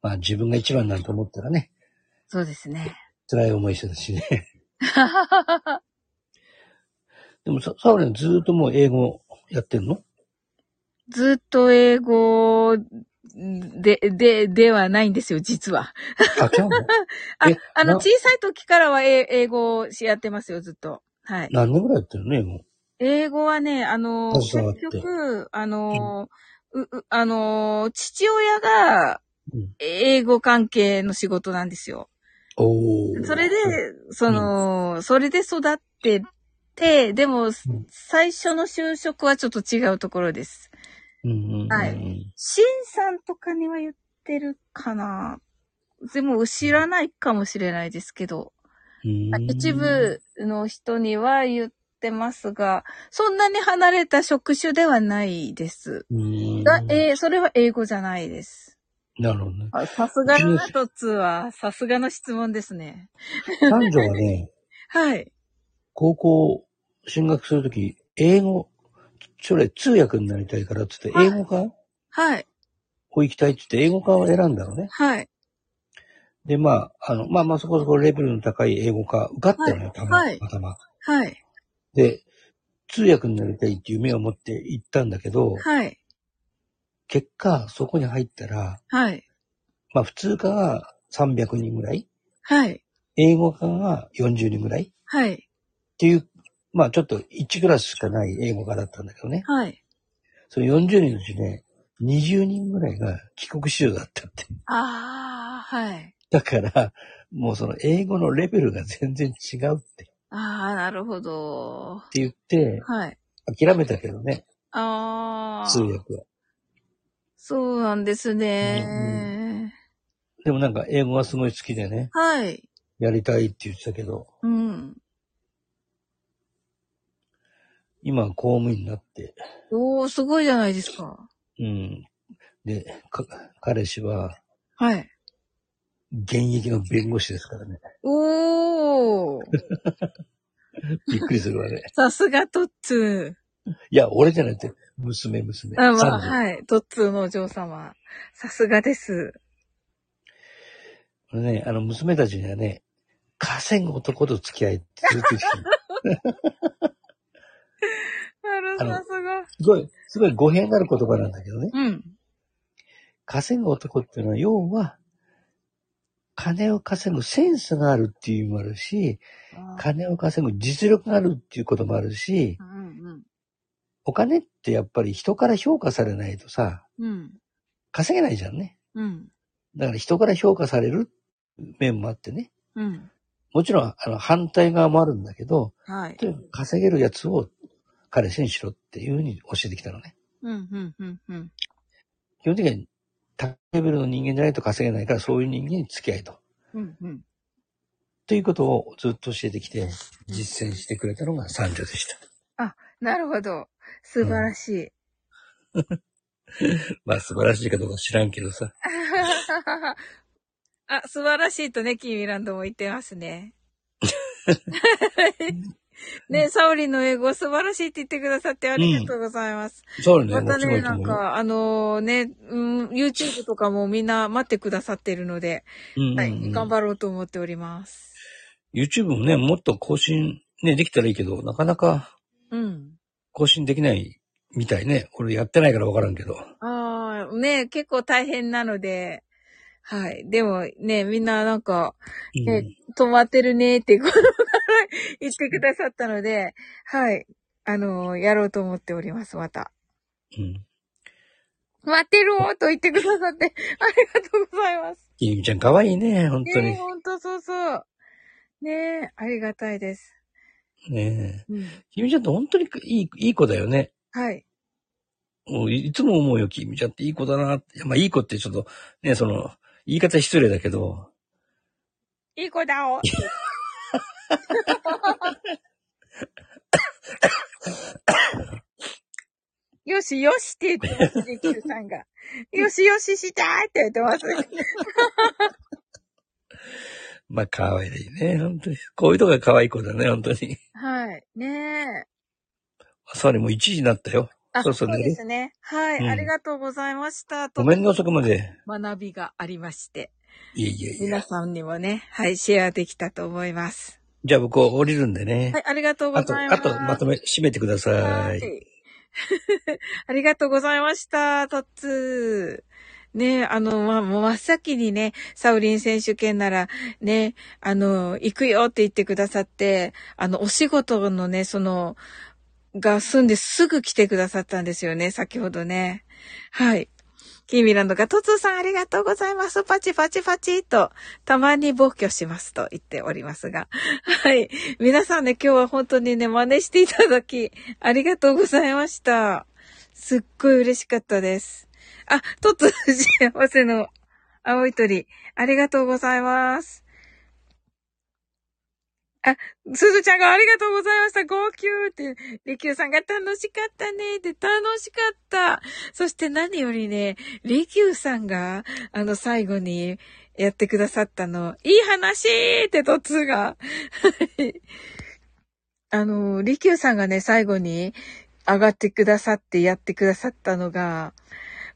Speaker 7: まあ自分が一番なんて思ったらね、
Speaker 1: そうですね。
Speaker 7: 辛い思いして
Speaker 1: [LAUGHS]
Speaker 7: るしね。でもさ、サオレンずーっともう英語やってんの
Speaker 1: ずっと英語で、で、ではないんですよ、実は。
Speaker 7: あ、今日
Speaker 1: [LAUGHS]
Speaker 7: も
Speaker 1: あ
Speaker 7: え、
Speaker 1: あの、
Speaker 7: な
Speaker 1: 小さい時からは英英語をしやってますよ、ずっと。はい。
Speaker 7: 何年ぐらいやってるの英語。
Speaker 1: 英語はね、あの、
Speaker 7: 携わっ
Speaker 1: 結
Speaker 7: て
Speaker 1: 局、あの、う、う、あの、父親が
Speaker 7: うん
Speaker 1: 英語関係の仕事なんですよ。
Speaker 7: おー。
Speaker 1: それで、その、それで育ってて、でも、最初の就職はちょっと違うところです。
Speaker 7: うん、うんうんうん。
Speaker 1: はいシンさんとかには言ってるかなでも知らないかもしれないですけど、
Speaker 7: うん
Speaker 1: 一。部の人には言ってますが、そんなに離れた職種ではないです。
Speaker 7: うん
Speaker 1: が、えーそれは英語じゃないです。
Speaker 7: なるほどね。
Speaker 1: あさすがのナトツは、さすがの質問ですね。
Speaker 7: 男女がね、
Speaker 1: はい。
Speaker 7: 高校進学するとき、英語、将来通訳になりたいからって言って、英語科
Speaker 1: はい。
Speaker 7: を行きたいって言って、英語科を選んだのね。
Speaker 1: はい。
Speaker 7: で、まあ、あの、まあまあそこそこレベルの高い英語科、受かったのよ、たま
Speaker 1: はい
Speaker 7: たま。
Speaker 1: はい。
Speaker 7: で、通訳になりたいっていう夢を持って行ったんだけど、
Speaker 1: はい。
Speaker 7: 結果、そこに入ったら、
Speaker 1: はい。
Speaker 7: まあ普通科が300人ぐらい、
Speaker 1: はい。
Speaker 7: 英語科が40人ぐらいっ
Speaker 1: はい。
Speaker 7: ていう、まあちょっと1クラスしかない英語科だったんだけどね。
Speaker 1: はい。
Speaker 7: その40人のうちね、20人ぐらいが帰国子女だったって。
Speaker 1: ああ、はい。
Speaker 7: だから、もうその英語のレベルが全然違うってって
Speaker 1: ああ、なるほど。
Speaker 7: 言って、
Speaker 1: はい。
Speaker 7: 諦めたけどね、
Speaker 1: ああ。
Speaker 7: 通訳は。
Speaker 1: そうなんですね。
Speaker 7: でもなんか英語がすごい好きでね、
Speaker 1: はい。
Speaker 7: やりたいって言ってたけど、
Speaker 1: うん。
Speaker 7: 今は公務員になって、
Speaker 1: おー、すごいじゃないですか。
Speaker 7: うん。で、か彼氏は
Speaker 1: はい。
Speaker 7: 現役の弁護士ですからね。
Speaker 1: おー。
Speaker 7: びっくりするわね。
Speaker 1: さすがトッツ
Speaker 7: いや、俺じゃなくて、娘、娘。
Speaker 1: ー。あ、まあ、
Speaker 7: 三女
Speaker 1: はい。トッツーのお嬢様。さすがです。
Speaker 7: これね、あの、娘たちにはね、稼ぐ男と付き合いってずっと言ってきてる。
Speaker 1: なる
Speaker 7: あの
Speaker 1: さすが。
Speaker 7: すごい、すごい語弊になる言葉なんだけどね。
Speaker 1: うん。
Speaker 7: 稼ぐ男っていうのは、要は、金を稼ぐセンスがあるっていう意味もあるし、金を稼ぐ実力があるっていうこともあるし
Speaker 1: う、ん
Speaker 7: お金ってやっぱり人から評価されないとさ、
Speaker 1: うん。うん。
Speaker 7: 稼げないじゃんね。
Speaker 1: うん。
Speaker 7: だから人から評価される面もあってね。
Speaker 1: うん。
Speaker 7: もちろん、あの、反対側もあるんだけど、
Speaker 1: はい。
Speaker 7: とにかく稼げるやつを彼氏にしろっていうふうに教えてきたのね。
Speaker 1: うんうんうんうん。
Speaker 7: 基本的には高いレベルの人間じゃないと稼げないから、そういう人間に付き合いと。
Speaker 1: うんうん。
Speaker 7: ということをずっと教えてきて、実践してくれたのが三女でした。 [LAUGHS]
Speaker 1: なるほど。素晴らしい。
Speaker 7: まあ素晴らしいかどうか知らんけどさ。
Speaker 1: [LAUGHS] あ、素晴らしいとね、キーミランドも言ってます
Speaker 7: [LAUGHS]
Speaker 1: ね。 [LAUGHS] ね、サオリンの英語素晴らしいって言ってくださってありがとうございます。
Speaker 7: そうね、
Speaker 1: また
Speaker 7: もちろ
Speaker 1: ね、
Speaker 7: んと
Speaker 1: なん
Speaker 7: 思うよ。
Speaker 1: か、あのね、うん、YouTube とかもみんな待ってくださってるので、
Speaker 7: うんうん
Speaker 1: は
Speaker 7: う
Speaker 1: い、
Speaker 7: ん
Speaker 1: 頑張ろうと思っております。
Speaker 7: YouTube もね、もっと更新、ね、できたらいいけど、なかなか
Speaker 1: うん。
Speaker 7: 更新できないみたいね。俺やってないからわからんけど。
Speaker 1: ああ、ね、結構大変なので、はい。でもね、みんななんか、
Speaker 7: うん
Speaker 1: え、止まってるねってことから言ってくださったので、はい。あのやろうと思っております、また。
Speaker 7: うん。
Speaker 1: 待ってるーと言ってくださって、ありがとうございます。
Speaker 7: ゆみちゃん可愛いね、本当
Speaker 1: ねえ、
Speaker 7: に。
Speaker 1: ほんとそうそう。ねえ、ありがたいです。
Speaker 7: ねえ。
Speaker 1: うん。
Speaker 7: ゆみちゃんって本当にいい、いい子だよね。
Speaker 1: はい。
Speaker 7: もういつも思うよ、きみちゃんっていい子だなって。いやまあいい子ってちょっと、ね、その、言い方失礼だけど、
Speaker 1: いい子だ
Speaker 7: [LAUGHS]
Speaker 1: お。よしよしって言ってます、リキューさんが。よしよししたーって言ってます。
Speaker 7: まあ可愛いね、本当に。こういうとこが可愛い子だね、本当に。
Speaker 1: はい。ねえ。
Speaker 7: それもう1時になったよ。
Speaker 1: あ、
Speaker 7: そ
Speaker 1: そうう
Speaker 7: そう寝る
Speaker 1: ですね。はい、
Speaker 7: うん
Speaker 1: ありがとうございました。
Speaker 7: ごめんね、遅くまで。
Speaker 1: 学びがありまして。
Speaker 7: いえいえい
Speaker 1: 皆
Speaker 7: え。
Speaker 1: さんにもね、はい、シェアできたと思います。
Speaker 7: じゃあ僕降りるんでね。
Speaker 1: はい、ありがとうご
Speaker 7: あと、
Speaker 1: ざいま
Speaker 7: あ
Speaker 1: す。
Speaker 7: とまとめ、締めてください。
Speaker 1: はい。 [LAUGHS] ありがとうございました、トッツー。ねあの、ま、もう真っ先にね、サウリン選手権なら、ね、あの、行くよって言ってくださって、あの、お仕事のね、その、が済んですぐ来てくださったんですよね、先ほどね。はい。キーミランドが、トツーさんありがとうございます。パチパチパチと、たまに暴挙しますと言っておりますが。はい。皆さんね、今日は本当にね、真似していただき、 [LAUGHS] ありがとうございました。すっごい嬉しかったです。あ、トツー幸せの青い鳥、ありがとうございます。あ、すずちゃんがありがとうございました。号泣って、りきゅうさんが楽しかったねって、楽しかった。そして何よりね、りきゅうさんが、あの、最後にやってくださったの、いい話って、トツーが。はいあの、りきゅうさんがね、最後に上がってくださってやってくださったのが、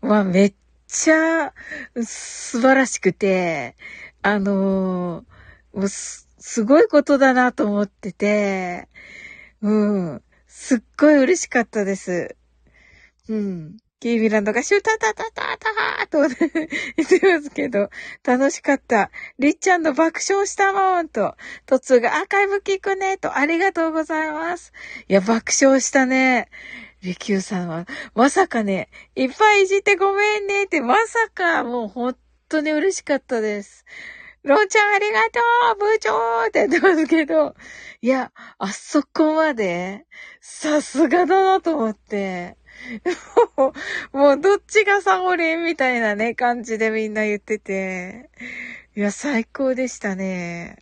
Speaker 1: まあ、めっちゃ素晴らしくて、あのもうす、すごいことだなと思ってて、うん。すっごい嬉しかったです。うん。キーミランドがシュタタタタタと言ってますけど、楽しかった。りっちゃんの爆笑したもんと、とつーがアーカイブ聞くねと、ありがとうございます。いや、爆笑したね。りきゅうさんは、まさかね、いっぱいいじってごめんねって、まさか、もう本当に嬉しかったです。ロンちゃんありがとう部長って言ってますけど、いや、あそこまで、さすがだなと思って、もう、もうどっちがサオリンみたいなね、感じでみんな言ってて、いや、最高でしたね。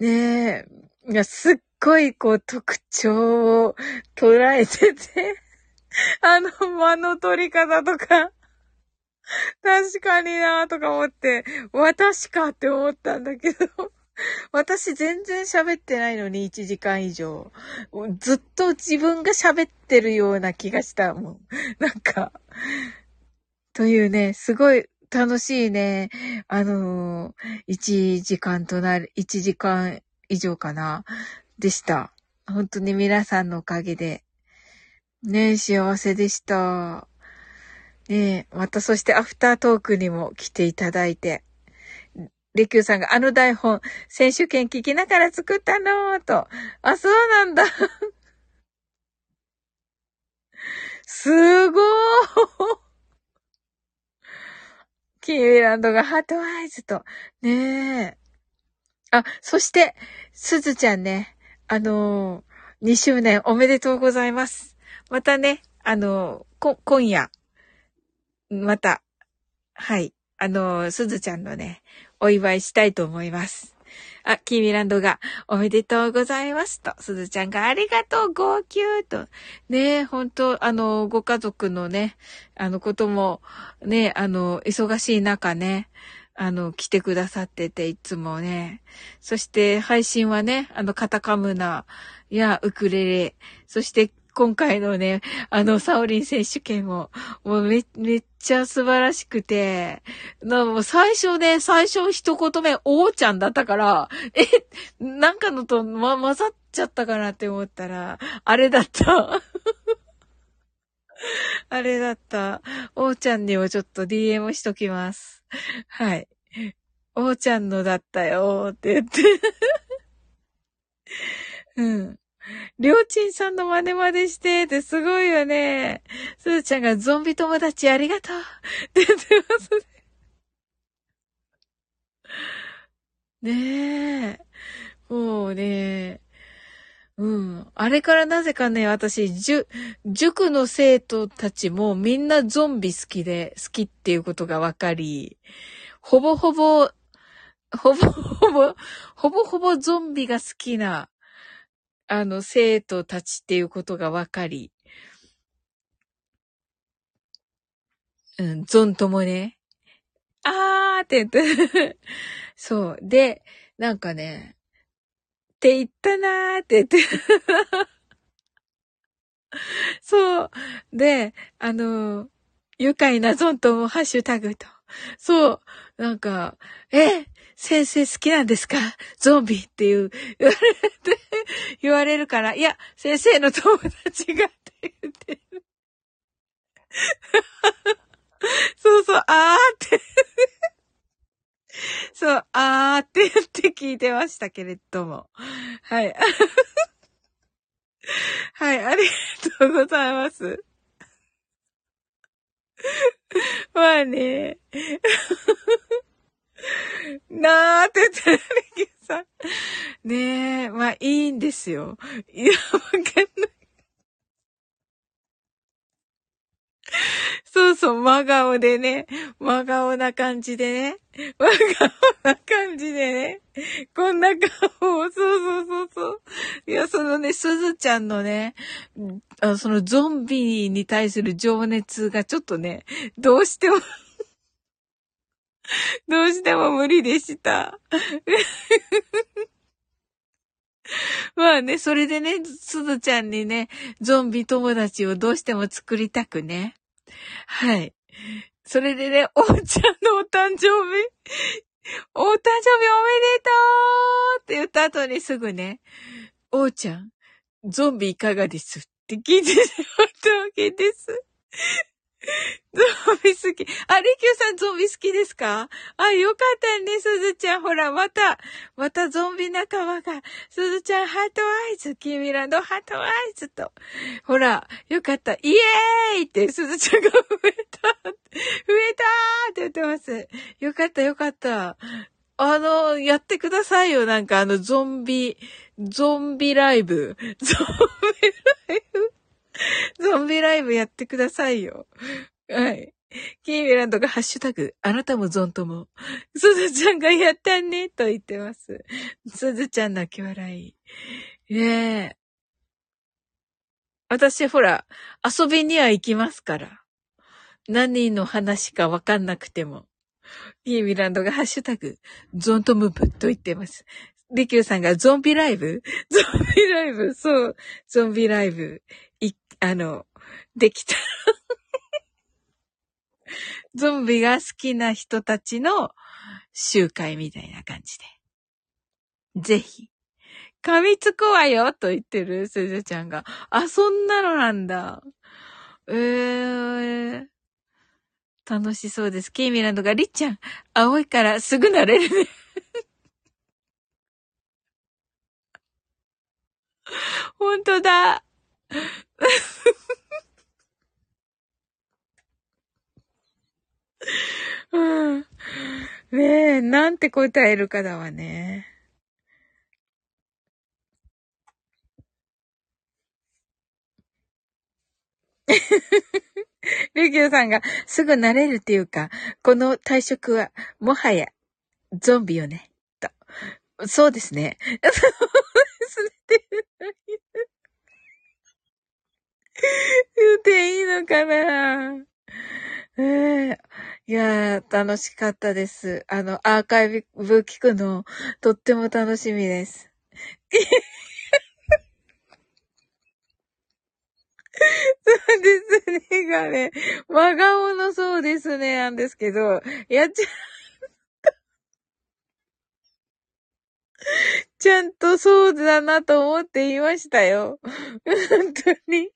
Speaker 1: ねえ、いや、すっごいこう特徴を [LAUGHS] 捉えてて、あの間の取り方とか、確かになーとか思って、私かって思ったんだけど、私全然喋ってないのに1時間以上。ずっと自分が喋ってるような気がしたもん。なんか、というね、すごい楽しいね、あのー、1時間となる、1時間以上かな、でした。本当に皆さんのおかげで、ね、幸せでした。ねえ、またそしてアフタートークにも来ていただいて、レキューさんがあの台本、選手権聞きながら作ったのーと、あ、そうなんだ。すごーキーウィランドがハートアイズと、ねえ。あ、そして、すずちゃんね、あのー、2周年おめでとうございます。またね、あのー、こ、今夜、また、はい。あの、すずちゃんのね、お祝いしたいと思います。あ、キーミランドが、おめでとうございますと、すずちゃんが、ありがとう、号泣と。ねえ、本当あの、ご家族のね、あの、ことも、ね、あの、忙しい中ね、あの、来てくださってて、いつもね。そして、配信はね、あの、カタカムナやウクレレ、そして、今回のね、あの、サオリン選手権も、もうめ、めっちゃ素晴らしくて、な、もう最初ね、最初一言目、おーちゃんだったから、え、なんかのと、ま、混ざっちゃったかなって思ったら、あれだった。 [LAUGHS] あれだった。おーちゃんにもちょっと DM しときます。はい。おーちゃんのだったよーって言って。 [LAUGHS] うん。りょうちんさんの真似までしてってすごいよね。すずちゃんがゾンビ友達ありがとうって言ってますね。ねえ。もうね。うん。あれからなぜかね、私、じゅ、塾の生徒たちもみんなゾンビ好きで、好きっていうことがわかり、ほぼほぼ、ほぼほぼ、ほぼほぼゾンビが好きな、あの、生徒たちっていうことがわかり、うん、ゾンともね、あーって言って、そう。で、なんかね、って言ったなーって言って、そう。で、あの、愉快なゾンともハッシュタグと。そう。なんか、え、先生好きなんですかゾンビっていう、言われて、言われるから、いや、先生の友達がって言ってる。そうそう、あーって。そう、あーって言って聞いてましたけれども。はい。はい、ありがとうございます。まあね。なーって言ってるリキさん。ねえ、まあいいんですよ。いや、わかんない。そうそう、真顔でね、真顔な感じでね、真顔な感じでね、こんな顔を、そうそうそうそう。いや、そのね、すずちゃんのね、あそのゾンビに対する情熱がちょっとね、どうしても、 [LAUGHS] どうしても無理でした。 [LAUGHS] まあね、それでね、すずちゃんにね、ゾンビ友達をどうしても作りたくね。はい。それでね、おうちゃんのお誕生日、お誕生日おめでとうって言った後にすぐね、おうちゃん、ゾンビいかがですって聞いてしまったわけです。ゾンビ好き。あ、レキューさんゾンビ好きですかあ、よかったね、すずちゃん。ほら、また、またゾンビ仲間が、すずちゃんハートアイズ、キーミランドハートアイズと。ほら、よかった。イエーイって、すずちゃんが増えた。増えたーって言ってます。よかった、よかった。あの、やってくださいよ。なんかあの、ゾンビ、ゾンビライブ。ゾンビライブ。ゾンビライブやってくださいよ。はい。キーミランドがハッシュタグ、あなたもゾンとも。すずちゃんがやったね、と言ってます。すずちゃん泣き笑い。ねえ。私、ほら、遊びには行きますから。何の話かわかんなくても。ピーミランドがハッシュタグ、ゾントムブと言ってます。リキューさんがゾンビライブ [LAUGHS] ゾンビライブそう、ゾンビライブ。い、あの、できた。ゾンビが好きな人たちの集会みたいな感じで。ぜひ。噛みつくわよと言ってる、すずちゃんが。あ、そんなのなんだ。えー、楽しそうです。キーミランドが、りっちゃん、青いからすぐ慣れるね。 [LAUGHS] ほんとだ。うん。ねえ、なんて答えるかだわね。 [LAUGHS] リキューさんがすぐ慣れるっていうか、この退職はもはやゾンビよね、と。そうですね。 [LAUGHS] そうですねって [LAUGHS] 言っていいのかなええいやー、楽しかったです。あの、アーカイブ聞くの、とっても楽しみです。そうですね、がね、真顔のそうですね、なんですけど、やっちゃんと、ちゃんとそうだなと思っていましたよ。本当に。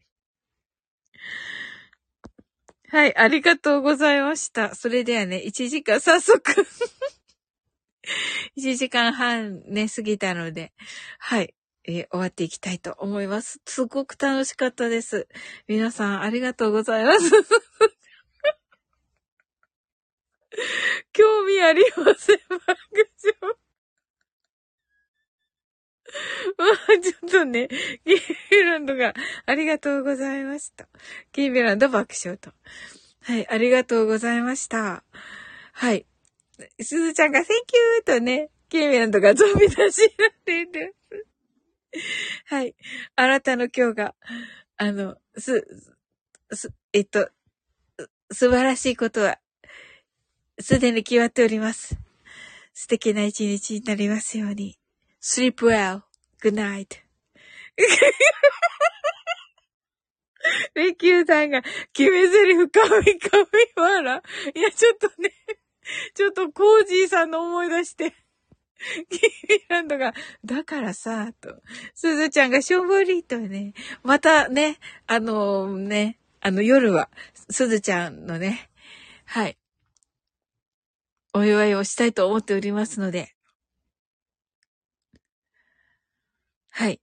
Speaker 1: はい、ありがとうございました。それではね、1時間、早速 [LAUGHS] 1時間半ね、過ぎたので、はい、えー終わっていきたいと思います。すごく楽しかったです。皆さん、ありがとうございます。 [LAUGHS] 興味ありません、爆笑。 [LAUGHS] まあ、ちょっとね、キーベランドが、ありがとうございました。キーベランド爆笑と。はい、ありがとうございました。はい。すずちゃんが、センキューとね、キーベランドがゾンビ出しになっていて。はい。あなたの今日が、あの、す、す、えっと、す素晴らしいことは、すでに決まっております。素敵な一日になりますように。sleep well. Good night. レキューさんが、決め台詞かみかみ笑。いや、ちょっとね、ちょっとコージーさんの思い出して。キーランドが、だからさ、と。すずちゃんがしょんぼりとね、またね、あのね、あの夜は、すずちゃんのね、はい、お祝いをしたいと思っておりますので、はい。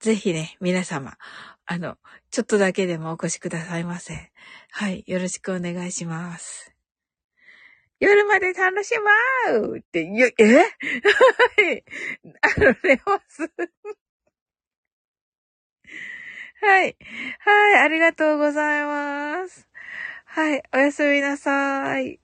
Speaker 1: ぜひね、皆様、あの、ちょっとだけでもお越しくださいませ。はい、よろしくお願いします。夜まで楽しまうって、よ、え [LAUGHS] はい。あの、レオス。はい。はい、ありがとうございます。はい、おやすみなさい。